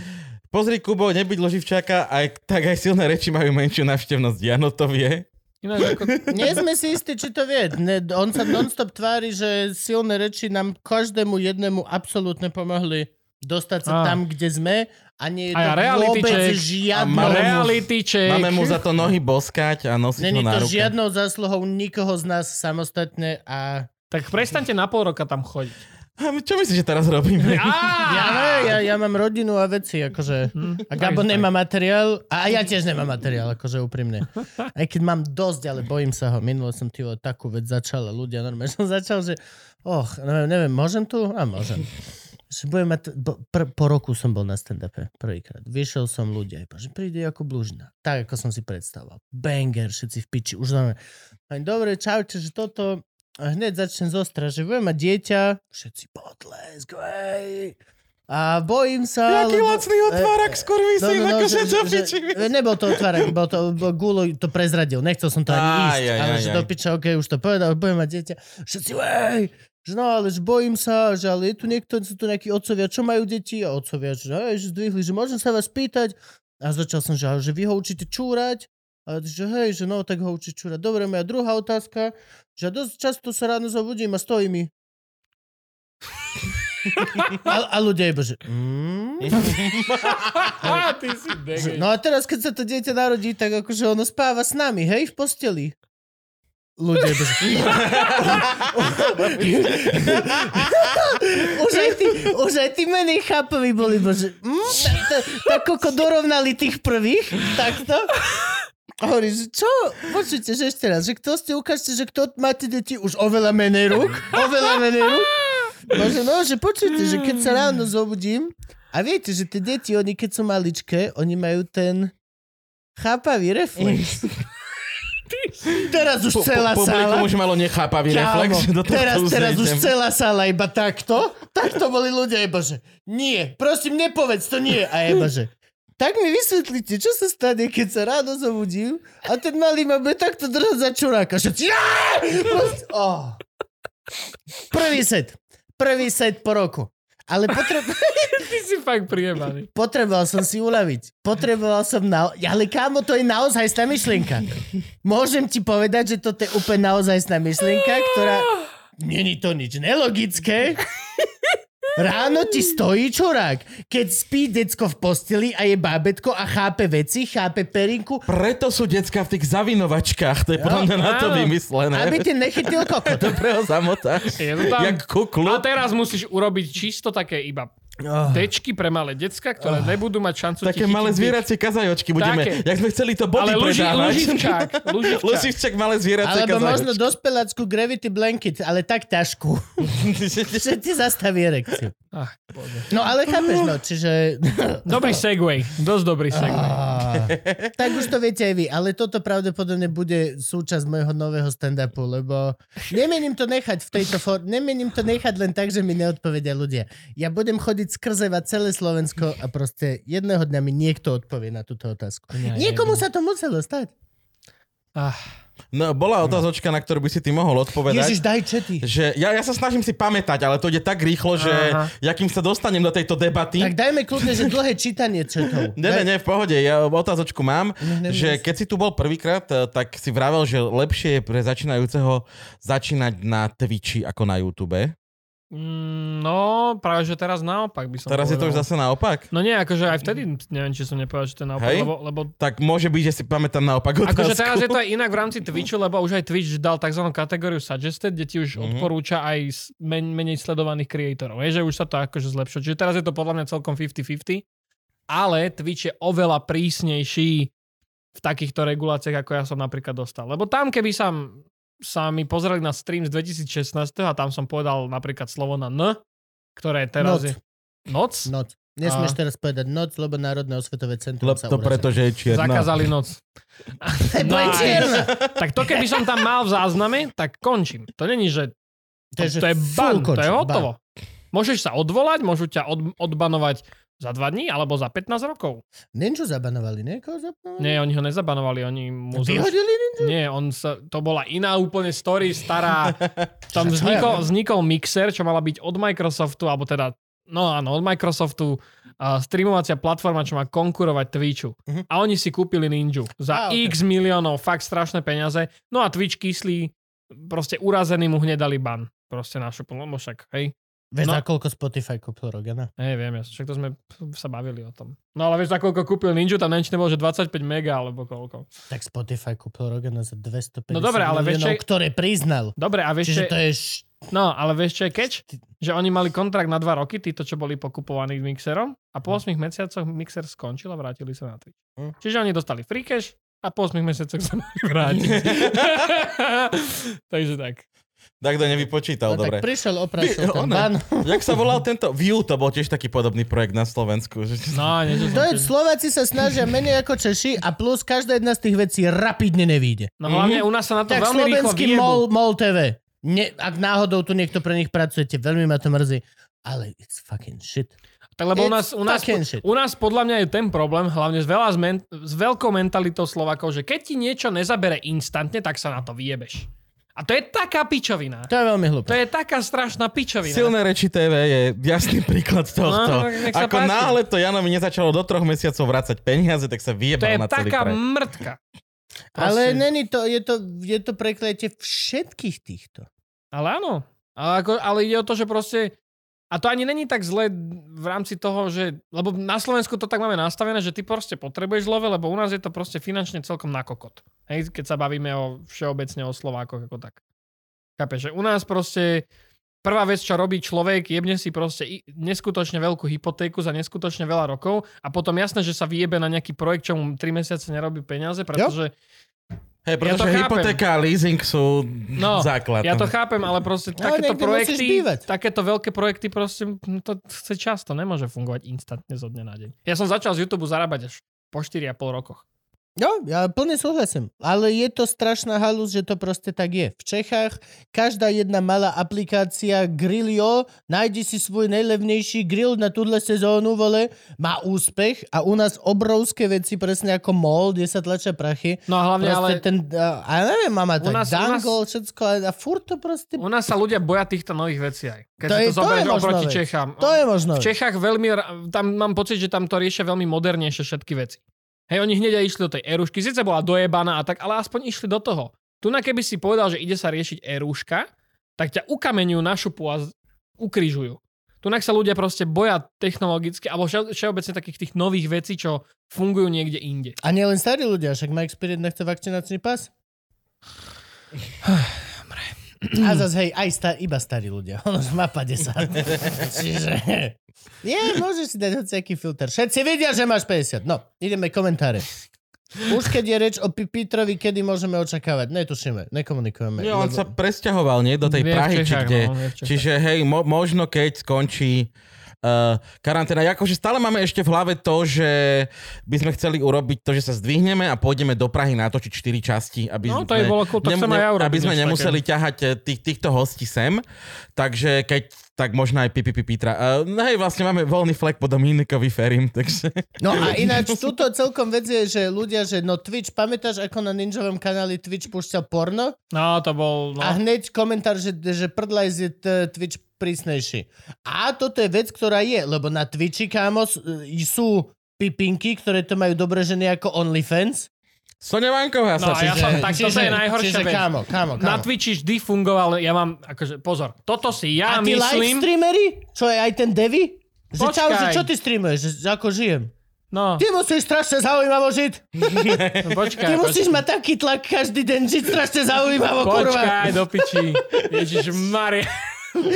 Pozri, Kubo, nebyť loživčáka, aj, tak aj silné reči majú menšiu návštevnosť. Jano to vie.
Ináč ako...
Nie sme si istí, či to vie. Ne, on sa nonstop tvári, že silné reči nám každému jednému absolútne pomohli dostať sa
Á.
tam, kde sme a nie je
Aj
to
reality
vôbec
check.
žiadno...
<laughs> Máme mu-
Reality check.
Máme mu za to nohy boskať a nosiť
Není
ho na
to
ruke.
žiadnou zásluhou nikoho z nás samostatne a...
Tak prestaňte na pol roka tam chodiť.
<laughs> A my- čo myslíš, že teraz robíme?
Á!
Ja,
Ah!
<laughs>
ne, ja, ja mám rodinu a veci, akože...
Hm,
A Gabo
takže tak.
nemá materiál a ja tiež nemám materiál, akože úprimne. Aj keď mám dosť, ale bojím sa ho. Minule som ty vole, takú vec začal a ľudia normálne <laughs> som začal, že och, neviem, neviem môžem tu? A môžem. Že budem mať, bo, pr, po roku som bol na stand-upe prvýkrát. Vyšiel som ľudia, iba, že príde ako blúžina. Tak, ako som si predstavoval. Banger, všetci v piči. Už znamená, Pani, dobre, čaute, že toto... A hneď začnem zostra, že budem mať dieťa. Všetci potlesk, ej. A bojím sa,
Jaký lacný otvárak, skurvy si,
no, no,
akože
že-
čo
že-
piči.
že- Nebol to otvárak, bol to, bol, Gulo to prezradil, nechcel som to ani
Aj,
ísť,
aj,
ale
aj,
že
aj.
do piča, okej, už to povedal, budem mať dieťa. Všetci, ej, že no, ale že bojím sa, že ale je tu niekto, sú tu nejakí otcovia, čo majú deti a otcovia, že hej, že zdvihli, že môžem sa vás pýtať. A začal som, že, ale že vy ho učíte čúrať, a že hej, že no, tak ho učí čúrať. Dobre, moja druhá otázka, že ja dosť často sa ráno zobudím a stojí
<laughs>
mi. a, a ľudia iba, že... Mm?
<laughs>
Á, ty si
Že,
degej.
no a teraz, keď sa to dieťa narodí, tak akože ono spáva s nami, hej, v posteli. Ľudia, bože. už, aj tí, už aj tí menej chápaví boli, bože. Hm? Tak, tak, tak ako dorovnali tých prvých, takto. A hovorí, že čo? Počujte, že ešte raz, že kto ste, ukážte, že kto máte deti už oveľa menej rúk, oveľa menej rúk. Bože, no, že počujte, že keď sa ráno zobudím, a viete, že tie deti, oni keď sú maličké, oni majú ten chápavý reflex. teraz už celá
Pu-
sála.
Publikum už malo nechápavý
Kámo,
reflex. že do tohto
teraz, teraz už
uzajdem.
celá sála iba takto. Takto boli ľudia iba, že nie, prosím, nepovedz to nie. A iba, že tak mi vysvetlite, čo sa stane, keď sa ráno zobudím a ten malý ma bude takto držať za čuráka. Všetci, "Á!" Proste, oh. Prvý set. Prvý set po roku. Ale potre-
Ty si fakt priebaný.
potreboval som si uľaviť. Potreboval som na... Ale kámo, to je naozajstná myšlienka. Môžem ti povedať, že toto je úplne naozajstná myšlienka, ktorá... Není to nič nelogické. Ráno ti stojí čurák. Keď spí decko v posteli a je bábetko a chápe veci, chápe perinku,
Preto sú decka v tých zavinovačkách, to je podľa mňa na to
áno.
vymyslené. <laughs>
aby te nechytil kokot.
Dobre ho zamotáš.
Je to tam. No,
Jak kuklu. Ah.
A teraz musíš urobiť čisto také iba tečky pre malé decka, ktoré nebudú mať šancu ti
Také
chytiť
malé
bič.
zvieracie kazajočky budeme.
Také.
Jak sme chceli to body
Ale luži,
predávať. <laughs>
luživčák. Luživčák.
Luživčak, malé zvieracie
Alebo
kazajočky.
možno dospelácku Gravity Blanket, ale tak ťažkú, že ti zastaví erekciu.
Ach, bože.
No ale chápeš, no, čiže...
dobrý segway. Dosť dobrý segway.
Á, tak už to viete aj vy, ale toto pravdepodobne bude súčasť môjho nového stand-upu, lebo nemením to nechať v tejto forme, nemením to nechať len tak, že mi neodpovedia ľudia. Ja budem chodiť skrzevať celé Slovensko a proste jedného dňa mi niekto odpovie na túto otázku. Niekomu sa to muselo stať.
Ach,
No, bola otázočka, na ktorú by si ty mohol odpovedať.
Ježiš, daj čety.
že ja, ja sa snažím si pamätať, ale to ide tak rýchlo, že
Aha.
ja kým sa dostanem do tejto debaty...
Tak dajme kľudne, že dlhé čítanie četov.
Ne, ne, ne, v pohode, ja otázočku mám,
Ne, ne, ne.
že keď si tu bol prvýkrát, eh, tak si vravel, že lepšie je pre začínajúceho začínať na Twitchi ako na YouTube.
mm, no, práve že teraz naopak by som
Teraz je to už
povedal.
zase naopak.
No nie, akože aj vtedy, neviem, či som nepovedal, že to je naopak,
Hej.
lebo, lebo
Tak môže byť, že si pamätám naopak otázku.
Akože teraz
<laughs>
je to aj inak v rámci Twitchu, lebo už aj Twitch dal tzv. kategóriu suggested, kde ti už
Mhm.
mm-hmm. odporúča aj s- men- menej sledovaných creatorov. Je, že už sa to akože zlepšilo. Čiže teraz je to podľa mňa celkom 50-50. Ale Twitch je oveľa prísnejší v takýchto reguláciách, ako ja som napríklad dostal. Lebo tam, keby sa, sa mi pozreli na stream z 2016 a tam som povedal napríklad slovo na N, ktoré
Noc.
teraz je... Noc?
Noc. Nesmieš
A.
teraz povedať noc, lebo Národné osvetové centrum
Lebo
sa
to preto, že je čierna.
Zakázali noc.
No,
aj-
čierna.
Tak to keby som tam mal v zázname, tak končím. To není, že to,
že
to je
full
ban, to
končím,
je
ban.
hotovo. Môžeš sa odvolať, môžu ťa od, odbanovať za 2 dní alebo za 15 rokov.
Ninju zabanovali, niekoho zabanovali?
Nie, oni ho nezabanovali, oni mu zrušili.
Vyhodili
Nie, on sa, to bola iná úplne story,
<laughs>
stará. Tam
Čo ja
vznikol,
viem?
vznikol mixer, čo mala byť od Microsoftu, alebo teda, no áno, od Microsoftu a streamovacia platforma, čo má konkurovať Twitchu.
Mhm.
A oni si kúpili Ninju
Á,
za
ok.
x miliónov, fakt strašné peniaze. No a Twitch kyslí, proste urazený mu hneď dali ban. Proste našu plnomo však, hej.
Vieš,
No.
no. za koľko Spotify kúpil Rogana?
Hej, viem, ja, však to sme sa bavili o tom. No ale vieš, za koľko kúpil Ninju, tam neviem, či nebolo, že 25 mega alebo koľko.
Tak Spotify kúpil Rogana za 250
No dobre, ale vieš,
miliónov,
čo-
ktoré priznal.
Dobre, a vieš,
Čiže
čo-
to je... Š...
No, ale vieš, čo je catch? Že oni mali kontrakt na dva roky, títo, čo boli pokupovaní mixerom a po 8 mesiacoch mixer skončil a vrátili sa na Twitch.
Hm.
Čiže oni dostali free cash a po 8 mesiacoch
<laughs>
sa mali vrátiť. <laughs> Takže tak.
Tak to nevypočítal,
No, tak
dobre.
prišiel, oprašil
Ty-
ten
one.
ban.
Jak sa volal tento? View, to bol tiež taký podobný projekt na Slovensku. Že...
No, niečo
To
som
je,
tiež-
Slováci sa snažia menej ako Češi a plus každá jedna z tých vecí rapidne nevíde.
No hlavne
Mhm.
u nás sa na to
Tak
veľmi rýchlo
slovenský
vyjebu.
MOL, MOL TV. Ne, ak náhodou tu niekto pre nich pracujete, veľmi ma to mrzí. Ale it's fucking shit.
Tak
It's
lebo u nás, u, nás,
fucking shit.
u nás podľa mňa je ten problém, hlavne s, veľa zmen, s veľkou mentalitou Slovakov, že keď ti niečo nezabere instantne, tak sa na to vyjebeš. A to je taká pičovina.
To je veľmi hlúpe.
To je taká strašná pičovina.
Silné reči TV je jasný <laughs> príklad tohto.
No, nech sa
Ako
páči.
náhle to Janovi nezačalo do troch mesiacov vrácať peniaze, tak sa
To je
vyjebal na celý
taká
projekt.
mŕtka.
Ale
Proste.
není to, je to, je to prekletie všetkých týchto.
Ale áno. Ale, ako, ale ide o to, že proste... A to ani není tak zle v rámci toho, že... Lebo na Slovensku to tak máme nastavené, že ty proste potrebuješ love, lebo u nás je to proste finančne celkom na kokot. Hej, keď sa bavíme o všeobecne o Slovákoch ako tak. Chápeš, že u nás proste prvá vec, čo robí človek, jebne si proste i- neskutočne veľkú hypotéku za neskutočne veľa rokov a potom jasné, že sa vyjebe na nejaký projekt, čo mu 3 mesiace nerobí peniaze, pretože
Hej,
to
pretože
chápem.
hypotéka a leasing sú
No,
základ.
Ja to chápem, ale proste
No,
takéto
niekde musíš
projekty,
bývať.
takéto veľké projekty proste, m, to chce často, nemôže fungovať instantne zo dňa na deň. Ja som začal z YouTube zarábať až po 4,5 rokoch.
Jo, ja plne súhlasím. Ale je to strašná halus, že to proste tak je. V Čechách každá jedna malá aplikácia Grillio, nájdi si svoj najlevnejší grill na túhle sezónu, vole, má úspech a u nás obrovské veci, presne ako mall, kde sa tlačia prachy.
No a hlavne, ale
Proste ale... ten, a, a ja neviem, mama,
U
tak
nás- u
dangle, všetko, a, a furt to proste...
u nás sa ľudia boja týchto nových vecí aj. Keď
To je-
si to
to je
zoberieš
možná
oproti
vec.
Čechám.
To je možno.
V Čechách veľmi, ra- tam mám pocit, že tam to riešia veľmi modernejšie všetky veci. Hej, oni hneď aj išli do tej erušky, síce bola dojebaná a tak, ale aspoň išli do toho. Tu na keby si povedal, že ide sa riešiť eruška, tak ťa ukameňujú na šupu a z- ukrižujú. Tu sa ľudia proste boja technologicky, alebo vše- všeobecne takých tých nových vecí, čo fungujú niekde inde.
A nielen starí ľudia, však má Spirit nechce vakcinačný pas. A zase, hej, aj sta- iba starí ľudia. Ono už má 50.
<laughs>
Čiže... Nie, môžeš si dať hociaký filter. Všetci vedia, že máš 50. No, ideme komentáre. Už keď je reč o Pi- Petrovi, kedy môžeme očakávať? Netušíme, nekomunikujeme.
Nie, on sa presťahoval, nie? Do tej
Vie v
Prahy, či
Čechách,
kde.
no, vie v Čechách.
Čiže hej, mo- možno keď skončí uh, karanténa. Ja Akože stále máme ešte v hlave to, že by sme chceli urobiť to, že sa zdvihneme a pôjdeme do Prahy natočiť 4 časti, aby
No, to
sme,
by bolo cool, to chcem aj ja urobiť
aby sme
niečo
nemuseli také. ťahať eh, tých, týchto hostí sem. Takže keď tak možno aj pipi Pitra. Uh, hej, vlastne máme voľný flek po Dominikovi Ferim, takže...
No a ináč, tuto celkom vec je, že ľudia, že no Twitch, pamätáš, ako na ninjovom kanáli Twitch púšťal porno?
No, to bol... No.
A hneď komentár, že, že prdlajs je t- Twitch prísnejší. A toto je vec, ktorá je, lebo na Twitchi, kámo, s- e, sú pipinky, ktoré to majú dobre ženy ako OnlyFans.
Sonia Vanková sa
No a ja
čiže-
som, tak toto je najhoršia
čiže,
vec.
Kámo,
no,
kámo, kámo.
Na Twitchi vždy fungoval, ja mám, akože, pozor, toto
A
si ja
tí live
myslím...
streamery? Čo je aj ten Devi? Že čau, že
Počkaj.
čo ty streamuješ? Že, že ako žijem?
No,
Ty musíš strašne zaujímavo žiť.
počkaj.
Ty musíš
počkaj.
mať taký tlak každý deň žiť strašne zaujímavo, kurva.
Počkaj, do piči. Ježiš, Maria. No.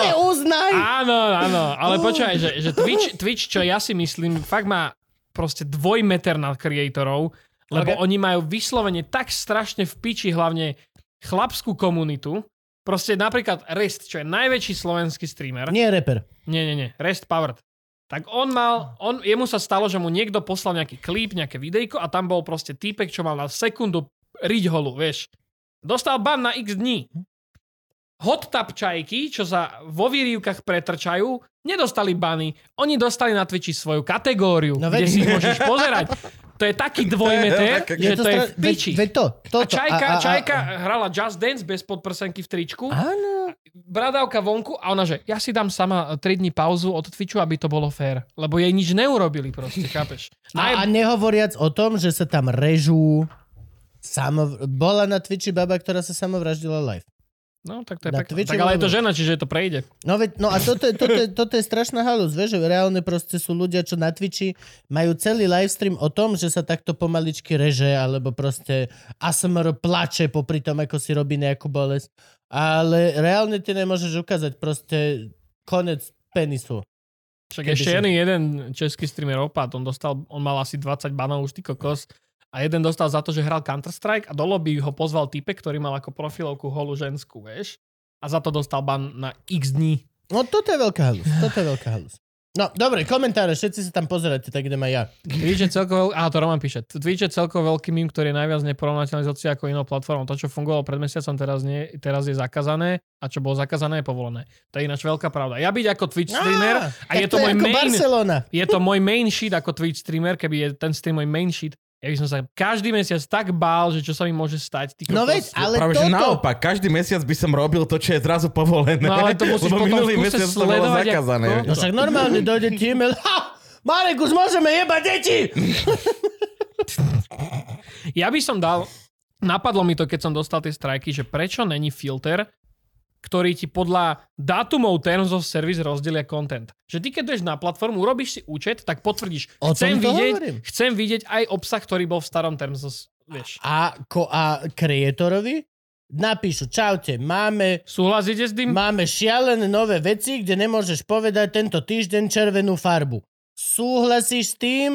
Ale uznaj.
Áno, áno, ale počkaj, že, že Twitch, Twitch, čo ja si myslím, fakt má proste dvojmeter na creatorov, lebo
Ok.
okay. oni majú vyslovene tak strašne v piči hlavne chlapskú komunitu. Proste napríklad Rest, čo je najväčší slovenský streamer.
Nie, reper.
Nie, nie, nie. Rest Powered. Tak on mal, on, jemu sa stalo, že mu niekto poslal nejaký klip, nejaké videjko a tam bol proste týpek, čo mal na sekundu riť holu, vieš. Dostal ban na x dní. Hot tub čajky, čo sa vo výrivkách pretrčajú, nedostali bany. Oni dostali na Twitchi svoju kategóriu,
No
no, kde
veď-
si ich môžeš pozerať. To je taký dvojmeter, že to je v
veď,
piči.
veď to,
A
toto.
Čajka, Čajka hrala Just Dance bez podprsenky v tričku
Áno.
bradávka vonku a ona, že ja si dám sama 3 dní pauzu od Twitchu, aby to bolo fér. Lebo jej nič
<laughs>
neurobili proste, chápeš?
No A, a
Naj...
nehovoriac o tom, že sa tam režú. Samo... Bola na Twitchi baba, ktorá sa samovraždila live.
No, tak to je
na
pekné.
Twitchi
Tak ale je to
bolo-
žena, čiže to prejde.
No, veď, no a toto je, toto, je, toto je strašná halus, vieš, že reálne proste sú ľudia, čo na Twitchi majú celý livestream o tom, že sa takto pomaličky reže, alebo proste ASMR plače popri tom, ako si robí nejakú bolesť. Ale reálne ty nemôžeš ukázať proste konec penisu.
Však
Keby
ešte
si-
jeden, jeden český streamer opad, on dostal, on mal asi 20 banov už, ty kokos. A jeden dostal za to, že hral Counter-Strike a do lobby ho pozval typek, ktorý mal ako profilovku holu ženskú, vieš? A za to dostal ban na x dní.
No toto je veľká halus, toto je veľká halus. No, dobre, komentáre, všetci sa tam pozeráte, tak idem aj ja.
Twitch je celkovo, aha, to Roman píše, Twitch je celkovo veľký mým, ktorý je najviac neporovnateľný s hoci ako inou platformou. To, čo fungovalo pred mesiacom, teraz, nie, teraz je zakázané a čo bolo zakázané, je povolené. To je ináč veľká pravda. Ja byť ako Twitch streamer, a
tak
je to môj
ako
main-
Barcelona. No
je to môj main sheet ako Twitch streamer, keby je ten stream môj main sheet, ja by som sa každý mesiac tak bál, že čo sa mi môže stať. Ty
No
kokos.
veď, ale
Práve,
toto...
že naopak, každý mesiac by som robil to, čo je zrazu povolené.
No ale to musíš
Lebo
potom
minulý
v kuse
mesiac to bolo
sledovať, ako-
zakázané.
No však normálne dojde ti e-mail, <laughs> ha! Marek, už môžeme jebať deti!
Ja by som dal, napadlo mi to, keď som dostal tie strajky, že prečo není filter, ktorý ti podľa dátumov Terms of Service rozdelia content. Že ty, keď ideš na platformu, urobíš si účet, tak potvrdíš,
O tom
chcem
to
vidieť,
hovorím.
chcem vidieť aj obsah, ktorý bol v starom Terms of Vieš.
A, ko, a kreatorovi napíšu, čaute, máme,
Súhlasíte s tým?
máme šialené nové veci, kde nemôžeš povedať tento týždeň červenú farbu. Súhlasíš s tým,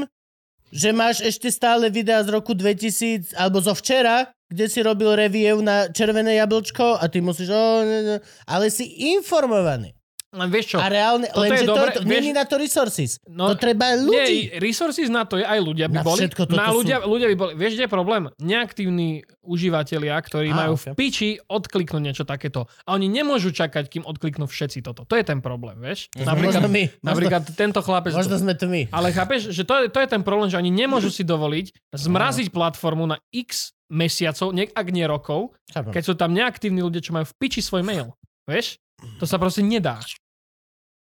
že máš ešte stále videa z roku 2000 alebo zo včera, kde si robil review na červené jablčko a ty musíš, o, ne, ne, ale si informovaný.
Len vieš čo?
A reálne,
Toto
lenže
je
to,
dobre,
to
vieš-
není na to resources.
No,
to treba ľudí.
Nie, resources na to je, aj ľudia
Na
by boli.
všetko toto
na
sú-
ľudia, ľudia by boli. Vieš, kde je problém? Neaktívni užívateľia, ktorí
Á,
majú
ok.
v piči odkliknúť niečo takéto. A oni nemôžu čakať, kým odkliknú všetci toto. To je ten problém, vieš? Napríklad,
Možno my.
napríklad tento chlapec...
Možno sme to my.
Ale chápeš, že to je, to je ten problém, že oni nemôžu si dovoliť zmraziť platformu na x mesiacov, ne, ak nie rokov,
Chápem.
keď sú tam neaktívni ľudia, čo majú v piči svoj mail. Vieš? To sa proste nedá.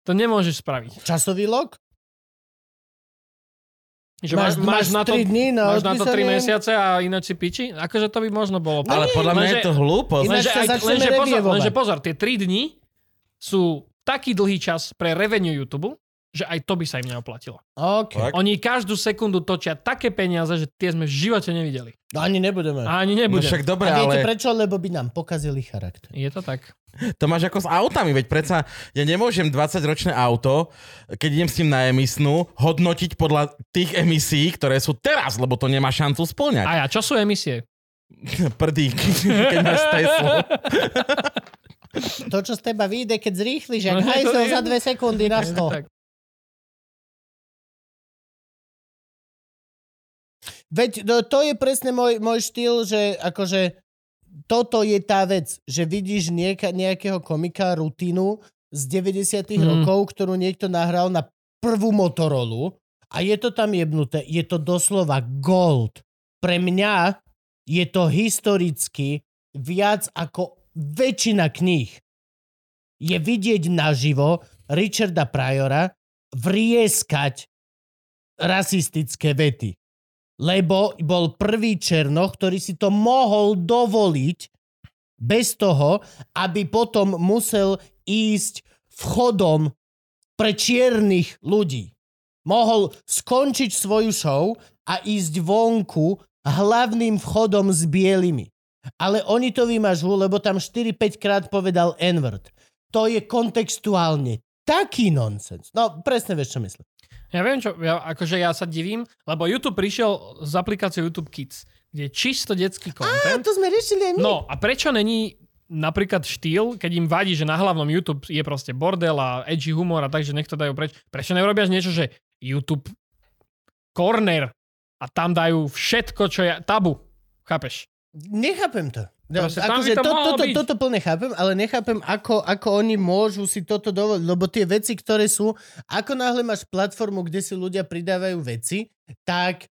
To nemôžeš spraviť.
Časový log?
Že máš, máš, na to,
3 dní na
máš na to 3
odpísanie.
mesiace a ináč si piči? Akože to by možno bolo.
Ale podľa mňa je
lenže-
to hlúposť.
No, Ináč
Lenže,
sa
aj,
začneme
lenže, pozor,
revievovať.
lenže pozor, tie 3 dni sú taký dlhý čas pre revenue YouTube, že aj to by sa im neoplatilo.
OK.
Tak.
Oni každú sekundu točia také peniaze, že tie sme v živote nevideli.
No ani nebudeme.
A ani
No
nebude.
však dobre,
a viete
ale...
prečo? Lebo by nám pokazili charakter.
Je to tak.
To máš ako s autami, veď predsa ja nemôžem 20-ročné auto, keď idem s tým na emisnú, hodnotiť podľa tých emisí, ktoré sú teraz, lebo to nemá šancu splňať.
A ja, čo sú emisie?
Prdík, <laughs> keď máš
<laughs>
Tesla.
To, čo z teba vyjde, keď zrýchliš, jak
No, <laughs> to
hajzel
je-
za dve sekundy na 100.
Tak.
Veď no, to je presne môj, môj štýl, že akože toto je tá vec, že vidíš nieka, nejakého komika rutinu z 90
Mm.
rokov, ktorú niekto nahral na prvú Motorola a je to tam jebnuté. Je to doslova gold. Pre mňa je to historicky viac ako väčšina kníh. Je vidieť naživo Richarda Pryora vrieskať rasistické vety. Lebo bol prvý Černoch, ktorý si to mohol dovoliť bez toho, aby potom musel ísť vchodom pre čiernych ľudí. Mohol skončiť svoju show a ísť vonku hlavným vchodom s bielými. Ale oni to vymažú, lebo tam 4-5 krát povedal N-word. To je kontextuálne taký nonsens. No, presne vieš, čo myslím.
Ja viem, čo, ja, akože ja sa divím, lebo YouTube prišiel s aplikáciou YouTube Kids, kde je čisto detský
A
content.
to sme riešili aj my.
No a prečo není napríklad štýl, keď im vadí, že na hlavnom YouTube je proste bordel a edgy humor a tak, že nech to dajú preč. Prečo neurobia niečo, že YouTube corner a tam dajú všetko, čo je tabu. Chápeš?
Nechápem to. No,
Proste tam
akože
by to
to,
malo
toto,
byť.
toto plne chápem, ale nechápem, ako, ako oni môžu si toto dovoliť, lebo tie veci, ktoré sú, ako náhle máš platformu, kde si ľudia pridávajú veci, tak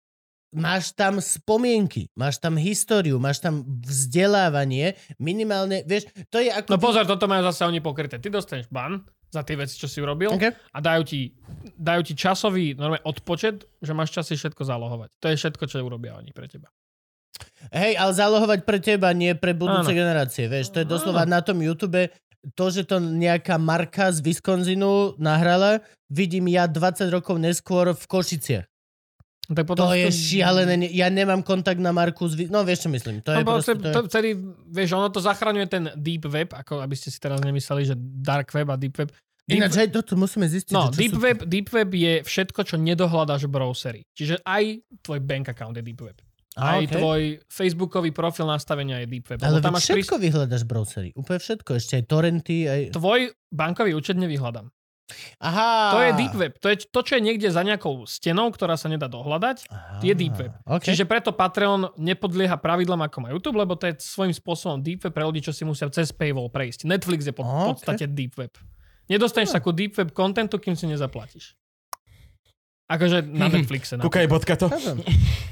máš tam spomienky, máš tam históriu, máš tam vzdelávanie, minimálne, vieš, to je ako...
No pozor, toto majú zase oni pokryté. Ty dostaneš ban za tie veci, čo si urobil.
Okay.
a dajú ti, dajú ti časový normálne odpočet, že máš čas si všetko zálohovať. To je všetko, čo urobia oni pre teba.
Hej, ale zálohovať pre teba, nie pre budúce
Áno.
generácie, vieš, to je doslova na tom YouTube, to, že to nejaká marka z Wisconsinu nahrala, vidím ja 20 rokov neskôr v Košiciach.
No Tak potom
To
si
je šialené. ne- Ja nemám kontakt na Marku z... Vy- No vieš, čo myslím. To
No,
je
bo
proste...
to, to, vtedy, vieš, ono to zachraňuje ten deep web, ako aby ste si teraz nemysleli, že dark web a deep web. Deep
Ináč, hej, toto musíme zistiť. že
No,
čo
deep
sú-
web, deep web je všetko, čo nedohľadáš v browseri. Čiže aj tvoj bank account je deep web.
Á,
Aj
okej.
tvoj facebookový profil nastavenia je deep web.
Ale
lebo tam
veď
máš
všetko vyhľadaš v browseri. Úplne všetko. Ešte aj torrenty, aj...
prís- Tvoj bankový účet nevyhľadám.
Aha!
To je deep web. To je to, čo je niekde za nejakou stenou, ktorá sa nedá dohľadať.
Aha,
je deep web.
Okay.
Čiže preto Patreon nepodlieha pravidlám ako má YouTube, lebo to je svojím spôsobom deep web pre ľudí, čo si musia cez paywall prejsť. Netflix je po
Ok. Hm.
okay. podstate deep web. Nedostaneš sa ku deep web kontentu, kým si nezaplatíš.
<laughs>
Akože na Netflixe. Na...
Kúkaj, bodka to.
Chápem.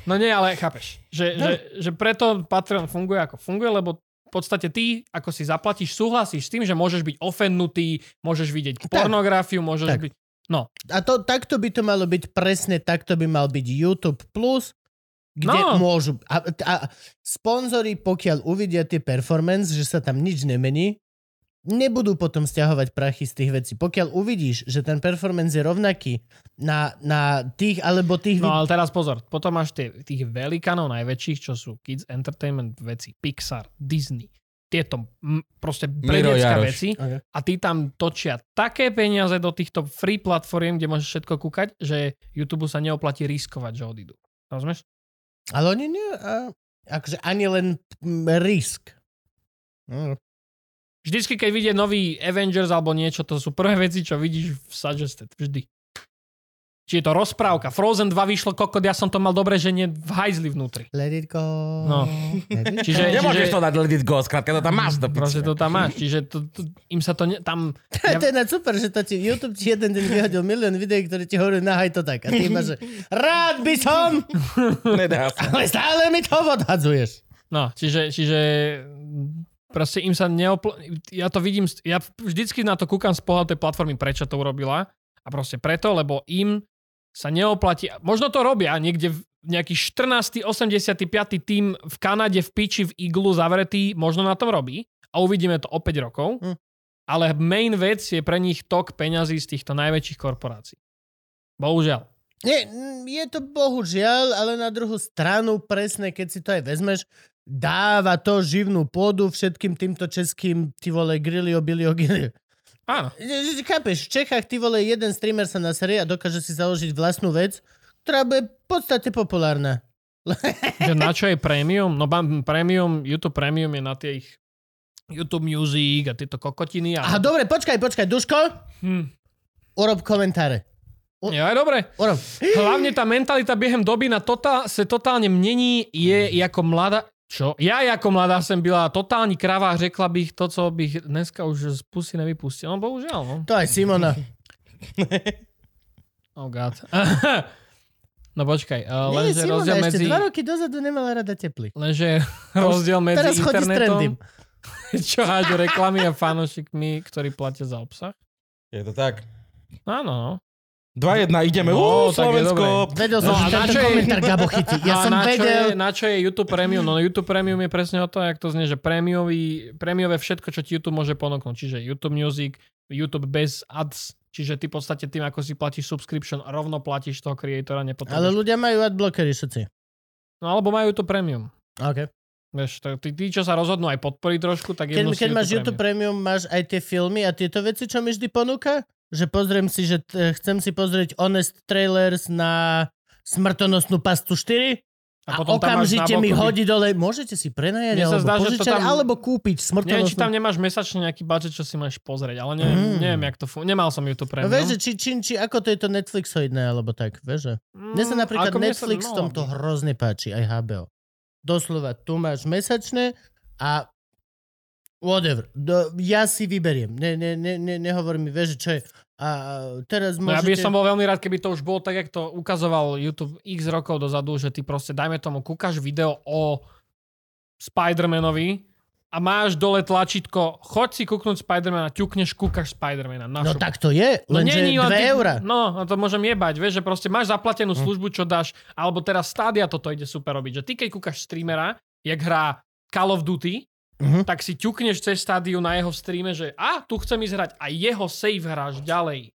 No nie, ale chápeš, že,
No.
že, že preto Patreon funguje ako funguje, lebo v podstate ty, ako si zaplatíš, súhlasíš s tým, že môžeš byť ofennutý, môžeš vidieť pornografiu, môžeš
Tak.
byť...
A to, takto by to malo byť presne, takto by mal byť YouTube+, plus, kde
No.
môžu... A, a sponzori, pokiaľ uvidia tie performance, že sa tam nič nemení, nebudú potom stiahovať prachy z tých vecí. Pokiaľ uvidíš, že ten performance je rovnaký na, na tých alebo tých...
No
No,
ale teraz pozor, potom máš tie, tých velikanov najväčších, čo sú Kids Entertainment veci, Pixar, Disney, tieto m, proste
Miro
predecká
Jaroš.
veci
Ok.
a tí tam točia také peniaze do týchto free platform, kde môžeš všetko kúkať, že YouTube sa neoplatí riskovať, že odídu. Rozumieš?
ale oni nie... A, akože ani len mm, risk. No,
Vždycky, keď vyjde nový Avengers alebo niečo, to sú prvé veci, čo vidíš v Suggested. Vždy. Či je to rozprávka. Frozen 2 vyšlo kokot, ja som to mal dobre, že nie v hajzli vnútri.
Let it go.
No.
Let it
Čiže,
Nemôžeš
čiže
to dať Let It Go, skrátka to tam máš do piče.
proste No, to tam máš. Čiže to, to, im sa to ne, tam...
Ja... <laughs> To je na super, že to ti YouTube ti jeden deň vyhodil milión videí, ktoré ti hovorí, nahaj to tak. A ty iba, že rád by som,
Nedá sa.
ale stále mi to odhadzuješ.
No, čiže, čiže proste im sa neopl... Ja to vidím, ja vždycky na to kúkam z pohľadu tej platformy, prečo to urobila. A proste preto, lebo im sa neoplatí, možno to robia niekde v nejaký 14. 85. tým v Kanade v piči v iglu zavretý, možno na tom robí a uvidíme to o 5 rokov.
Hm.
Ale main vec je pre nich tok peňazí z týchto najväčších korporácií. Bohužiaľ.
Nie, mm, je to bohužiaľ, ale na druhú stranu presne, keď si to aj vezmeš, dáva to živnú pôdu všetkým týmto českým, ty vole, grillio, bilio, gilio.
Áno.
Chápeš, v Čechách, ty vole, jeden streamer sa naserie a dokáže si založiť vlastnú vec, ktorá bude v podstate populárna.
že na čo je premium? No bam, premium, YouTube premium je na tie ich YouTube Music a tieto kokotiny.
Aha,
A...
dobre, počkaj, počkaj, Duško,
Hm.
urob komentáre.
Jo, aj dobre.
Urob.
Hlavne tá mentalita biehem doby na totál, sa totálne mení. Je
Mhm.
ako mladá... Čo? Ja ako mladá som byla totálny kravá, řekla bych to, co bych dneska už z pusy nevypustil. No bohužiaľ, no.
To aj Simona.
Oh god. <laughs> no počkaj, uh,
Nie,
lenže
Simona
rozdiel
ešte
medzi...
dva roky dozadu nemala rada teply.
Lenže rozdiel
<laughs>
medzi
Teraz chodí s trendym.
internetom, <laughs> čo hádže reklamy a fanošikmi, ktorí platia za obsah.
Je to tak.
Áno, no.
2-1, ideme. No,
No, tak je
Slovensko.
Vedel
No
som, že
a na
tento
čo je-
komentár Gabo chytí. Ja
No A
som
na
vedel.
Čo je, na čo je YouTube Premium? No YouTube Premium je presne o to, jak to znie, že prémiový, prémiové všetko, čo ti YouTube môže ponúknuť. Čiže YouTube Music, YouTube bez ads, čiže ty v podstate tým, ako si platíš subscription, rovno platíš toho creatora,
Ale
nepotrebuješ. Ale...
ľudia majú adblockery všetci.
No alebo majú YouTube Premium.
Okay.
Vieš, to, tí, tí, čo sa rozhodnú aj podporiť trošku, tak
Keď,
jedno
keď máš YouTube
Premium.
Premium, máš aj tie filmy a tieto veci, čo mi vždy ponúka? Že pozriem si, že t- chcem si pozrieť Honest Trailers na smrtonosnú pastu 4 a, okamžite mi hodí dole, môžete si prenajať
Mne sa
alebo,
zdá, že to
požičať,
tam-
alebo kúpiť
Neviem,
smrtonosnú
či tam nemáš mesačne nejaký budget, čo si máš pozrieť, ale neviem,
Mm.
mm. neviem jak to fun- Nemal som YouTube
No
Premium.
vieš, že či, či, či ako to je to Netflixoidné, alebo tak, vieš, že? Mne sa
Mm,
napríklad
ako mne sa-
Netflix v
no,
tomto hrozne páči, aj HBO. Doslova, tu máš mesačné a whatever. Do, ja si vyberiem. Ne, ne, ne, ne, nehovor mi, vieš, že čo je. A teraz
No ja by
môžete...
som bol veľmi rád, keby to už bolo tak, jak to ukazoval YouTube x rokov dozadu, že ty proste, dajme tomu, kúkaš video o Spider-Manovi a máš dole tlačítko, choď si kúknúť Spider-Mana, ťukneš, kúkaš Spider-Mana. Na
No
šup.
tak to je,
No
lenže
není, len
2
ty-
eurá.
No, no to môžem jebať, vieš, že proste máš zaplatenú
Hm.
službu, čo dáš, alebo teraz stádia toto ide super robiť, že ty keď kúkaš streamera, jak hrá Call of Duty,
Mhm.
tak si ťukneš cez stádiu na jeho streame, že a, tu chcem ísť hrať a jeho save hráš ďalej.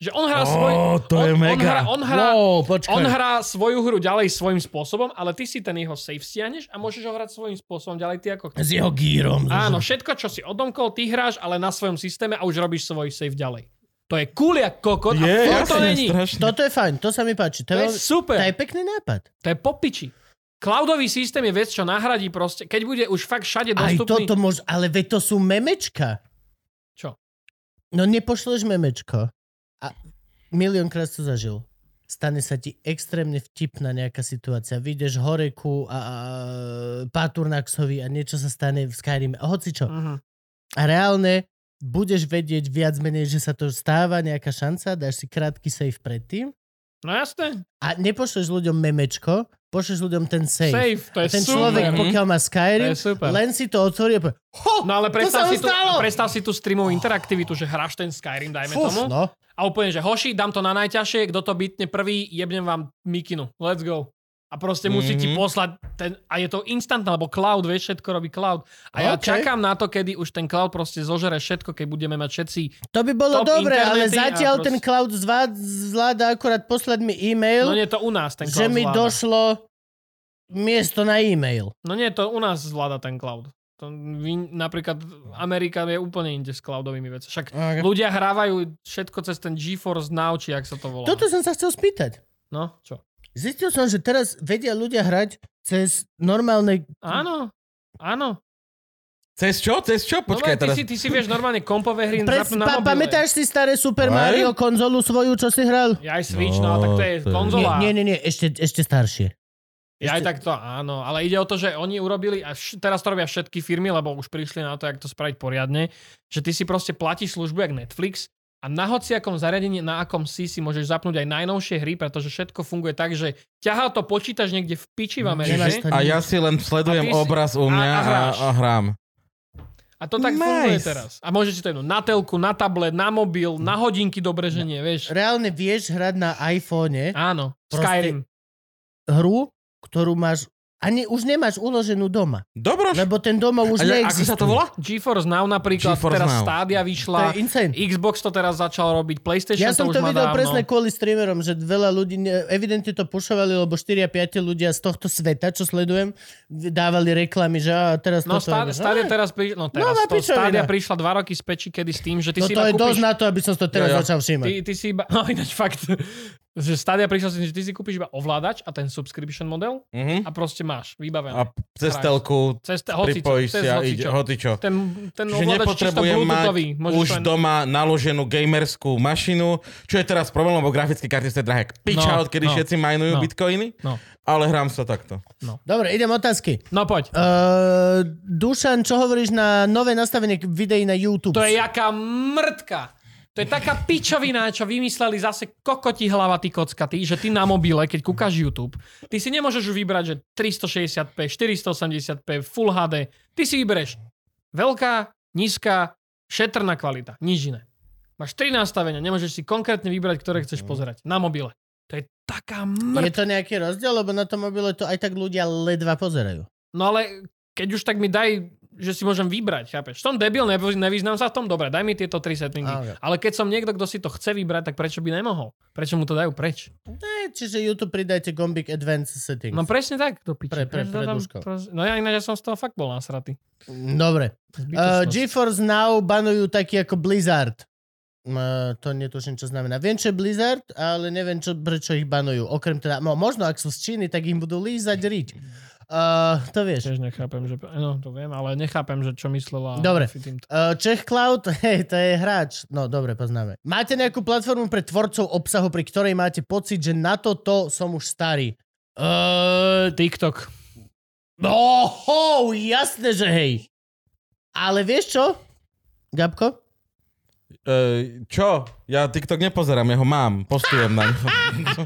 Že on hrá svoj...
to
on,
je
On hrá,
mega.
on hrá,
Wow, počkaj.
on hrá svoju hru ďalej svojím spôsobom, ale ty si ten jeho save stiahneš a môžeš ho hrať svojím spôsobom ďalej ty ako chceš.
S jeho gírom.
Áno, všetko, čo si odomkol, ty hráš, ale na svojom systéme a už robíš svoj save ďalej. To je cool jak kokot a
Je,
furt to
jasne,
není.
strašne.
Toto je fajn, to sa mi páči. To je,
To je
veľmi-
super.
to je pekný nápad.
To je popiči. Cloudový systém je vec, čo nahradí proste, keď bude už fakt všade
Aj
dostupný.
toto môž... Ale veď to sú memečka.
Čo?
No nepošleš memečko. A miliónkrát to zažil. Stane sa ti extrémne vtipná nejaká situácia. Vyjdeš hore ku a, a, Paturnaxovi a niečo sa stane v Skyrime. Hoci čo.
Mhm.
A reálne budeš vedieť viac menej, že sa to stáva, nejaká šanca, dáš si krátky save predtým
No jasné,
a nepošleš ľuďom memečko, pošleš ľuďom ten
safe,
save.
to je
A ten
super.
človek,
Mhm.
pokiaľ má
to
Skyrim,
je super.
len si to otvorí a povie, ho,
No ale
To sa
predstav si, tu,
stalo!
predstav si tú streamovú interaktivitu, že hráš ten Skyrim, dajme
fuf,
tomu.
no.
A úplne, že hoši, dám to na najťažšie, kto to bytne prvý, jebnem vám mikinu. Let's go. A proste musí ti
Mhm.
poslať ten, a je to instantné, lebo cloud, vieš, všetko robí cloud. A ja
OK.
čakám na to, kedy už ten cloud proste zožere všetko, keď budeme mať všetci.
To by bolo
Top
dobre, ale
internety a
zatiaľ
proste-
ten cloud zvá- zvláda akurát poslať mi
No
e-mail,
nie, to u nás ten
že
cloud
mi
zvláda.
došlo miesto na e-mail.
No nie, to u nás zvláda ten cloud. To vy, napríklad Amerika je úplne inde s cloudovými vecami. Však ľudia hrávajú všetko cez ten GeForce Now, či jak sa to volá.
Toto som sa chcel spýtať.
No, čo?
Zistil som, že teraz vedia ľudia hrať cez normálne...
Áno, áno.
Cez čo? Cez čo? Počkaj,
Normálne, No, ty,
teraz...
si, ty si vieš normálne kompo ve hry
Pre,
zapnúť na
pa,
mobile.
pamätáš si staré Super
Aj?
Mario konzolu svoju, čo si hral?
Ja aj Switch, no,
No,
tak to je
to je-
konzola.
Nie, nie, nie, ešte, ešte staršie.
Ja aj tak to, áno, ale ide o to, že oni urobili, a vš- teraz to robia všetky firmy, lebo už prišli na to, jak to spraviť poriadne, že ty si proste platíš službu jak Netflix a na hociakom zariadení, na akom si si môžeš zapnúť aj najnovšie hry, pretože všetko funguje tak, že ťahá to počítač niekde v piči v
Nemáš
Amerike
to
A ja
nič.
si len sledujem
A ty si-
obraz u
a-
mňa
a
a,
hráš.
a hrám.
a to tak funguje
Nice.
teraz. A môžeš si to jedno na telku, na tablet, na mobil, na hodinky dobre, že nie, vieš.
Reálne vieš hrať na iPhone
Áno,
Proste-
Skyrim.
hru, ktorú máš, ani už nemáš uloženú doma.
Dobro.
Lebo ten domov
A
už
ja- ako
neexistuje.
sa to volá?
GeForce Now napríklad,
GeForce
teraz
Now.
Stadia
To je
vyšla,
insane.
Xbox to teraz začal robiť, PlayStation
Ja som
to už
to
má
videl
dávno.
presne kvôli streamerom, že veľa ľudí ne- evidentne to pušovali, lebo 4 a 5 ľudia z tohto sveta, čo sledujem, dávali reklamy, že a teraz
No
toto...
stá, stádia
Á,
teraz, pri, no teraz,
Nová
to,
pičovina.
stádia prišla dva roky späť, kedy s tým, že ty
no
si
to je
iba kúpiš,
dosť na to, aby som to teraz
Jo, jo.
začal všímať.
ty, ty si iba, <laughs> no ináč fakt, že stádia prišla s tým, že ty si kúpiš iba ovládač a ten subscription model
Mhm.
a proste máš
A
vybavené.
cez
Hráš.
telku
Cez te, hoci,
pripojíš
cez
si a
hocičo.
ide, hotičo.
Ten, ten
Že
ovládač čisto
nepotrebujem mať
bluetoothový. Môžeš
už
len-
doma naloženú gamerskú mašinu, čo je teraz problém, lebo grafické karty sú drahé. Piča,
No,
odkedy
no,
všetci majnujú
no.
bitcoiny,
No.
ale hrám sa takto.
Dobre, idem otázky.
no poď.
Uh, Dušan, čo hovoríš na nové nastavenie k- videí na YouTube?
To je jaká mrtka. To je taká pičovina, čo vymysleli zase kokoti hlava ty kockatý, že ty na mobile, keď kúkaš YouTube, ty si nemôžeš už vybrať, že 360p, 480p, Full HD. Ty si vybereš veľká, nízka, šetrná kvalita, nič iné. Máš tri nastavenia, nemôžeš si konkrétne vybrať, ktoré chceš pozerať na mobile. To je taká
Mhm. je
mrtka.
to nejaký rozdiel, lebo na tom mobile to aj tak ľudia ledva pozerajú.
No ale keď už tak mi daj, že si môžem vybrať, chápeš? Som debil, nevy- nevyznám sa v tom, dobre, daj mi tieto tri settingy.
Áno.
Ale keď som niekto, kto si to chce vybrať, tak prečo by nemohol? Prečo mu to dajú preč?
Ne, čiže YouTube pridajte gombik Advanced Settings.
No presne tak, do piče.
Pre- pre- pre duško.
no ja ináč ja som z toho fakt bol nasratý.
Dobre. Uh,
Zbytočnosť.
GeForce Now banujú taký ako Blizzard. Uh, to netuším, čo znamená. Viem, čo je Blizzard, ale neviem, čo, prečo ich banujú. Okrem teda, no, možno ak sú z Číny, tak im budú lízať riť. Uh, to vieš.
Tiež nechápem, že... No, to viem, ale nechápem, že čo myslela.
Dobre.
Fi týmto.
Uh, Czech Cloud, <laughs> hej, to je hráč. No, dobre, poznáme. Máte nejakú platformu pre tvorcov obsahu, pri ktorej máte pocit, že na toto som už starý? Uh,
TikTok.
Oho, jasné, že hej. Ale vieš čo, Gabko?
E, čo? Ja TikTok nepozerám, ja ho mám, postujem na ňo.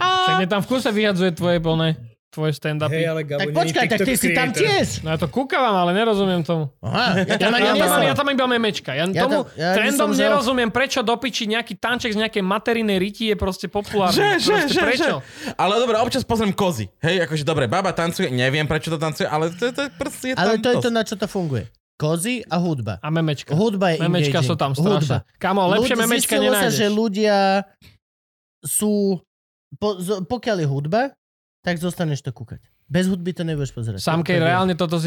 Však mne tam v kuse vyhadzuje tvoje plné, tvoje
Hej,
stand-upy.
ale Gabo,
Tak
není
počkaj, tak
TikTok
ty si tam
creator.
tiež.
No ja to kúkavam, ale nerozumiem tomu.
Aha, ja
<laughs>
tam
Ja,
ani
ja,
nie
tam,
som.
ja tam iba memečka. Ja,
Ja
ja tomu
tam- ja
trendom
som, že-
nerozumiem, prečo do piči nejaký tanček z nejakej materinej riti je proste populárny.
Že, že,
proste,
že, že.
prečo?
Ale dobre, občas pozriem kozy. Hej, akože dobre, baba tancuje, neviem prečo to tancuje, ale to, to, prst je tam
Ale to je to,
dosť.
na čo to funguje. Kozy a hudba.
A memečka.
Hudba je
Memečka
engaging.
sú tam
E, Hudba.
strašné. Kamo, lepšie
Ľud-
memečka
zistilo sa,
nenájdeš.
že ľudia sú... Po, z, pokiaľ je hudba, tak zostaneš to kúkať. Bez hudby to nebudeš pozerať.
Samkej,
To- to je-
reálne toto si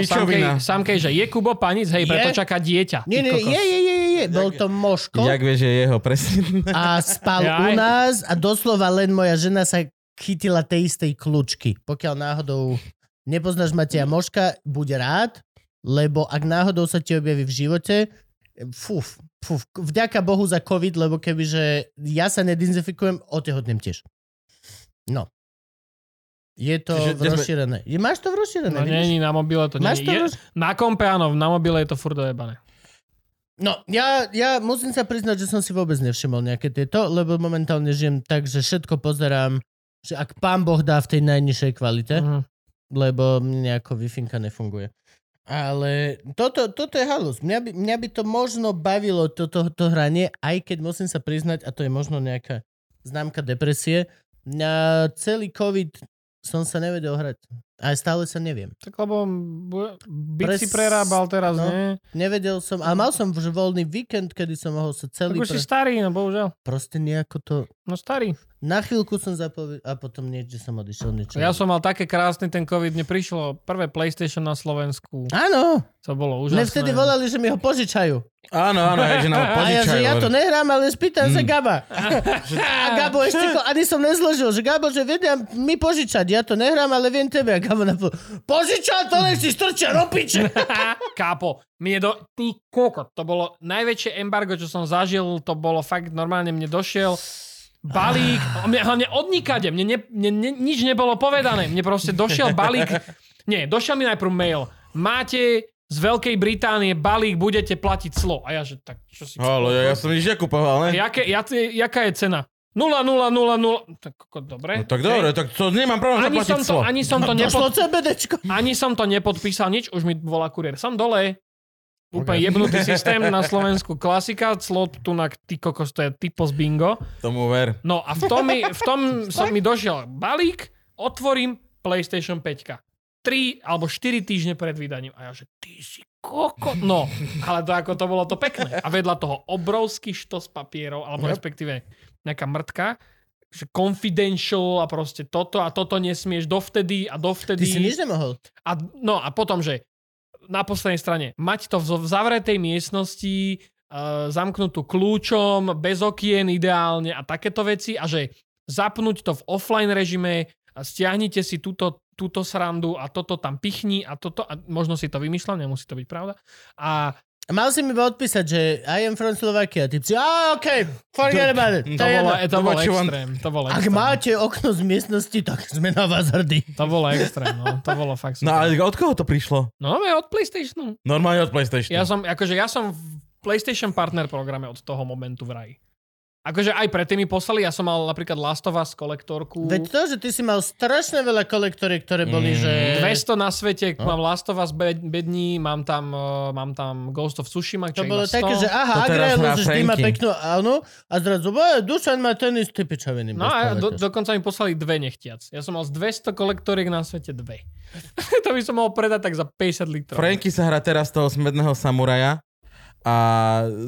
To pičovina.
Samkej, Samkej, že je Kubo Panic,
Je?
hej, preto čaká dieťa.
Nie,
Ty
nie,
kokos. No,
je, je, je, je, je. Bol to moško
Jak vieš, že je jeho,
<laughs>
presne.
a spal
Jaj.
u nás a doslova len moja žena sa chytila tej istej kľúčky. Pokiaľ náhodou nepoznáš Mateja Moška, buď rád, lebo ak náhodou sa ti objaví v živote, fuf, fuf, vďaka Bohu za COVID, lebo kebyže ja sa nedezinfikujem, otehotnem tiež. No. Je to
Čiže
v
kde sme-
rozšírené. Je- Máš to v rozšírené,
No
vidíš?
není na mobile to
Máš
není.
to
Je,
roz-
na kompe áno, na mobile je to furt dojebané.
No, ja, ja musím sa priznať, že som si vôbec nevšimol nejaké tieto, lebo momentálne žijem tak, že všetko pozerám, že ak pán Boh dá v tej najnižšej kvalite,
Mhm.
lebo mne nejako wi nefunguje. Ale toto, toto je halus. Mňa by, mňa by to možno bavilo, toto to, to hranie, aj keď musím sa priznať, a to je možno nejaká známka depresie, na celý COVID som sa nevedel hrať. A stále sa neviem.
Tak lebo bu- byt
Pres-
si prerábal teraz,
no.
nie?
Nevedel som, a mal som že voľný víkend, kedy som mohol sa
Tak
celý...
už si
Pre...
starý, no bohužiaľ.
Proste nejako to...
No starý.
Na chvíľku som zapovedal a potom niečo som odišiel. Niečo.
Ja som mal také krásny ten COVID, mne prišlo prvé PlayStation na Slovensku.
Áno,
To bolo
mne
úžasné.
vtedy volali, že mi ho požičajú.
Áno, áno, hej, že nám ho
A ja, že
požičajú.
ja to nehrám, ale spýtam
Mm.
sa
<laughs>
Gaba. A Gabo ešte ko, ani som nezložil, že Gabo, že viem mi požičať, ja to nehrám, ale viem tebe. A kamo na po... Požičal to, nech si strčia do piče.
<laughs> Kápo, mne do... Ty kokot, to bolo najväčšie embargo, čo som zažil, to bolo fakt normálne, mne došiel balík,
Ah.
mne, hlavne odnikade, mne, ne, mne ne, nič nebolo povedané, mne proste došiel
<laughs>
balík, nie, došiel mi najprv mail, máte z Veľkej Británie balík, budete platiť clo. A ja že, tak čo si...
Halo, ja, ja som nič nekupoval, ne?
Jaké, ja, jaká je cena? 0, 0, 0, 0. Tak kokot,
No,
dobre.
tak dobre, tak to nemám problém
Ani
zaplatiť
som, to,
clo.
ani som to nepod...
Došlo CBDčko.
Ani som to nepodpísal, nič, už mi volá kuriér. Som dole, úplne jebnutý systém na Slovensku. Klasika, slot tu na ty kokos, to je typos bingo.
Tomu ver.
No a v tom, mi, v tom som mi došiel balík, otvorím PlayStation 5. 3 alebo 4 týždne pred vydaním. A ja že, ty si koko... No, ale to ako to bolo to pekné. A vedľa toho obrovský štos papierov, alebo respektíve nejaká mrtka, že confidential a proste toto a toto nesmieš dovtedy a dovtedy.
Ty si nič nemohol.
A, no a potom, že na poslednej strane mať to v zo- v zavretej miestnosti, e, zamknutú kľúčom, bez okien ideálne a takéto veci a že zapnúť to v offline režime a stiahnite si túto, túto srandu a toto tam pichni a toto, a možno si to vymýšľam, nemusí to byť pravda. A
A Mal si mi iba odpísať, že I am from Slovakia. Ty si, a okej, forget about it.
to,
To je jedno.
bolo, to bolo
Dobre, čo vám-
extrém, to bolo
Ak
extrém.
máte okno z miestnosti, tak sme na vás hrdí.
To bolo extrém, no, to bolo fakt
No
super.
ale od koho to prišlo?
No, no od PlayStationu.
Normálne od PlayStation.
Ja som, akože ja som v PlayStation Partner programe od toho momentu vraj. Akože aj predtým mi poslali, ja som mal napríklad Last of Us kolektorku.
Veď to, že ty si mal strašne veľa kolektoriek, ktoré boli, že...
200 na svete,
No.
mám Last of Us bed, bední, mám tam, uh, mám tam Ghost of Tsushima,
To
čo je
bolo
iba 100.
také, že
To
aha,
teraz
Agra
hrá
vždy má
Franky.
peknú áno, a zrazu, boja, Dušan má ten istý pičoviny.
No
akože.
a do, dokonca mi poslali dve nechtiac. Ja som mal z 200 kolektoriek na svete dve. <laughs> to by som mohol predať tak za 50 litrov.
Franky sa hrá teraz toho smedného samuraja a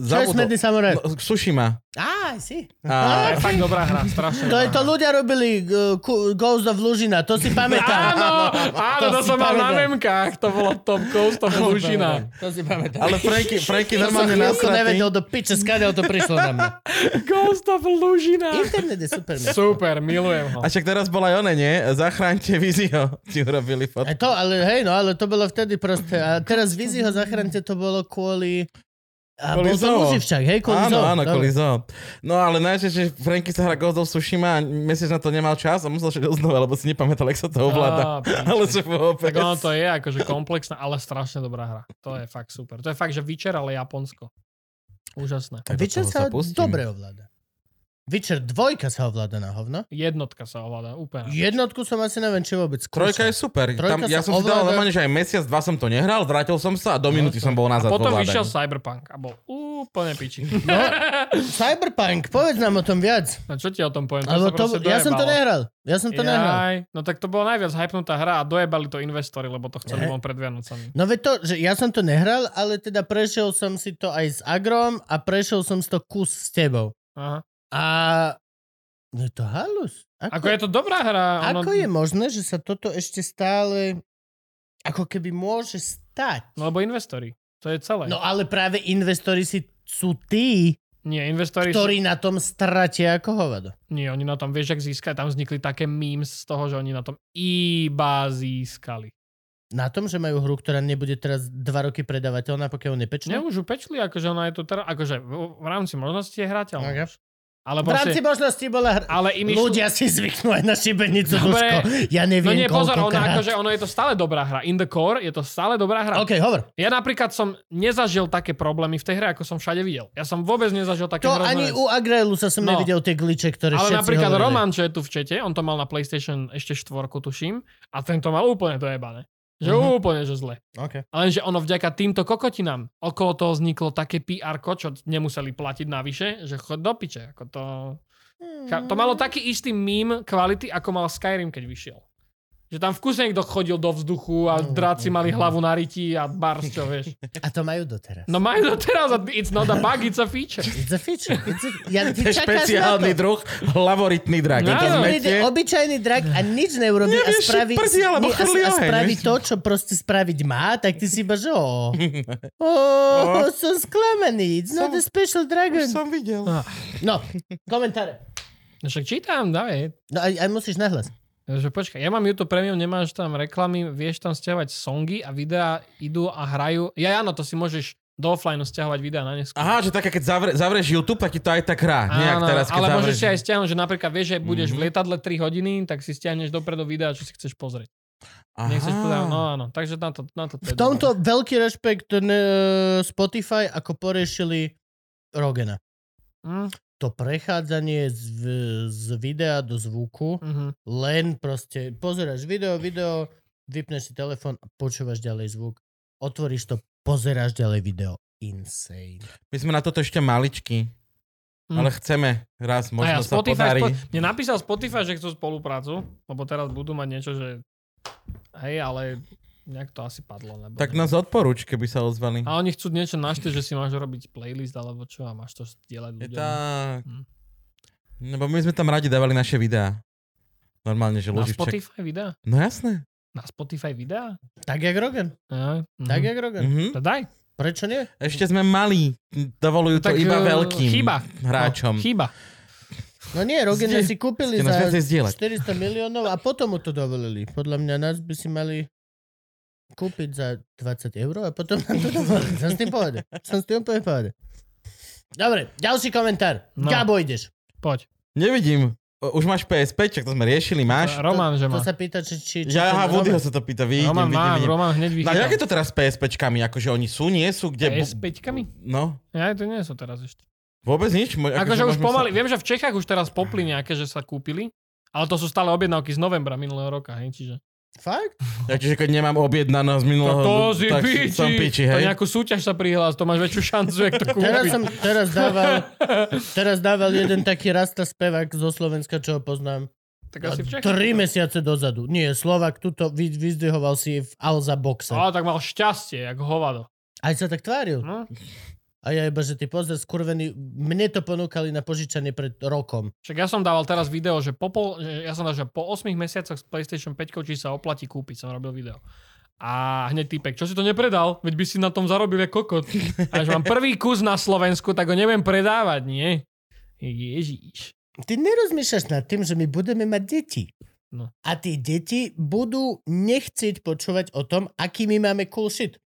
Čo je
zabudol...
smedný samuraj?
No, Sushima.
Á, si.
To
A...
je fakt dobrá hra, strašne
To je to
dobrá hra.
ľudia robili uh, ku- Ghost of Lužina, to si
<laughs>
pamätám. <laughs>
Áno, áno, to,
si
som mal na
pamätám.
memkách, to bolo top Ghost of Tsushima.
To si pamätám.
Ale Franky, Franky
Ja som
normálne
chvíľku
nasratý.
nevedel do piče, skáďal to prišlo na mňa.
Ghost of Lužina.
Internet je super. miesto.
Super, milujem ho.
A však teraz bola aj one, nie? Zachránte Vizio. <laughs> Ti urobili fotku.
A to, ale hej, no, ale to bolo vtedy proste. A teraz Vizi ho zachránte, to bolo kvôli... A
Kvôli
bol to
zoo.
Luživčak, hej, kvôli
Áno,
zoo.
áno, kvôli
Dobre.
zoo. No ale najčas, že Franky sa hrá Ghost of Tsushima a mesiac na to nemal čas a musel šiť znova, lebo si nepamätal, jak sa to ovláda.
Á, piče.
ale čo bolo
Tak ono to je akože komplexná, ale strašne dobrá hra. To je fakt super. To je fakt, že Witcher, ale Japonsko. Úžasné.
Witcher sa dobre ovláda. Witcher dvojka sa ovláda na hovno.
Jednotka sa ovláda, úplne.
Jednotku som asi neviem, či vôbec
Trojka je super.
Trojka
Tam, ja
sa
som si dal
ovláda-
normálne, že aj mesiac, dva som to nehral, vrátil som sa a do minúty som bol
A
nazad.
potom
vo vládaní.
vyšiel Cyberpunk a bol úplne piči.
No, Cyberpunk, povedz nám o tom viac.
No čo ti o tom poviem?
Alebo
sa
to,
proste
ja som to
dojebalo.
nehral. Ja som to nehral.
Jaj, no tak to bola najviac hypnutá hra a dojebali to investori, lebo to chceli von pred Vianocami.
No veď to, že ja som to nehral, ale teda prešiel som si to aj s Agrom a prešiel som si to kus s tebou.
Aha.
A je to halus.
Ako je to no- dobrá hra. ono-
ako je možné, že sa toto ešte stále ako keby môže stať?
No lebo investori. To je celé.
No ale práve investori si sú tí,
Nie, investori sú-
ktorí na tom stratia ako hovado.
Nie, oni na tom, vieš, ak získali, tam vznikli také memes z toho, že oni na tom iba získali.
Na tom, že majú hru, ktorá nebude teraz dva roky predávateľná, pokiaľ ju nepečnú?
Ne, už ju pečli, akože ona je tu teraz, akože v, v rámci možnosti je hrateľná.
Ok.
Ale
V rámci
proste,
možností bola hra.
ale im išlo-
Ľudia si zvyknú aj na šibenicu,
<laughs> Dobre.
Duško. Ja
No
neviem,
nie, pozor,
koľko
ona, akože ono je to stále dobrá hra. In the core je to stále dobrá hra.
OK, hovor.
Ja napríklad som nezažil také problémy v tej hre, ako som všade videl. Ja som vôbec nezažil také
To
hrozné
ani
veci.
u Agrailu sa som
No.
nevidel tie gliče, ktoré všetci
Ale napríklad
hovorili.
Roman, čo je tu v čete, on to mal na PlayStation ešte štvorku, tuším, a tento mal úplne dojebané. Že
Mhm.
úplne, že zle.
OK.
Lenže ono vďaka týmto kokotinám okolo toho vzniklo také pr čo nemuseli platiť navyše, že chod do piče. Ako to, Chá- to malo taký istý meme kvality, ako mal Skyrim, keď vyšiel. Že tam v kuse niekto chodil do vzduchu a dráci mali hlavu na ryti a bars, čo vieš.
A to majú doteraz.
No majú to teraz a it's not a bug, it's a feature.
It's a feature. It's a... Ja, ty
To je
čakáš na
špeciálny
to.
druh, lavoritný drak.
No,
No, to
Keď príde
zmete.
obyčajný drak a nič neurobí a
Nevieš,
spraví,
prsi alebo
nie, a,
chrlí
a
oheň,
spraví
vieš.
to, čo proste spraviť má, tak ty si iba, že
<laughs>
ó, ó, som sklamaný, it's not a special dragon.
Som videl.
No, komentáre.
No Však čítam, dáve.
No aj, aj musíš nahlas.
Že počkaj, ja mám YouTube Premium, nemáš tam reklamy, vieš tam stiahovať songy a videá idú a hrajú. Ja áno, to si môžeš do offline stiahovať videá na neskôr.
Aha, že také, keď zavre, zavrieš YouTube, tak ti to aj tak hrá. Nejak
Áno,
teraz, keď Mhm.
ale môžeš
zavrieš...
si aj stiahnuť, že napríklad vieš, že budeš v lietadle 3 hodiny, tak si stiahneš dopredu videa, čo si chceš pozrieť.
Aha.
Nechceš pozrieť, no áno, takže na to, na to
Teda
V
teda to je
no.
tomto veľký rešpekt e, Spotify, ako poriešili Rogena.
dobré. Mm,
To prechádzanie z, v- z videa do zvuku,
mhm.
len proste pozeráš video, video, vypneš si telefón a počúvaš ďalej zvuk. Otvoríš to, pozeráš ďalej video. Insane.
My sme na toto ešte maličky.
Hm.
Ale chceme raz,
a ja,
možno sa
Spotify,
podarí.
Spo- mne napísal Spotify, že chcú spoluprácu, lebo teraz budú mať niečo, že hej, ale nejak to asi padlo. Nebo
Tak no- nás odporúč, keby sa ozvali.
A oni chcú niečo našte, že si máš robiť playlist alebo čo a máš to zdieľať
Je
ľuďom.
tak...
Hm.
Lebo my sme tam radi dávali naše videá. Normálne, že
Na
ľudí včak...
Spotify videá?
No jasné.
Na Spotify videá?
Tak jak Rogan.
Ja, mhm.
Tak jak Rogan.
Mhm.
To daj.
Prečo nie?
Ešte sme mali. Dovolujú to
Tak,
iba
eh,
veľkým
chyba.
hráčom.
Chyba.
No nie, Rogena
Ste-
si kúpili
ste nás
za
viacej zdieľať.
400 miliónov a potom mu to dovolili. Podľa mňa nás by si mali kúpiť za 20 eur a potom nám to dovolili. Som s tým pohode. Som s tým úplne v pohode. Dobre, ďalší komentár.
No.
No. Gabo ideš.
Poď.
Nevidím. O, Už máš PS5, čak to sme riešili, máš?
Roman, že
To
má.
sa pýta, či... či, či
Ja, aha,
ten
Woodyho
Roman-
sa to pýta, vidím,
Roman
vidím,
mám,
vidím.
Roman hneď
No a
vychytal.
jak je to teraz s PSPčkami? Akože oni sú, nie sú, kde... bu-
PS5-kami?
No,
Ja to nie sú teraz ešte.
vôbec nič. Mo-
Akože už
môžeme
pomaly,
sa-
viem, že v Čechách už teraz popli nejaké, že sa kúpili, ale to sú stále objednávky z novembra minulého roka, hej, čiže.
Fakt?
Ja čiže keď nemám objednaného z minulého...
to si
No, tak
piči,
som piči,
to
hej.
nejakú súťaž sa prihlás, to máš väčšiu šancu, jak to
Teraz
kúpiť.
som, teraz
<laughs>
dával, teraz dával jeden taký rasta spevák zo Slovenska, čo ho poznám.
tak asi v Čechách.
Tri mesiace dozadu. Nie, Slovak tuto vy, vyzdvihoval si v Alza boxe.
Ale tak mal šťastie, jak hovado.
Aj sa tak tváril.
No,
A ja iba, že ty pozri, skurvený, mne to ponúkali na požičanie pred rokom.
však ja som dával teraz video, že po, pol, že ja som dal, že po 8 mesiacoch s PlayStation 5, či sa oplatí kúpiť, som robil video. A hneď týpek, čo si to nepredal? Veď by si na tom zarobil jak kokot. A že mám prvý kus na Slovensku, tak ho neviem predávať, nie? Ježiš.
Ty nerozmýšľaš nad tým, že my budeme mať deti.
No.
A tie deti budú nechcieť počúvať o tom, aký my máme cool
<laughs>
shit.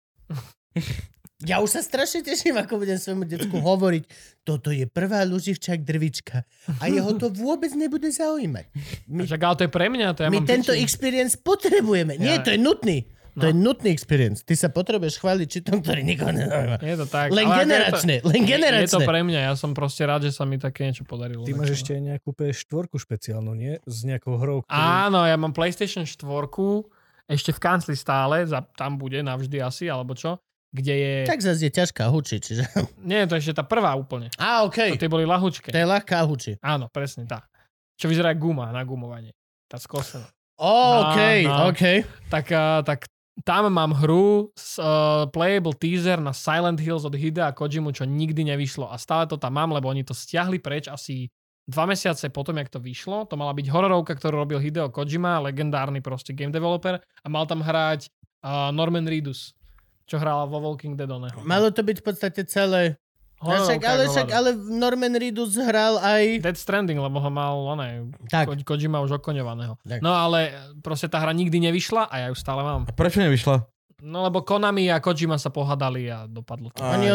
Ja už sa strašne teším, ako budem svojmu decku hovoriť. Toto je prvá luživčák drvička. A jeho
<laughs>
to vôbec nebude zaujímať. My,
Však ale to je pre mňa, to ja
my
mám
tento
piči.
experience potrebujeme. Nie,
Ja-
to je nutný. To je
No.
nutný experience. Ty sa potrebuješ chváliť čitom, ktorý nikoho nezaujíma.
Je to tak.
Len
ale ako
generačné,
je to,
len
je- Je to
generačné.
pre mňa, ja som proste rád, že sa mi také niečo podarilo.
Ty máš ešte aj nejakú PS4 špeciálnu, nie? S nejakou hrou, ktorú...
Áno, ja mám PlayStation 4, ešte v kancli stále, za, tam bude navždy asi, alebo čo, kde je...
Tak zase je ťažká huči, čiže...
Nie, to je ešte tá prvá úplne.
A,
To
okej.
tie boli lahučké.
To je ľahká huči.
Áno, presne tá. Čo vyzerá jak guma na gumovanie. Tá skosená.
Ó, okej,
no.
okej.
Tak, a, tak tam mám hru, s, uh, playable teaser na Silent Hills od Hidea a Kojimu, čo nikdy nevyšlo a stále to tam mám, lebo oni to stiahli preč asi dva mesiace potom, jak to vyšlo. To mala byť hororovka, ktorú robil Hideo Kojima, legendárny proste game developer a mal tam hrať uh, Norman Reedus, čo hral vo Walking Dead oného.
Malo to byť v podstate celé. Ale však, ale,
jak
však,
hovado.
ale Norman Reedus hral aj...
Dead Stranding, lebo ho mal oné,
Tak,
Ko- Kojima už okoňovaného.
Tak.
No ale proste tá hra nikdy nevyšla a ja ju stále
A
mám.
prečo nevyšla?
No lebo Konami a Kojima sa pohádali a dopadlo to.
A- Aj,
oni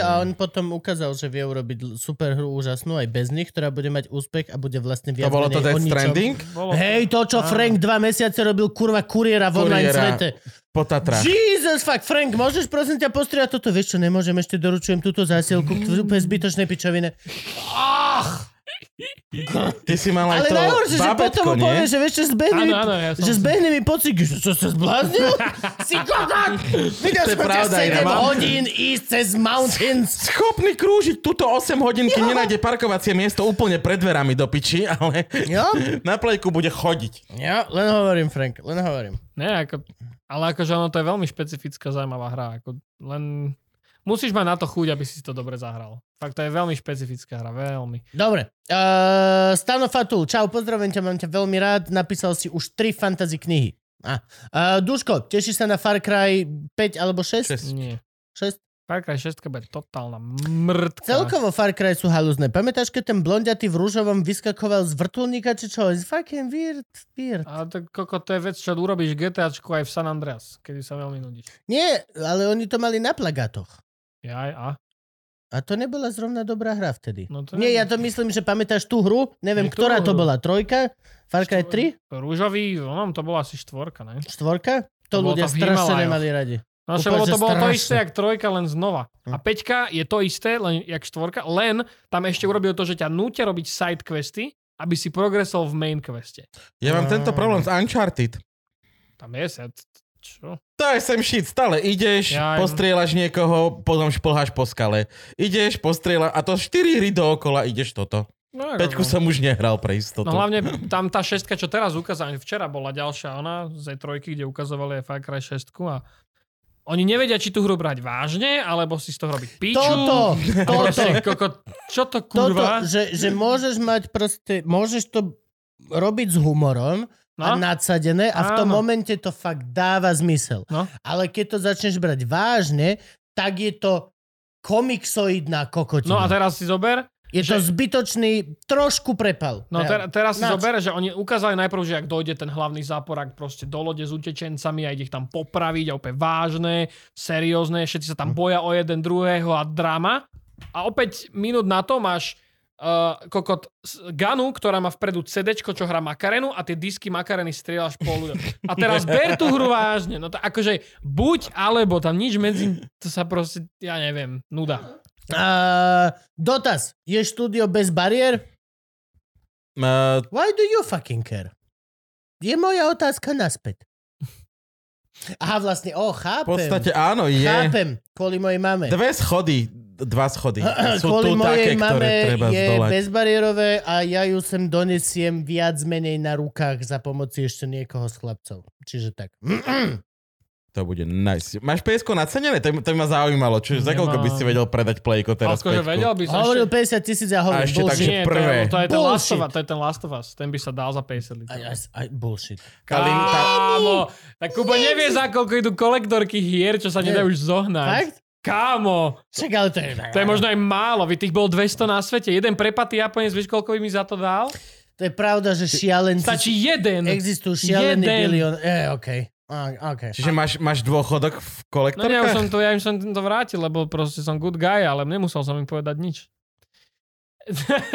si.
a on potom ukázal, že vie urobiť l- super hru úžasnú aj bez nich, ktorá bude mať úspech a bude vlastne
To
viac
bolo to
menej o
Death
ničom.
Stranding?
Bolo
Hej, to, čo
Áno.
Frank dva mesiace robil, kurva, kuriéra v online
Kuriéra.
svete.
Po Tatrách.
Jesus, fuck, Frank, môžeš prosím ťa postriať toto? Vieš čo, nemôžem, ešte doručujem túto zásielku k úplne zbytočnej pičovine.
Ty si mal aj
Ale
to
najhoršie, že potom
babetko,
mu povie,
nie?
že vieš čo, zbehne
Áno,
mi,
áno, ja som
že
si-
zbehne mi pocit, že čo sa
<laughs>
zbláznil? si kokot! Videl
To je
som ťa
pravda,
7
Ivan.
hodín ísť cez mountains.
Schopný krúžiť túto 8 hodín, keď
Jo.
nenájde parkovacie miesto úplne pred dverami do piči, ale <laughs>
Jo,
na plejku bude chodiť.
jo, len hovorím, Frank, len hovorím.
Ne, ako, ale akože ono to je veľmi špecifická zaujímavá hra. Ako, len musíš mať na to chuť, aby si to dobre zahral. Fakt to je veľmi špecifická hra, veľmi.
Dobre, uh, Stano Fatul, čau, pozdravujem ťa, mám ťa veľmi rád, napísal si už 3 fantasy knihy. eh, A, uh, Duško, tešíš sa na Far Cry 5 alebo 6? 6.
Nie. Far Cry 6 bude totálna mŕtka.
Celkovo Far Cry sú halúzne. Pamätáš, keď ten blondiatý v rúžovom vyskakoval z vrtulníka, či čo? It's fucking weird, weird.
A to, koko, to je vec, čo urobíš GTAčku aj v San Andreas, kedy sa veľmi nudíš.
Nie, ale oni to mali na plagátoch.
Ja aj a.
A to nebola zrovna dobrá hra vtedy.
No to
Nie,
neviem.
ja to myslím, že pamätáš tú hru, neviem, ktorá
Ktorú
to
hru?
bola, trojka? Far Cry 3?
Rúžový, onom to bola asi štvorka, ne?
Štvorka? To
To bolo
ľudia
tam v
strašne
Himalajoch.
nemali radi.
No,
Úplne,
lebo to
že
bolo to
strašne.
isté, jak trojka, len znova. A peťka je to isté, len jak štvorka, len tam ešte urobil to, že ťa nútia robiť side questy, aby si progresol v main queste.
Ja mám
No.
tento problém s Uncharted.
Tam je set. Čo?
To je sem shit, stále ideš,
Jaj.
postrieľaš niekoho, potom šplháš po skale. Ideš, postrieľaš a to 4 hry dookola ideš toto.
No, ako-
Peťku som už nehral pre istotu.
No hlavne tam tá šestka, čo teraz ukázali, včera bola ďalšia ona z trojky, kde ukazovali aj Far Cry 6 a oni nevedia, či tú hru brať vážne, alebo si z toho robiť piču. <laughs>
Toto,
A
toto,
proste, koko, čo to
toto,
kurva?
že, že môžeš mať proste, môžeš to robiť s humorom no? a
No?
nadsadené a v tom
Áno.
momente to fakt dáva zmysel.
No.
Ale keď to začneš brať vážne, tak je to komiksoidná kokotina.
no a teraz si zober,
je to
že-
zbytočný trošku prepal.
No ter- teraz si
Nač-
zober, že oni ukázali najprv, že ak dojde ten hlavný záporák proste do lode s utečencami a ide ich tam popraviť a opäť vážne, seriózne, všetci sa tam boja o jeden druhého a drama. A opäť minút na to máš uh, kokot s- Ganu, ktorá má vpredu CD, čo hrá Makarenu a tie disky Makareny strieľaš po ľuďom. A teraz ber tú hru vážne. No to akože buď alebo, tam nič medzi, to sa proste, ja neviem, nuda.
A, dotaz. Je štúdio bez bariér?
Uh,
Why do you fucking care? Je moja otázka
<laughs>
naspäť. Aha, vlastne, o,
v
chápem.
podstate áno, je
Chápem, kvôli mojej mame. <clears throat>
dve schody, dva schody. Sú
kvôli
tu také,
mojej
ktoré
mame
treba
je
zdolať.
bezbariérové a ja ju sem donesiem viac menej na rukách za pomoci ešte niekoho z chlapcov. Čiže tak.
To bude nice. Máš PSK nacenené? To, to by ma zaujímalo. Čiže za koľko by si vedel predať Playko teraz?
Akože
Peťku?
vedel by som
Hovoril 50 tisíc a hovoril
A ešte
bullshit.
takže
Nie,
prvé.
To je, to je ten Last of
Bullshit.
Us, to je ten Last of Us. Ten by sa dal za 50
Aj,
litrov.
aj, aj bullshit.
Kalinta.
Kámo, tak Kubo nevie, za koľko idú kolektorky hier, čo sa
Nie.
nedajú už zohnať.
Fakt?
Kámo,
Však ale to je...
to je možno aj málo. Vy tých bol 200 na svete. Jeden prepatý Japonec, vieš, koľko by mi za to dal?
To je pravda, že šialenci...
Stačí jeden.
Existujú šialený
No. Jeden.
bilión... Eh, okej. A- okej.
Čiže máš, máš dôchodok v
No ja už
kolektorkách?
som to, ja im som to vrátil, lebo proste som good guy, ale nemusel som im povedať nič.
<laughs>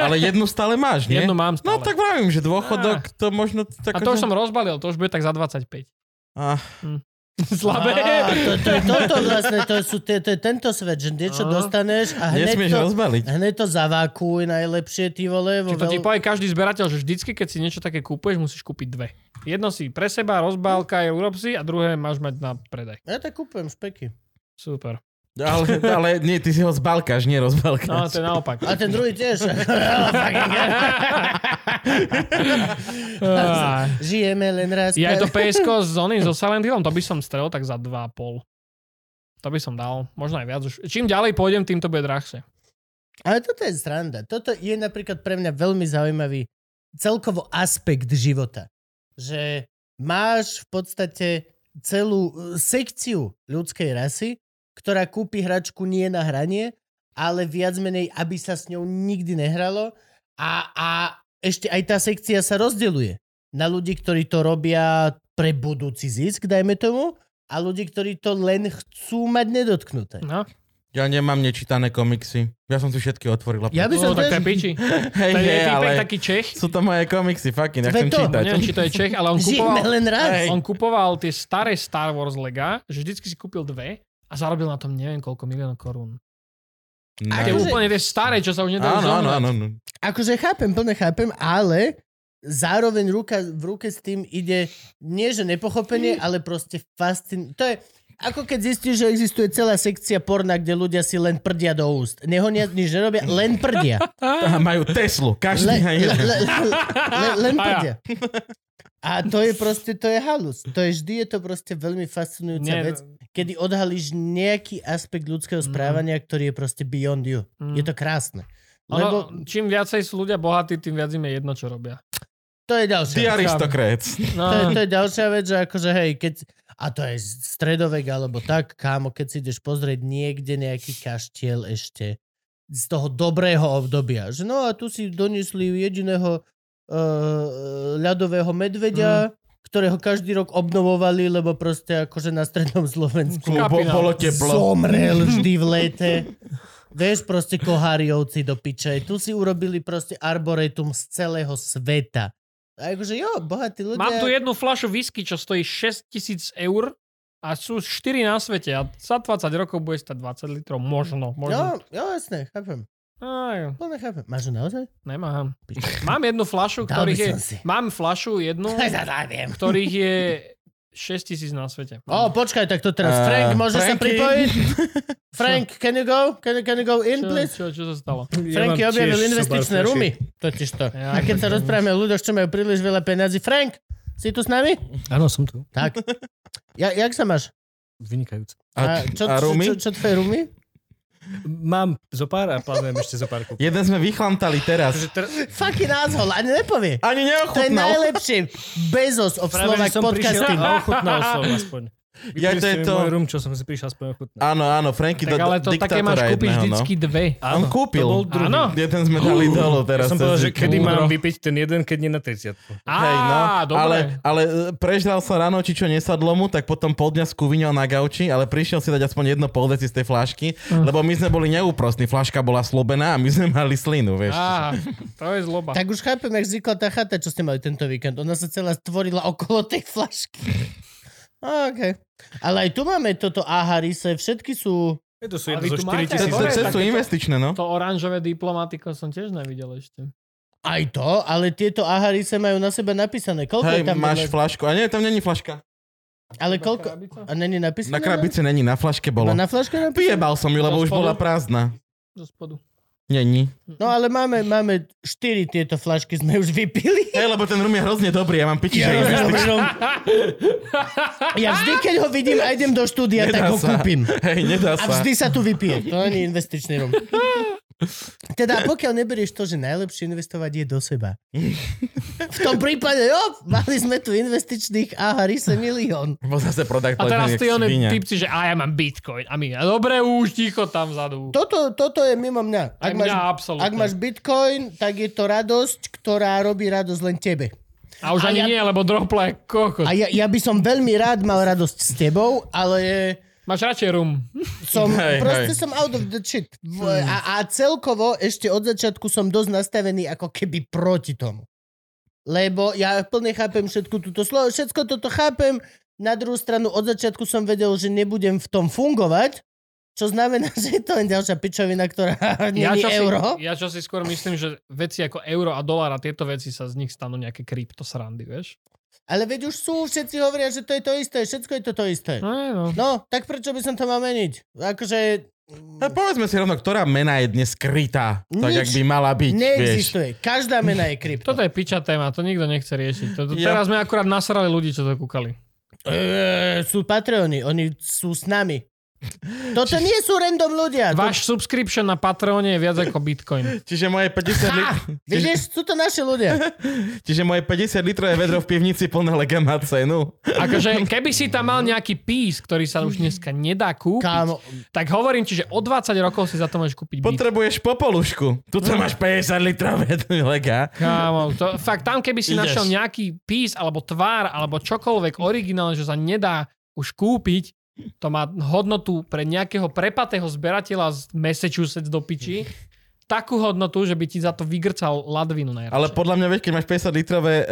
Ale jednu stále máš, nie?
Jednu mám stále. Ah.
No tak vravím, že dôchodok to možno... Tak akože-
A to už som rozbalil, to už bude tak za 25.
Ah.
<laughs> Slabé.
Á, to, to, je toto vlastne, to, sú, to, to je tento svet, že niečo
Á.
dostaneš a hneď
Nesmieš
to, <laughs>
rozbaliť.
hneď to zavákuj najlepšie, ty vole. Vo
Čiže to ti
No, veľ-
povie každý zberateľ, že vždycky, keď si niečo také kúpuješ, musíš kúpiť dve. Jedno si pre seba, rozbálka, urob si a druhé máš mať na predaj.
Ja tak kúpujem špeky.
Super.
Ale, ale nie, ty si ho zbalkáš, nie rozbalkáš.
No, to je naopak.
A ten druhý
<laughs>
tiež. Fucking hell.
Á,
Žijeme len raz.
Ja
<laughs>
je to PSK s oným, so Silent Hillom, to by som strel tak za 2,5. To by som dal, možno aj viac už. Čím ďalej pôjdem, tým to bude drahšie.
Ale toto je sranda. Toto je napríklad pre mňa veľmi zaujímavý celkovo aspekt života. Že máš v podstate celú e, sekciu ľudskej rasy, ktorá kúpi hračku nie na hranie, ale viac menej, aby sa s ňou nikdy nehralo. A, a ešte aj tá sekcia sa rozdeľuje na ľudí, ktorí to robia pre budúci zisk, dajme tomu, a ľudí, ktorí to len chcú mať nedotknuté.
No,
Ja nemám nečítané komiksy. Ja som si všetky otvorila.
Ja by
no
som
tak
tiež-
to je
<laughs>
piči.
Hej,
To je
hej, ale
týpek taký Čech,
sú to moje komiksy, fucking, ja chcem
Veď to-
čítať.
neviem, či to je Čech, ale on
Žijeme
kupoval,
len raz.
Hej.
On kupoval tie staré Star Wars lega, že vždycky si kúpil dve a zarobil na tom neviem koľko miliónov korún.
No.
Tie
Akože-
úplne tie staré, čo sa už nedajú
Áno, áno,
zohnať.
áno. áno.
Akože chápem, plne chápem, ale zároveň ruka, v ruke s tým ide nie že
Mm.
nepochopenie, ale proste fascin... To je ako keď zistíš, že existuje celá sekcia porna, kde ľudia si len prdia do úst. Nehonia, nič nerobia, len
<laughs>
prdia.
Aha, majú Teslu, každý
Le,
aj
le,
jeden.
le, le,
<laughs>
len prdia. A to je proste, to je halus. To je vždy je to proste veľmi fascinujúca
Nie, no- Mhm.
vec, kedy odhalíš nejaký aspekt ľudského správania, ktorý je proste beyond you. Je
Mm.
to krásne.
Ono,
Lebo
čím viacej sú ľudia bohatí, tým viac im je jedno, čo robia.
To je ďalšia
Ty
vec.
aristokréc.
No,
To je, to je ďalšia vec, že akože hej, keď... A to je stredovek alebo tak, kámo, keď si ideš pozrieť niekde nejaký kaštiel ešte z toho dobrého obdobia. Že no a tu si doniesli jediného uh, ľadového
Mm.
medveďa, ktorého každý rok obnovovali, lebo proste akože na strednom Slovensku
Kapina.
Bo, bolo teplo.
zomrel vždy v lete. Vieš, proste koháriovci do piče. Tu si urobili proste arboretum z celého sveta. A akože jo, bohatí ľudia...
Mám tu jednu fľašu whisky, čo stojí 6000 eur a sú 4 na svete a za 20 rokov bude stať 20 litrov, možno.
Jo,
možno.
jo, jasné, chápem.
Aj,
Plne chápem. Máš ho naozaj?
nemám.
Piče.
Mám jednu fľašu,
Dal by
ktorých je... No.
som si.
Mám fľašu
<laughs>
jednu,
Ja to viem.
ktorých je 6000 na svete.
O, počkaj, tak to teraz.
Eh,
Frank, môže sa
Franky?
<laughs> pripojiť? Frank, can you go? Can, can you go in,
čo,
please?
čo, čo sa stalo?
Franky objavil investičné rumy. Totiž to.
Ja,
A keď sa
tak-
rozprávame o ľuďoch, čo majú príliš veľa peniazy. Frank, si tu s nami?
Áno, som tu.
Tak. Ja, jak sa máš?
Vynikajúce.
A,
čo,
a rumy?
Čo, čo, čo tvoje rumy?
Mám zo pár a plánujem ešte zo pár kúpiť.
Jeden sme vychlantali teraz.
Takže teraz...
Fucking asshole, ani nepovie. To je
Ani neochutnal.
najlepšie. Bezos of Slovak
som prišiel
<laughs>
podcasting.
a ochutnal som aspoň.
Ja, to je
Vypili ste mi
to-
Môj rum, čo som si prišiel aspoň ochutnal.
Áno, áno, Franky do
Tak ale to také máš
diktátora
kúpiť
jedného, no.
vždycky dve.
On kúpil.
To bol druhý.
Áno.
Jeden sme dali dolu
Ja
teraz.
som
cez
povedal, že
víkend.
kedy
Múdro.
mám vypiť ten jeden, keď nie na 30.
Á,
Hej, no, ale,
dobre.
ale e, prežral sa ráno, či čo nesadlo mu, tak potom pol dňa skúvinil na gauči, ale prišiel si dať aspoň jedno pol deci z tej flášky, lebo my sme boli neúprostní, fláška bola slobená a my sme <laughs> mali slinu, vieš.
Á, to je zloba.
Tak už chápem, jak vznikla tá chata, čo ste mali tento víkend. Ona sa celá stvorila okolo tej flašky. <laughs> OK. Ale aj tu máme toto aha rise, všetky sú...
Je to sú jedno
Ale vy
zo
tu
4
máte
To,
tisíc.
to, to sú investičné, no.
To oranžové diplomatiko som tiež nevidel ešte.
Aj to, ale tieto aha rise majú na sebe napísané. Koľko je
Hej,
tam?
máš
vedľa-
flašku. A nie, tam není flaška.
ale
Na
koľko...
krabica?
A není napísané?
Na krabici není, na flaške
Iba
bolo.
Na flaške napísané?
Vyjebal som ju, lebo už
Spolu?
bola prázdna.
Zo spodu.
Není.
No ale máme, máme štyri tieto flašky sme už vypili.
<laughs> Hej, lebo ten rum je hrozne dobrý, ja mám piči, že investičný.
Ja vždy, keď ho vidím a idem do štúdia, <laughs>
Nedá
tak ho
sa.
kúpim.
Hej, nedá
A
sa.
vždy sa tu
<laughs>
vypije. To nie je investičný rum. Teda pokiaľ neberieš to, že najlepšie investovať je do seba. V tom prípade, jo, mali sme tu investičných aha, rise milión.
Bo zase product
A teraz
placement
ty
jak
oné
svinia.
typci, že a ja mám bitcoin. A my, a dobre už, ticho tam vzadu.
Toto, toto je mimo mňa. Ak
Ak máš,
máš,
mňa absolútne.
ak máš bitcoin, tak je to radosť, ktorá robí radosť len tebe.
a
a
už
ja-
ani nie, lebo dropla je
A
kokot.
ja, ja by som veľmi rád mal radosť s tebou, ale
Máš radšej rum.
som, hej,
Hej,
proste
hej.
hej. som out of the shit. V-
Hm.
A, a celkovo ešte od začiatku som dosť nastavený ako keby proti tomu. Lebo ja plne chápem všetko túto slovo, všetko toto chápem. Na druhú stranu od začiatku som vedel, že nebudem v tom fungovať, čo znamená, <laughs> že je to len ďalšia pičovina, ktorá nie
Ja
je
čo, si,
euro.
ja čo si skôr myslím, že veci ako euro a dolár a tieto veci sa z nich stanú nejaké kryptosrandy, vieš?
Ale veď už sú, všetci hovoria, že to je to isté, všetko je to to isté.
No, je, no.
No, tak prečo by som to mal meniť? Akože
No povedzme si rovno, ktorá mena je dnes skrytá, tak
Nič
jak by mala byť, vieš.
neexistuje. Každá mena je krypto.
Toto je piča téma, to nikto nechce riešiť. Toto,
Ja-
Teraz sme akurát nasrali ľudí, čo to kúkali.
E, sú Patreony, oni sú s nami. Toto nie sú random ľudia. To,
Váš subscription na Patreone je viac ako bitcoin.
Čiže moje 50 li... čiže,
vidíš, sú to naši ľudia.
čiže moje 50 litrové vedro v pivnici plné lega má cenu.
Akože keby si tam mal nejaký pís, ktorý sa už dneska nedá kúpiť,
Kámo,
tak hovorím ti, že o 20 rokov si za to môžeš kúpiť byt.
Potrebuješ popolušku. Tuto máš 50 litrové lega.
Kámo, to, fakt tam keby
Ideš.
si našiel nejaký pís, alebo tvár, alebo čokoľvek originálne, že sa nedá už kúpiť, to má hodnotu pre nejakého prepatého zberateľa z Massachusetts do piči, takú hodnotu, že by ti za to vygrcal ladvinu najradšej.
Ale podľa mňa, vieš, keď máš 50 litrové e,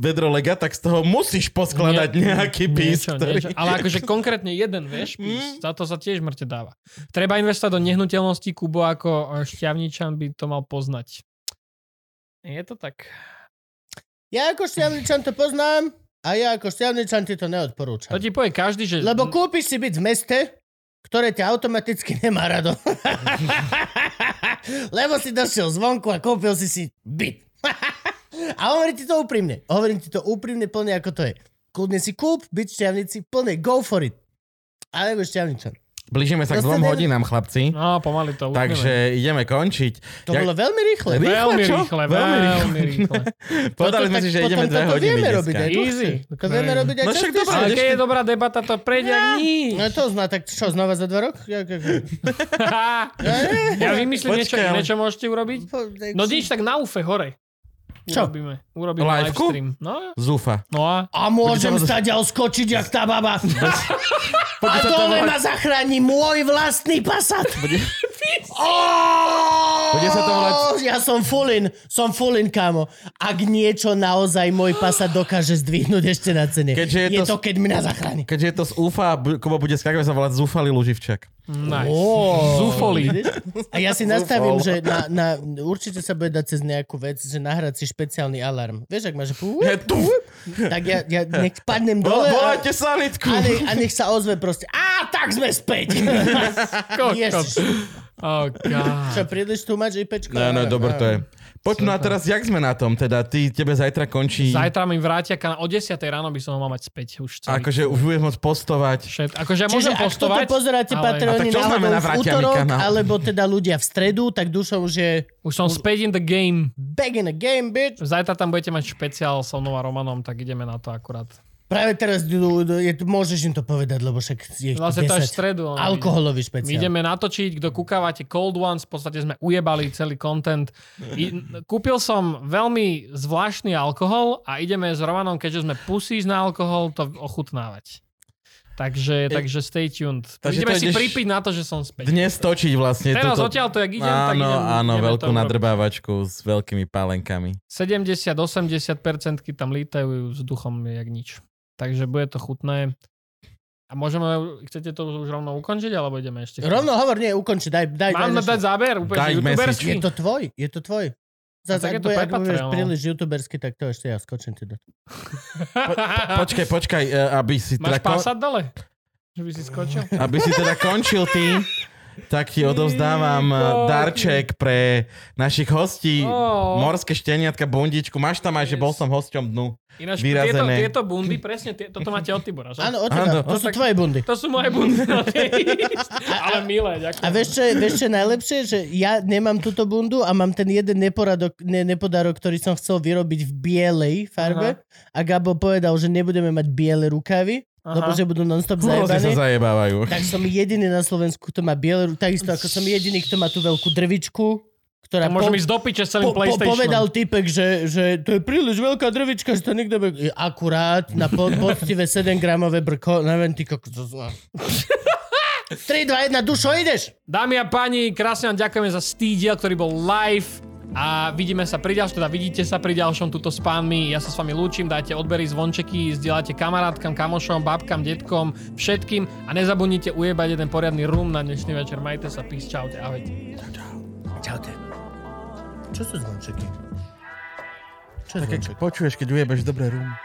vedro lega, tak z toho musíš poskladať
Nie-
nejaký pís, ktorý... Mm.
niečo. Ale akože konkrétne jeden, vieš, pís, za to sa tiež mŕte dáva. Treba investovať do nehnuteľnosti, Kubo ako e, šťavničan by to mal poznať. Je to tak.
ja ako šťavničan to poznám a ja ako šťavničan ti to neodporúčam.
To ti povie každý, že...
Lebo kúpiš si byť v meste, ktoré ťa automaticky nemá rado. <laughs> Lebo si došiel zvonku a kúpil si si byt. <laughs> a hovorím ti to úprimne. Hovorím ti to úprimne plne ako to je. Kľudne si kúp byť šťavnici plne. Go for it. Ale nebudeš šťavničan.
Blížime sa k
Proste
dvom
ne-
hodinám, chlapci.
No, pomaly to utneme.
Takže ideme končiť.
To
Ja-
bolo veľmi rýchle.
Rýchle,
Veľmi
čo?
rýchle,
Veľmi
veľmi
rýchle. <laughs> Povedali
rýchle.
Toto
sme
No tak
si, že
potom
ideme dve
toto
hodiny
vieme
dneska.
robiť aj tu.
Easy.
To vieme robiť aj
No však
častejšie.
dobrá,
Ale keď je dobrá debata, to prejde ani nič.
No to zná, tak čo, znova za dva rok? Ja, ja, ja.
Ja vymyslím niečo
Počkaj, ale-
iné, čo môžete urobiť.
Po- tak-
No nič, tak na ufe hore.
Čo?
Urobíme. Urobíme live
Liveku?
stream. No,
Zúfa.
no a
A môžem sa ďal skočiť, jak tá
<laughs>
baba.
No,
A dole ma zachráni môj vlastný Passat. <laughs>
Bude sa to volať...
Oh, ja som fulin, som fulin, kámo. Ak niečo naozaj môj Passat dokáže zdvihnúť ešte na cene,
Keďže je
je
to-
to, keď mňa zachráni.
Keďže je to z UFA, bu- Kubo bude skákať, bude sa volať Zúfalý Luživčak.
nice.
Oh,
Zúfoli.
A ja si nastavím, že na, na, určite sa bude dať cez nejakú vec, že nahrať si špeciálny alarm. Vieš, ak máš...
Je tu.
Tak ja, ja nech padnem dole... a-
Volajte sanitku!
A nech, a nech sa ozve proste, a tak sme
<laughs>
späť. Ježiš,
Oh,
<laughs>
God.
čo, príliš tu mať IPčko?
No, no, dobre to je. Poď no a teraz, jak sme na tom? Teda, ty, tebe zajtra končí...
Zajtra mi vrátia, kan- o 10 ráno by som ho mal mať späť už celý.
Akože už budeš môcť postovať.
Všet, akože ja
Čiže
môžem
ak toto
postovať,
pozeráte
ale
Patreoni
A tak čo
náhodou
znamená
v
vráťaný
útorok,
kanál?
alebo teda ľudia v stredu, tak dušo už je
už som späť in the game.
back in the game, bitch.
Zajtra tam budete mať špeciál so mnou a Romanom, tak ideme na to akurát.
Práve teraz idú- je, môžeš im to povedať, lebo však je ich tu
Vlastne to až
10.
v stredu. no.
Alkoholový
My
špeciál.
ideme natočiť, kto kúkávate Cold Ones, v podstate sme ujebali celý content. I, kúpil som veľmi zvláštny alkohol a ideme s Romanom, keďže sme pusíš na alkohol, to ochutnávať. Takže, takže stay tuned.
E- Takže
ideme
to
si
ideš-
pripiť na to, že som späť.
Dnes točiť vlastne
Teraz
toto.
odtiaľ to, jak idem, tak
Áno,
idem.
áno,
ideme to
veľkú
urobiť.
nadrbávačku s veľkými pálenkami.
70-80% tam lítajú s duchom jak nič. Takže bude to chutné. A môžeme, chcete to už rovno ukončiť, alebo ideme ešte?
Rovno hovor, nie, ukonči, daj, daj. daj,
Mám na dať záber, úplne
Daj
že
message.
youtuberský.
Je to tvoj, je to tvoj. Zas,
tak je
ak,
to
bude,
pre
ak budeš
Patreon. no.
príliš youtubersky, tak to ešte ja skočím ti do
<laughs>
Počkaj, počkaj, e, aby si
Máš
teda, kon-
pásať dole? Že by si skočil?
aby si teda končil ty, tak ti odovzdávam e,
Výborný.
darček pre našich hostí.
Ó.
Morské šteniatka, bundičku. Máš tam aj, že bol som hosťom dnu.
Ináč, tieto,
Vyrazené.
tieto bundy, presne, tie, toto máte od Tibora, že?
Áno, o
Áno,
teba, to
no
sú
tak-
tvoje bundy.
To sú moje
<laughs>
bundy. Ale milé, ďakujem.
A vieš čo, je- vieš čo je najlepšie? Že ja nemám túto bundu a mám ten jeden neporadok, ne, nepodarok, ktorý som chcel vyrobiť v bielej farbe. A Gabo povedal, že nebudeme mať biele rukavy, lebo že budú non-stop
Hrozne sa
zajebané.
zajebávajú.
Tak som jediný na Slovensku, kto má biele ruky, takisto ako som jediný, kto má tú veľkú drvičku, ktorá...
To môžem ísť do piče s celým PlayStationom.
povedal typek, že, že to je príliš veľká drvička, že to nikto by... Akurát na po, poctivé 7-gramové brko, neviem, ty kokos. 3, 2, 1, dušo, ideš!
Dámy a páni, krásne vám ďakujeme za stý diel, ktorý bol live a vidíme sa pri ďalšom, teda vidíte sa pri ďalšom tuto s pánmi. Ja sa s vami lúčim, dajte odbery, zvončeky, zdieľate kamarátkam, kamošom, babkám, detkom, všetkým a nezabudnite ujebať jeden poriadny rum na dnešný večer. Majte sa, peace, čaute, ahojte.
Čaute. Čo sú zvončeky? Čo je
Keď
zvonček?
počuješ, keď ujebeš dobré rum.